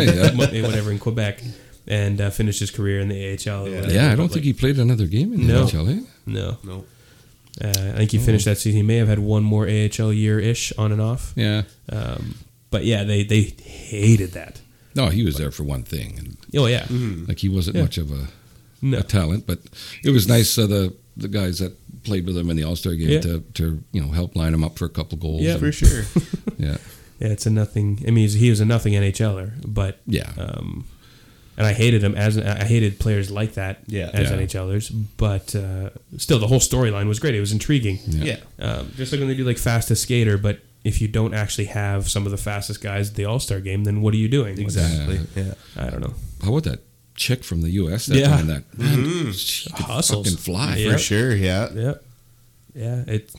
in, in whatever in Quebec, and uh, finished his career in the AHL. or Yeah. whatever. Yeah, I But, don't like, think he played another game in the No. NHL. Eh? no. No. Uh, I think he finished that season. He may have had one more AHL year ish on and off. Yeah, Um, but yeah, they, they hated that. no, he was there for one thing, and Oh yeah, like he wasn't Yeah. much of a no, a talent, but it was nice uh, the the guys that played with him in the All Star game Yeah. to, to you know help line him up for a couple goals. Yeah. and- For sure. [laughs] yeah, yeah, it's a nothing. I mean, he's, he was a nothing NHLer, but yeah. um, and I hated him as I hated players like that Yeah. as Yeah. NHLers. But uh, still, the whole storyline was great. It was intriguing. Yeah. yeah. Um, just like when they do like fastest skater, but if you don't actually have some of the fastest guys at the All Star game, then what are you doing? What's- Exactly. Yeah. I don't know. How about that chick from the U.S. That Yeah. yeah. that man, she could Hustles. fucking fly. Yeah. For sure. Yeah. Yeah, yeah. It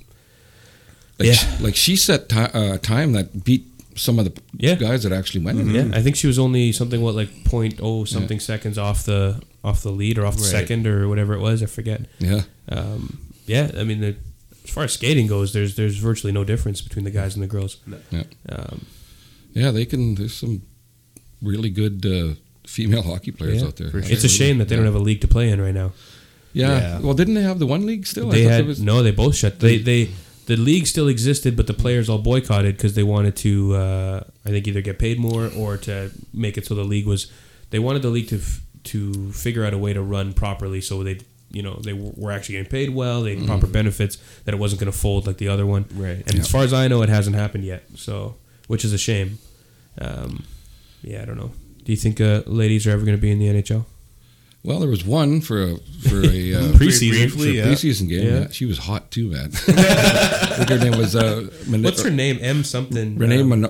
Like, Yeah. she, like she set ti uh, time that beat some of the Yeah. Mm-hmm. guys that actually went. in. Yeah, I think she was only something what like point oh something seconds off the off the lead or off the Right. second or whatever it was. I forget. Yeah, Um, yeah, I mean, the, as far as skating goes, there's there's virtually no difference between the guys and the girls. yeah, Um, yeah. They can. There's some really good uh, female hockey players yeah. out there. It's a shame that they don't have a league to play in right now. Yeah. Yeah. Well, didn't they have the one league still? they thought had there was- no, they both shut. They they the league still existed, but the players all boycotted because they wanted to, uh, I think, either get paid more or to make it so the league was. They wanted the league to f- to figure out a way to run properly, so they you know they w- were actually getting paid well, they had proper benefits, that it wasn't going to fold like the other one. Right. And as far as I know, it hasn't happened yet. So, which is a shame. Um, yeah, I don't know. Do you think uh, ladies are ever going to be in the NHL? Well, there was one for a for [laughs] a uh, Preseason. for a Briefly, yeah. preseason game. Yeah. Yeah. She was hot [laughs] too, man. I think her name was uh, Min- What's her name? M something. Renee uh,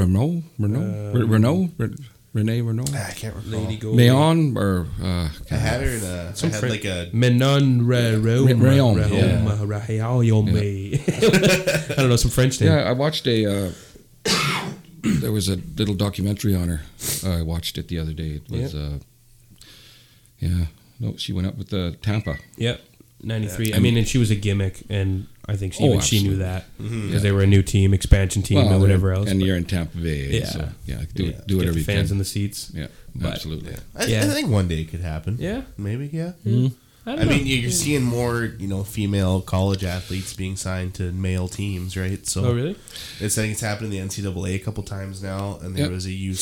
Renault Renault Renault Um, Renault Re- Renee Renault Ah, I can't recall. Lady Goalie. Mayon or uh, I had her in a. I Some had Fran- like a. Menon Rayon. Rayon, yeah. [laughs] I don't know some French name. yeah, I watched a. Uh, [coughs] there was a little documentary on her. I watched it the other day. It was, uh, yeah, no, she went up with the Tampa. Yep. 93. I mean, and she was a gimmick, and I think she, Oh, even she knew absolutely. that because Yeah. they were a new team, expansion team, Well, or whatever and- else. And but- you're in Tampa Bay. Yeah, so, yeah, do Yeah. it, do Get whatever the you fans in can. the seats. Yeah, But- absolutely. I, Yeah. I think one day it could happen. Yeah. Hmm. Maybe. Yeah. I, I, don't know. mean, you're seeing more, you know, female college athletes being signed to male teams, right? So oh really? It's I think it's happened in the NCAA a couple times now, and there Yep. was a use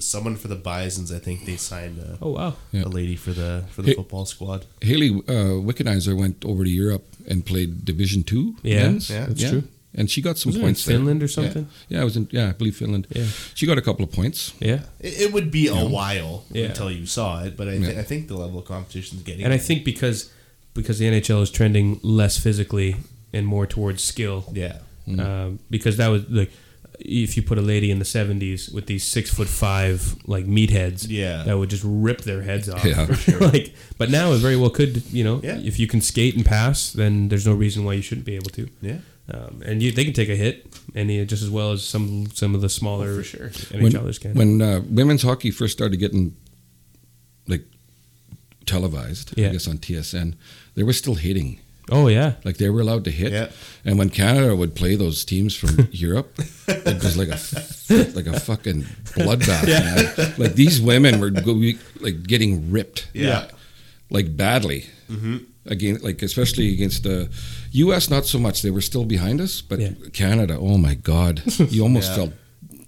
someone for the Bison's. I think they signed a, Oh wow. Yeah. a lady for the for the Hey. football squad. Haley uh, Wickenizer went over to Europe and played Division Two. Yeah, men's. yeah, that's true. And she got some Was it in points. there. Finland or Yeah. something? Yeah, I was in. Yeah, I believe Finland. Yeah. she got a couple of points. Yeah. It, it would be a while Yeah. until you saw it, but I, thi- Yeah. I think the level of competition is getting. And I think because because the NHL is trending less physically and more towards skill, yeah, Mm. um, because that was like if you put a lady in the 70s with these six foot five like meatheads Yeah. that would just rip their heads off Yeah. For [laughs] like but now it very well could you know Yeah. if you can skate and pass then there's no reason why you shouldn't be able to yeah, um, and you, they can take a hit and you, just as well as some some of the smaller Oh, for sure. When, NHLers can when uh, women's hockey first started getting like televised, Yeah. I guess on TSN, they were still hitting. oh yeah Like they were allowed to hit. Yeah. And when Canada would play those teams from [laughs] Europe, it was like a f- like a fucking bloodbath. Man. Like these women were go- like getting ripped. Yeah. Like badly. Mm-hmm. Again, like especially against the U.S. Not so much. They were still behind us, but Yeah. Canada. Oh my God! You almost Yeah. felt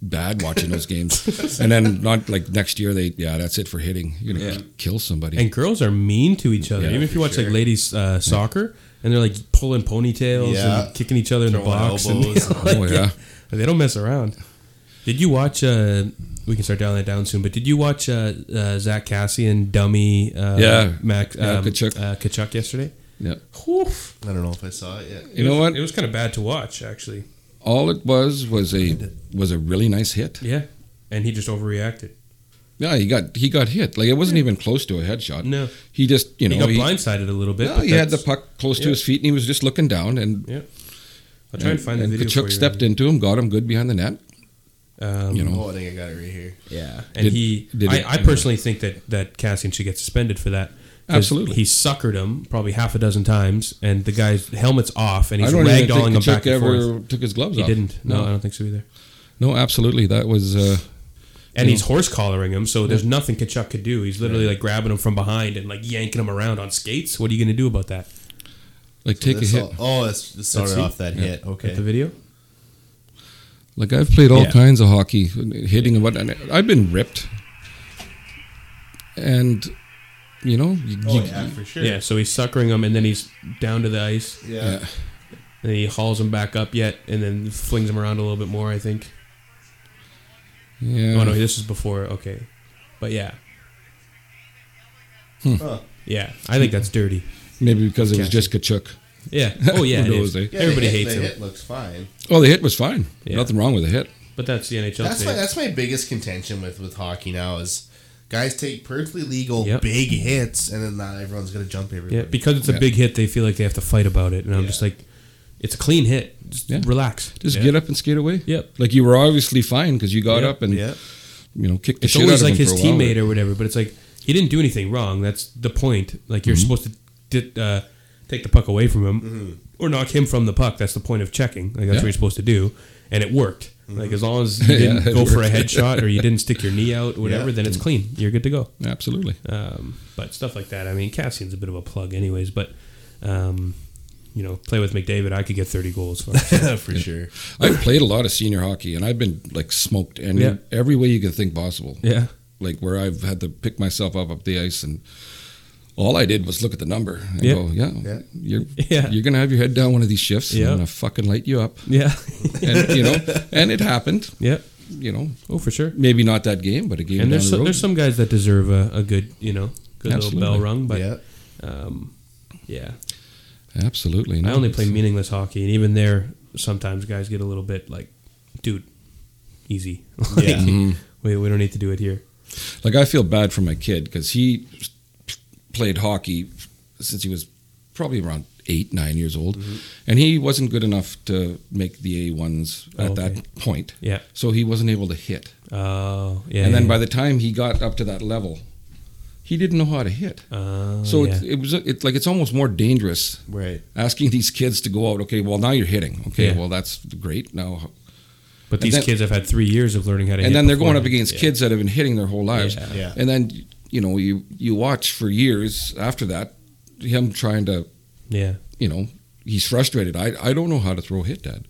bad watching those games. [laughs] and then not like next year they yeah that's it for hitting. You're gonna Yeah. kill somebody. and girls are mean to each other Yeah, even if for you watch sure. like ladies uh, soccer and they're like pulling ponytails Yeah. and kicking each other in the Throwing box and- [laughs] elbows and- oh [laughs] yeah. They don't mess around. Did you watch? Uh, we can start dialing that down soon. But did you watch uh, uh, Zach Cassian dummy? Uh, Yeah. Max um, Yeah, Kachuk. Tkachuk. Uh, Kachuk yesterday. yeah. Woof. I don't know if I saw it yet. You know what? It was kind of bad to watch, actually. All it was was a was a really nice hit. Yeah, and he just overreacted. Yeah, he got he got hit. Like it wasn't even close to a headshot. No. he just you know he got blindsided a little bit. no, but he had the that's- puck close yeah. to his feet and he was just looking down and Yeah. I'll try and, find and the video. Kachuk for you. stepped into him, got him good behind the net. Um, You know. Oh, I think I got it right here. Yeah, and Did- he. did I, it- I personally think that that Cassian should get suspended for that. 'Cause Absolutely. he suckered him probably half a dozen times, and the guy's helmet's off, and I he's don't even ragdolling think him back Kachuk and forth. ever took his gloves He off. didn't. No, I don't think so either. no, absolutely. That was uh, And Yeah. he's horse collaring him, so there's nothing Kachuk could do. He's literally like grabbing him from behind and like yanking him around on skates. What are you going to do about that? like take a This hit. all- oh, that's this started see. off that hit. At the Okay. video? Like I've played all Yeah. kinds of hockey, hitting and what. And I've been ripped, and you know, you, Oh you- yeah, for sure. Yeah, so he's suckering him, and then he's down to the ice, Yeah. yeah. and he hauls him back up yet, and then flings him around a little bit more, I think. yeah. Oh, no, this is before. Okay. But yeah. Hmm. Huh. Yeah, I think that's dirty. Maybe because it was Kachuk. just Kachuk. [laughs] Yeah. Oh, yeah. it is. Who knows, eh? Yeah, Everybody the hit, hates the him. hit looks fine. Well, Oh, the hit was fine. Yeah. Nothing wrong with the hit. But that's the NHL That's thing. my that's my biggest contention with with hockey now is guys take perfectly legal Yep. big hits and then not everyone's gonna jump everybody. Yeah, because it's a Yeah. big hit, they feel like they have to fight about it, and I'm Yeah. just like, it's a clean hit. Just Yeah. relax. Just get up and skate away. Yep. Like you were obviously fine because you got Yep. up and [laughs] yeah, you know kicked the It's shit always out like of him his for a while. teammate or whatever, but it's like he didn't do anything wrong. That's the point. Like Mm-hmm. you're supposed to di- uh, take the puck away from him or knock him from the puck. That's the point of checking. Like that's what Yeah. Mm-hmm. you're supposed to do, and it worked. Like as long as [laughs] you didn't it go for a worked. headshot or you didn't stick your knee [laughs] out, or whatever, Yeah. then it's clean. You're good to go. Absolutely. Um, but stuff like that. I mean, Cassian's a bit of a plug, anyways. But um, you know, play with McDavid, I could get 30 goals. [laughs] For [laughs] for sure. I've played a lot of senior hockey and I've been like smoked and Yeah. every way you can think possible. yeah. Like where I've had to pick myself up up the ice and all I did was look at the number and Yeah. go, yeah, Yeah. you're Yeah. you're gonna have your head down one of these shifts. and Yeah. [laughs] I'm gonna fucking light you up, Yeah. and you know, and it happened. yep. you know, Oh, for sure. maybe not that game, but a game And down there's the some, road. there's some guys that deserve a, a good you know good Absolutely. little bell rung, but yeah. um, yeah. Absolutely. I no, only it's- play meaningless hockey, and even there, sometimes guys get a little bit like, dude, easy. [laughs] Like, Yeah. Mhm. we, we don't need to do it here. Like I feel bad for my kid because he played hockey since he was probably around eight, nine years old, Mm-hmm. and he wasn't good enough to make the A ones at Oh, okay. that point. Yeah. So he wasn't able to hit. Oh, yeah. and then yeah, by the time he got up to that level, he didn't know how to hit. yeah. Oh, So yeah. it, it was it, like it's almost more dangerous Right. asking these kids to go out. Okay, well now you're hitting. Okay, Yeah. well that's great. Now, but these then- kids have had three years of learning how to. hit and then they're going up beforehand. against Yeah. kids that have been hitting their whole lives. Yeah. Yeah. And then you know you you watch for years after that him trying to Yeah, you know he's frustrated. I I don't know how to throw a hit, Dad.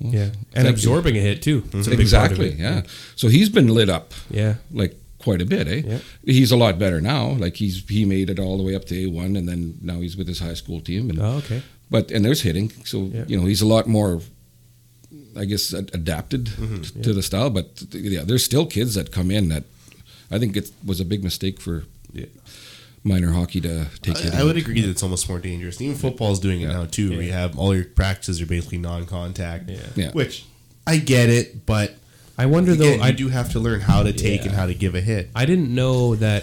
Well, yeah, thank and you. absorbing a hit too. It's a big part of exactly. it. yeah. So he's been lit up yeah, like quite a bit, eh? Yeah. He's a lot better now. Like he's he made it all the way up to A one, and then now he's with his high school team. And Oh, okay. but and there's hitting, so Yeah. you know he's a lot more, I guess, ad- adapted Mm-hmm. t- to the style. But th- yeah, there's still kids that come in that I think it was a big mistake for Yeah. minor hockey to take. it I, I in. would agree that it's almost more dangerous. Even football's doing it now too. Where you have all your practices are basically non-contact. Yeah. Yeah. Which I get it, but I wonder though. again, I you do have to learn how to take and Yeah. how to give a hit. I didn't know that.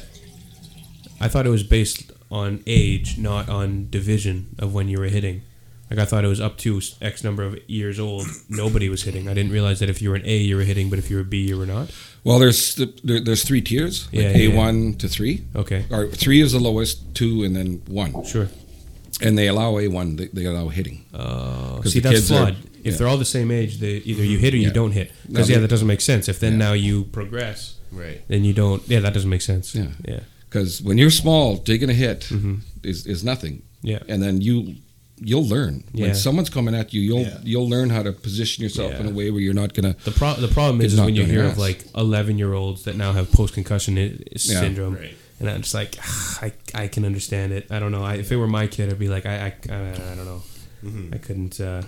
I thought it was based on age, not on division of when you were hitting. Like I thought it was up to X number of years old, nobody was hitting. I didn't realize that if you were an A, you were hitting, but if you were a B, you were not. Well, there's th- there, there's three tiers, like Yeah, yeah, A one to three. Okay, Or three is the lowest, two and then one, sure. and they allow a one. They, they allow hitting. Oh, 'Cause see, the that's kids are- flawed. if yeah. they're all the same age, they either you hit or you Yeah. don't hit. Because No, yeah, they- that doesn't make sense. If then now you progress, Right. then you don't. Yeah, that doesn't make sense. Yeah. yeah, Because when you're small, taking a hit Mm-hmm. is, is nothing, yeah. and then you you'll learn Yeah. when someone's coming at you. You'll Yeah. you'll learn how to position yourself in a Yeah. way where you're not gonna. The, pro- the problem is, It's is not when you doing your hear of ass. like 11 year olds that now have post concussion syndrome. Right. And I'm just like, I, I can understand it. I don't know. I, if it were my kid, I'd be like, I, I, I, I don't know. Mm-hmm. I couldn't, uh,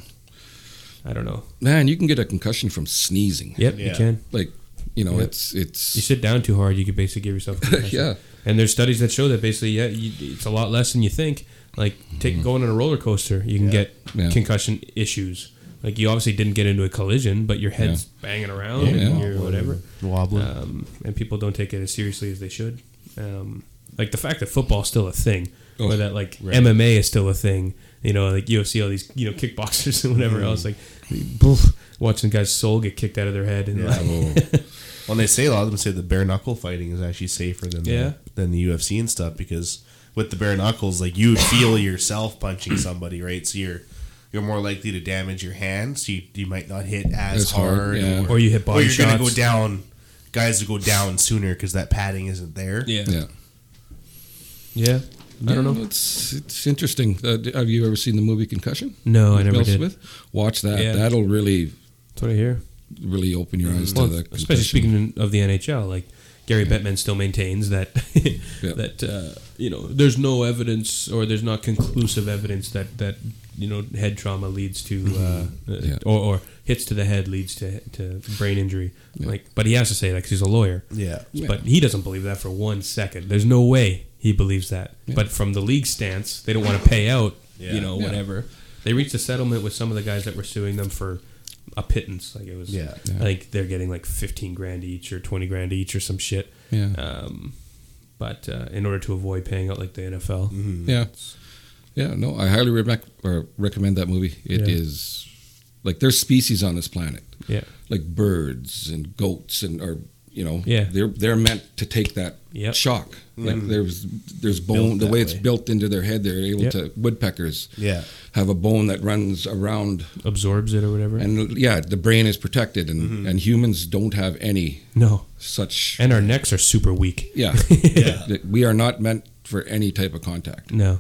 I don't know. Man, you can get a concussion from sneezing. Yep, you Yeah. can. Like, you know, Yeah. it's it's You sit down too hard, you could basically give [laughs] yourself a concussion. Yeah. And there's studies that show that basically, yeah, you, it's a lot less than you think. Like take, going on a roller coaster, you can Yeah. get Mm-hmm. Yeah. concussion issues. Like you obviously didn't get into a collision, but your head's banging around Yeah. and Yeah. you're whatever. Wobbling. um, and people don't take it as seriously as they should. Um, like the fact that football's still a thing, Oh, or that like right. MMA is still a thing. You know, like UFC, all these you know [laughs] kickboxers and whatever else. Like, boof, watching guys' soul get kicked out of their head and like, oh, Well, they say a lot of them say the bare knuckle fighting is actually safer than Yeah. the, than the UFC and stuff because with the bare knuckles, like you feel yourself punching somebody, right? So you're you're more likely to damage your hand, so you, you might not hit as As hard, hard, yeah. [laughs] or you hit or body you're shots. gonna go down. Guys will go down sooner because that padding isn't there. Yeah. yeah, yeah. I don't Yeah, know. It's it's interesting. Uh, d- have you ever seen the movie Concussion? No, I With never Will did. Smith? Watch that. Yeah. That'll really That's what I hear. really open your eyes Well, to the especially concussion. speaking of the NHL, like Gary Bettman still maintains that [laughs] Yeah. that uh, you know there's no evidence or there's not conclusive evidence that that you know head trauma leads to uh, uh, Mm-hmm. Yeah. or, or hits to the head leads to to brain injury. Like, but he has to say that because he's a lawyer. Yeah. Yeah. But he doesn't believe that for one second. There's no way he believes that. But from the league stance, they don't want to pay out. Yeah. You know, Yeah. whatever. They reached a settlement with some of the guys that were suing them for a pittance. Like it was, Yeah. Yeah. like they're getting like fifteen grand each or twenty grand each or some shit. Yeah. Um, but uh, in order to avoid paying out like the NFL, Yeah. Yeah, no, I highly rec- or recommend that movie. It is Yeah. like there's species on this planet, yeah, like birds and goats and or you know, Yeah. they're they're meant to take that Yep. Mm-hmm. shock. Like there's there's Built bone the that way it's way. built into their head, they're able Yep. to woodpeckers Yeah. have a bone that runs around absorbs it or whatever. and yeah, the brain is protected and Mm-hmm. and humans don't have any no, such and our necks are super weak. yeah. [laughs] Yeah. That we are not meant for any type of contact. No,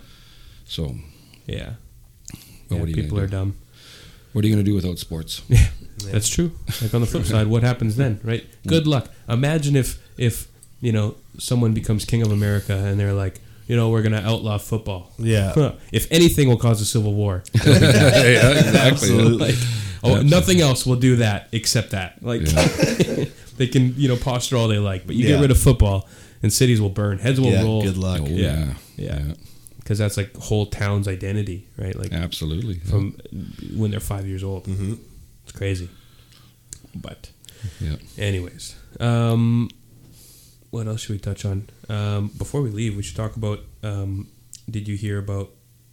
So, yeah, Well, Yeah, what are you people gonna are dumb. what are you going to do without sports? Yeah, that's true. Like on the [laughs] flip side, what happens then, right? Mm. Good luck. Imagine if if you know someone becomes king of America and they're like, you know, we're gonna outlaw football. Yeah. [laughs] Huh. If anything will cause a civil war, yeah, exactly. Absolutely. like, Oh, Absolutely. nothing else will do that except that. Like [laughs] they can, you know, posture all they like, but you get Yeah. rid of football and cities will burn, heads will yeah, roll. good luck. Oh, Yeah. yeah. Yeah. Because that's like whole town's identity, right? Like Yeah, absolutely. from when they're five years old. Mm-hmm. It's crazy. But, Yeah. anyways, um, what else should we touch on? Um, before we leave, we should talk about. Um, did you hear about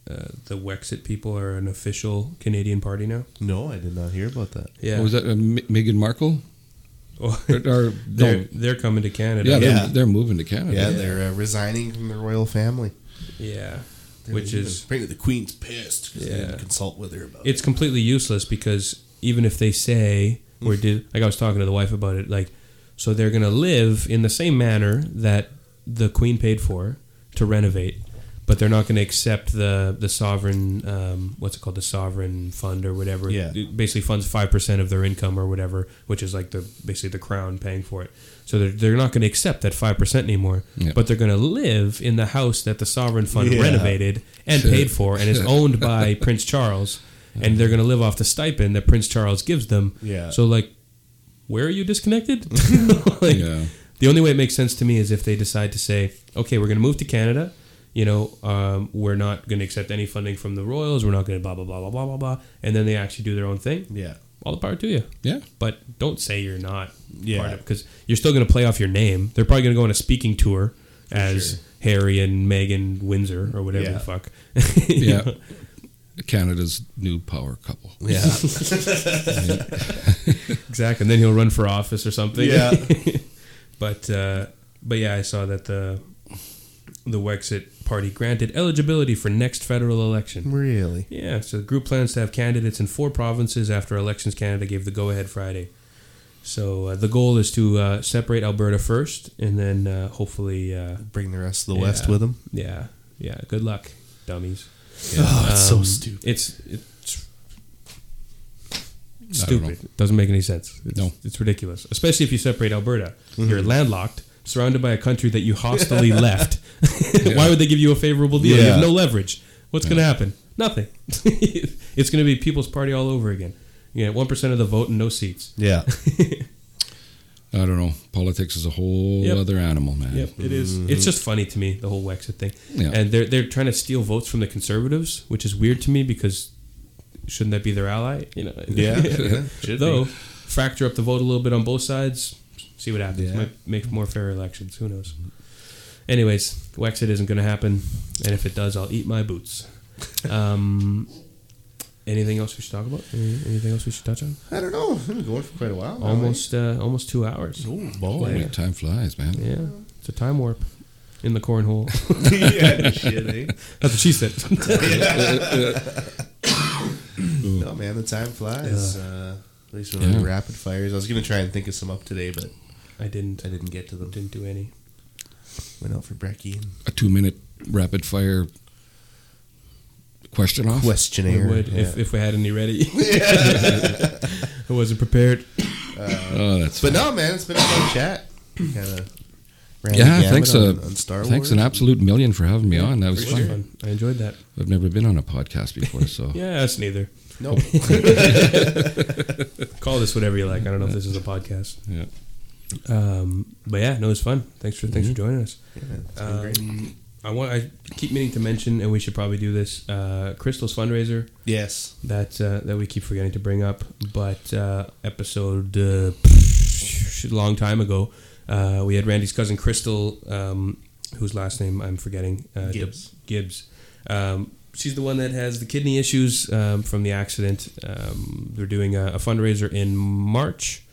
uh, the Wexit people are an official Canadian party now? No, I did not hear about that. Yeah. What was that uh, M- Meghan Markle? [laughs] Oh, Or, or- they're, no, they're coming to Canada. yeah, Yeah. They're, they're moving to Canada. Yeah, they're uh, resigning from the royal family, Yeah. Which is apparently the queen's pissed. 'cause they Yeah. didn't consult with her about it's it. completely useless because even if they say Mm. or did like I was talking to the wife about it, like so they're gonna live in the same manner that the Queen paid for to renovate, but they're not gonna accept the the sovereign um, what's it called the sovereign fund or whatever. Yeah. it basically funds five percent of their income or whatever, which is like the basically the crown paying for it. So they're, they're not going to accept that five percent anymore, Yeah. but they're going to live in the house that the sovereign fund Yeah. renovated and paid for [laughs] and is owned by Prince Charles, and they're going to live off the stipend that Prince Charles gives them. Yeah. So like, where are you [laughs] disconnected? [laughs] Like, Yeah. The only way it makes sense to me is if they decide to say, okay, we're going to move to Canada. You know, um, we're not going to accept any funding from the Royals. We're not going to blah blah blah blah blah blah blah, and then they actually do their own thing. [laughs] yeah, All the power to you Yeah. but don't say you're not Yeah. part of because you're still going to play off your name. They're probably going to go on a speaking tour as Harry and Meghan Windsor or whatever Yeah. the fuck. [laughs] Yeah. Canada's new power couple. yeah, exactly. And then he'll run for office or something. Yeah. [laughs] but uh, but yeah, I saw that the the Wexit party granted eligibility for next federal election. really. Yeah, so the group plans to have candidates in four provinces after Elections Canada gave the go ahead Friday. So uh, the goal is to uh, separate Alberta first, and then uh, hopefully, uh, Bring the rest of the Yeah. West with them. yeah, yeah. Good luck, dummies. Oh, it's so Um, stupid. It's it's I don't know. stupid. It doesn't make any sense. It's, No. it's ridiculous. Especially if you separate Alberta, you're landlocked, surrounded by a country that you hostily left. [laughs] Why would they give you a favorable deal? You Yeah. have no leverage. What's going to happen? Nothing. [laughs] it's going to be People's Party all over again. You get one percent of the vote and no seats. [laughs] Yeah, I don't know. Politics is a whole Yep. other animal, man. Yep, it is. Mm-hmm. It's just funny to me the whole Wexit thing, Yeah. and they're they're trying to steal votes from the conservatives, which is weird to me because shouldn't that be their ally? You know. yeah. [laughs] [laughs] yeah, should be. Though fracture up the vote a little bit on both sides, see what happens. Yeah. Might make more fair elections. Who knows? Anyways, Wexit isn't going to happen, and if it does, I'll eat my [laughs] boots. Um, anything else we should talk about? Any- Anything else we should touch on? I don't know. I've been going for quite a while. now, Almost uh, almost two hours. eh? Oh Holy [laughs] boy. time flies, man. Yeah, it's a time warp in the cornhole. [laughs] yeah, no shit, eh? [laughs] That's what she said. No man, the time flies. Uh, at least when Yeah. we're rapid fires. I was gonna try and think of some up today, but I didn't. I didn't get to them. Didn't do any. Went out for brekkie [laughs] and A two minute rapid fire question off. We questionnaire. would yeah. if, if we had any [laughs] ready. [laughs] I wasn't prepared. Oh, that's but no, man, it's been a fun chat. Kind of. yeah. Thanks a on, on Star thanks Wars. an absolute million for having me on. That was It fun. was fun. I enjoyed that. I've never been on a podcast before, so Yeah, us neither. [laughs] No, Call this whatever you like. I don't know if this is a podcast. yeah. Um, but yeah, no, it was fun. Thanks for thanks for joining us. Mm-hmm. it's [laughs] been great. Um, I want. I keep meaning to mention, and we should probably do this. Uh, Crystal's fundraiser yes, that uh, that we keep forgetting to bring up, but uh, episode uh, psh, long time ago, uh, we had Randy's cousin Crystal, um, whose last name I'm forgetting, uh, Gibbs. Gibbs. Um, she's the one that has the kidney issues um, from the accident. Um, they're doing a, a fundraiser in March.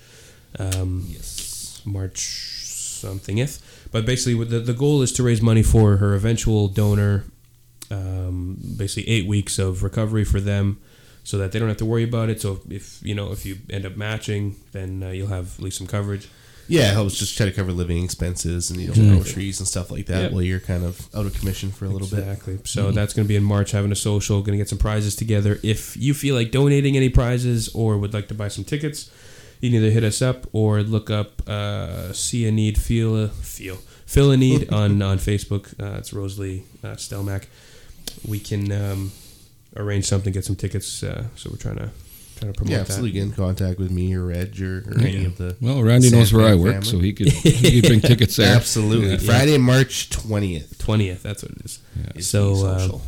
Um, yes, March something if. But basically, what the, the goal is to raise money for her eventual donor. Um, basically, eight weeks of recovery for them, so that they don't have to worry about it. So if you know if you end up matching, then uh, you'll have at least some coverage. yeah. It helps just try to cover living expenses and you know Exactly. groceries and stuff like that Yep. while you're kind of out of commission for a little bit. Exactly. So that's going to be in March, having a social, going to get some prizes together. If you feel like donating any prizes or would like to buy some tickets, you can either hit us up or look up uh, See a Need, Feel a, feel, feel a Need [laughs] on, on Facebook. Uh, it's Rosalie uh, Stelmack. We can um, arrange something, get some tickets. Uh, so we're trying to trying to promote yeah, that. absolutely get in contact with me or Edge or, or any of the. Well, Randy knows where I Sandman work, family. so he could [laughs] he could bring tickets there. Absolutely. Friday, March 20th. 20th, that's what it is. is So, the uh,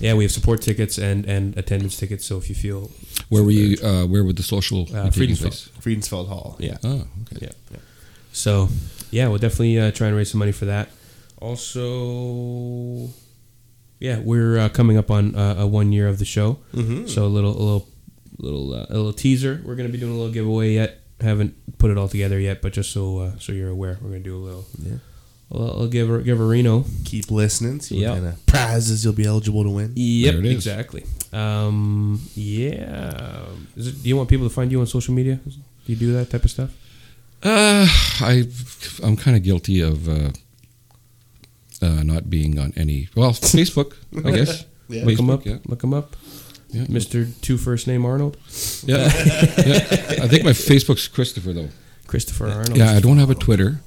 Yeah, we have support tickets and, and attendance tickets. So if you feel Where were you? Uh, where would the social Uh, be taking Friedensfeld. place? Friedensfeld Hall. Yeah. Oh, okay. so, yeah, we'll definitely uh, try and raise some money for that. Also, yeah, we're uh, coming up on uh, a one year of the show. Hmm. Mhm. So a little, a little, little, uh, a little teaser. We're gonna be doing a little giveaway yet. Haven't put it all together yet, but just so uh, so you're aware, we're gonna do a little, Yeah. a little giver, giverino. Keep listening. See Yeah. what kind of prizes you'll be eligible to win. Yep, There it is. exactly. Um, yeah. Is it, do you want people to find you on social media? Do you do that type of stuff? Uh, I I'm kind of guilty of uh, uh, not being on any. Well, Facebook, I guess. Yeah. Look 'em Facebook, up. yeah. Look 'em up. Yeah. Mr. Two First Name Arnold. Yeah. yeah. I think my Facebook's Christopher though. Christopher Arnold. Uh, Yeah, I don't have a Twitter.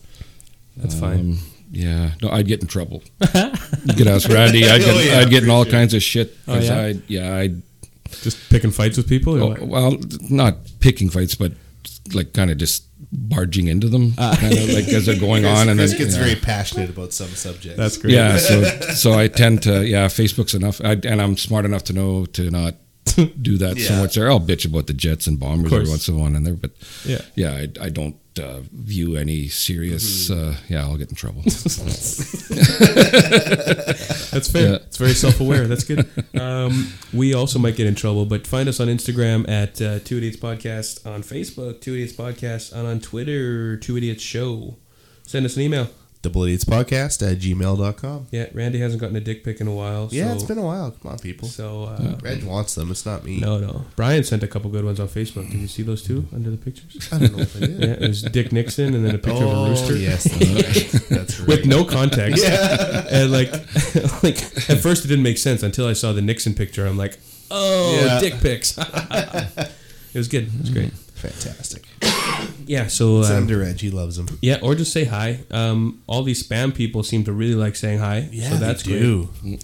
That's fine. Um, yeah, no, I'd get [laughs] in trouble. you could ask Randy. I'd get, Oh, yeah, I'd get in for all sure. kinds of shit. Oh, 'cause yeah? I'd, yeah, I'd Just picking fights with people? Oh, well, not picking fights, but like kind of just barging into them, kind of like as [laughs] they're going Chris, on, and Ah. Chris then, gets yeah. very passionate about some subjects. That's great. yeah. So, so I tend to yeah. Facebook's enough, I, and I'm smart enough to know to not do that so Yeah. much. There, I'll bitch about the Jets and Bombers every course. once in a while in there, but Yeah. yeah, I, I don't uh, view any serious. Mm-hmm. Uh, yeah, I'll get in trouble. That's fair. Yeah. It's very self aware. That's [laughs] good. Um, we also might get in trouble, but find us on Instagram at uh, Two Idiots Podcast, on Facebook, Two Idiots Podcast, and on Twitter, Two Idiots Show. Send us an email. Double Idiots Podcast at gmail.com. Yeah, Randy hasn't gotten a dick pic in a while. So, Yeah, it's been a while. Come on, people. So, uh, Reg wants them. It's not me. no, no. Brian sent a couple good ones on Facebook. Did you see those two under the pictures? I don't know if I did. [laughs] Yeah, it was Dick Nixon and then a picture oh, of a rooster. [laughs] yes. That's, that's right. with no [laughs] context. [laughs] And like, like at first it didn't make sense until I saw the Nixon picture. I'm like, oh, Yeah. dick pics. [laughs] it was good. It was great. Fantastic. Yeah. So Send him um, to Reg. He loves him. yeah, or just say hi. Um, all these spam people seem to really like saying hi. so that's great.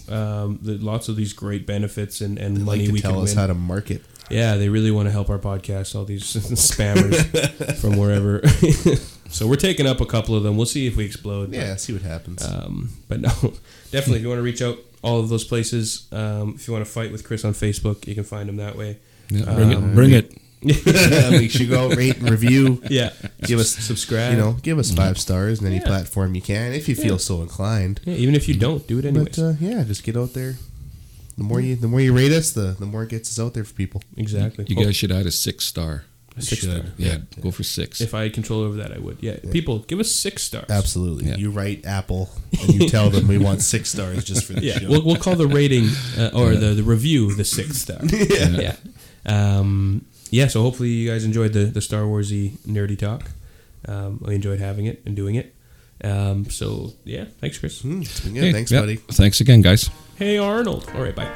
Um, the, lots of these great benefits and, and They money like to we tell can us win. how to market. yeah, they really want to help our podcast. All these [laughs] [laughs] spammers from wherever. [laughs] so we're taking up a couple of them. We'll see if we explode. Yeah, see what happens. Um, but no, [laughs] definitely if you want to reach out all of those places, um, if you want to fight with Chris on Facebook, you can find him that way. Yeah, bring Um, it, bring it. [laughs] yeah, make sure you go out, rate and review. [laughs] Yeah, Give us subscribe. you know, give us five stars in any Yeah. platform you can if you feel so inclined. yeah, even if you don't do it anyways. But uh, yeah, just get out there. The more you the more you rate us, the the more it gets us out there for people. exactly. You guys should add a six star. Oh, six should. star. Yeah, go for six. If I had control over that, I would. Yeah, people, give us six stars. Absolutely. Yeah. You write Apple and you tell them we want six stars just for the Yeah, show. we'll, we'll call the rating uh, or the, the review the six star. yeah. Yeah. Um, yeah. So hopefully you guys enjoyed the the Star Warsy nerdy talk. Um, I enjoyed having it and doing it. Um, so yeah, thanks, Chris. Mm, it's been good. Hey, Thanks, yeah, buddy. Thanks again, guys. Hey, Arnold. All right, bye.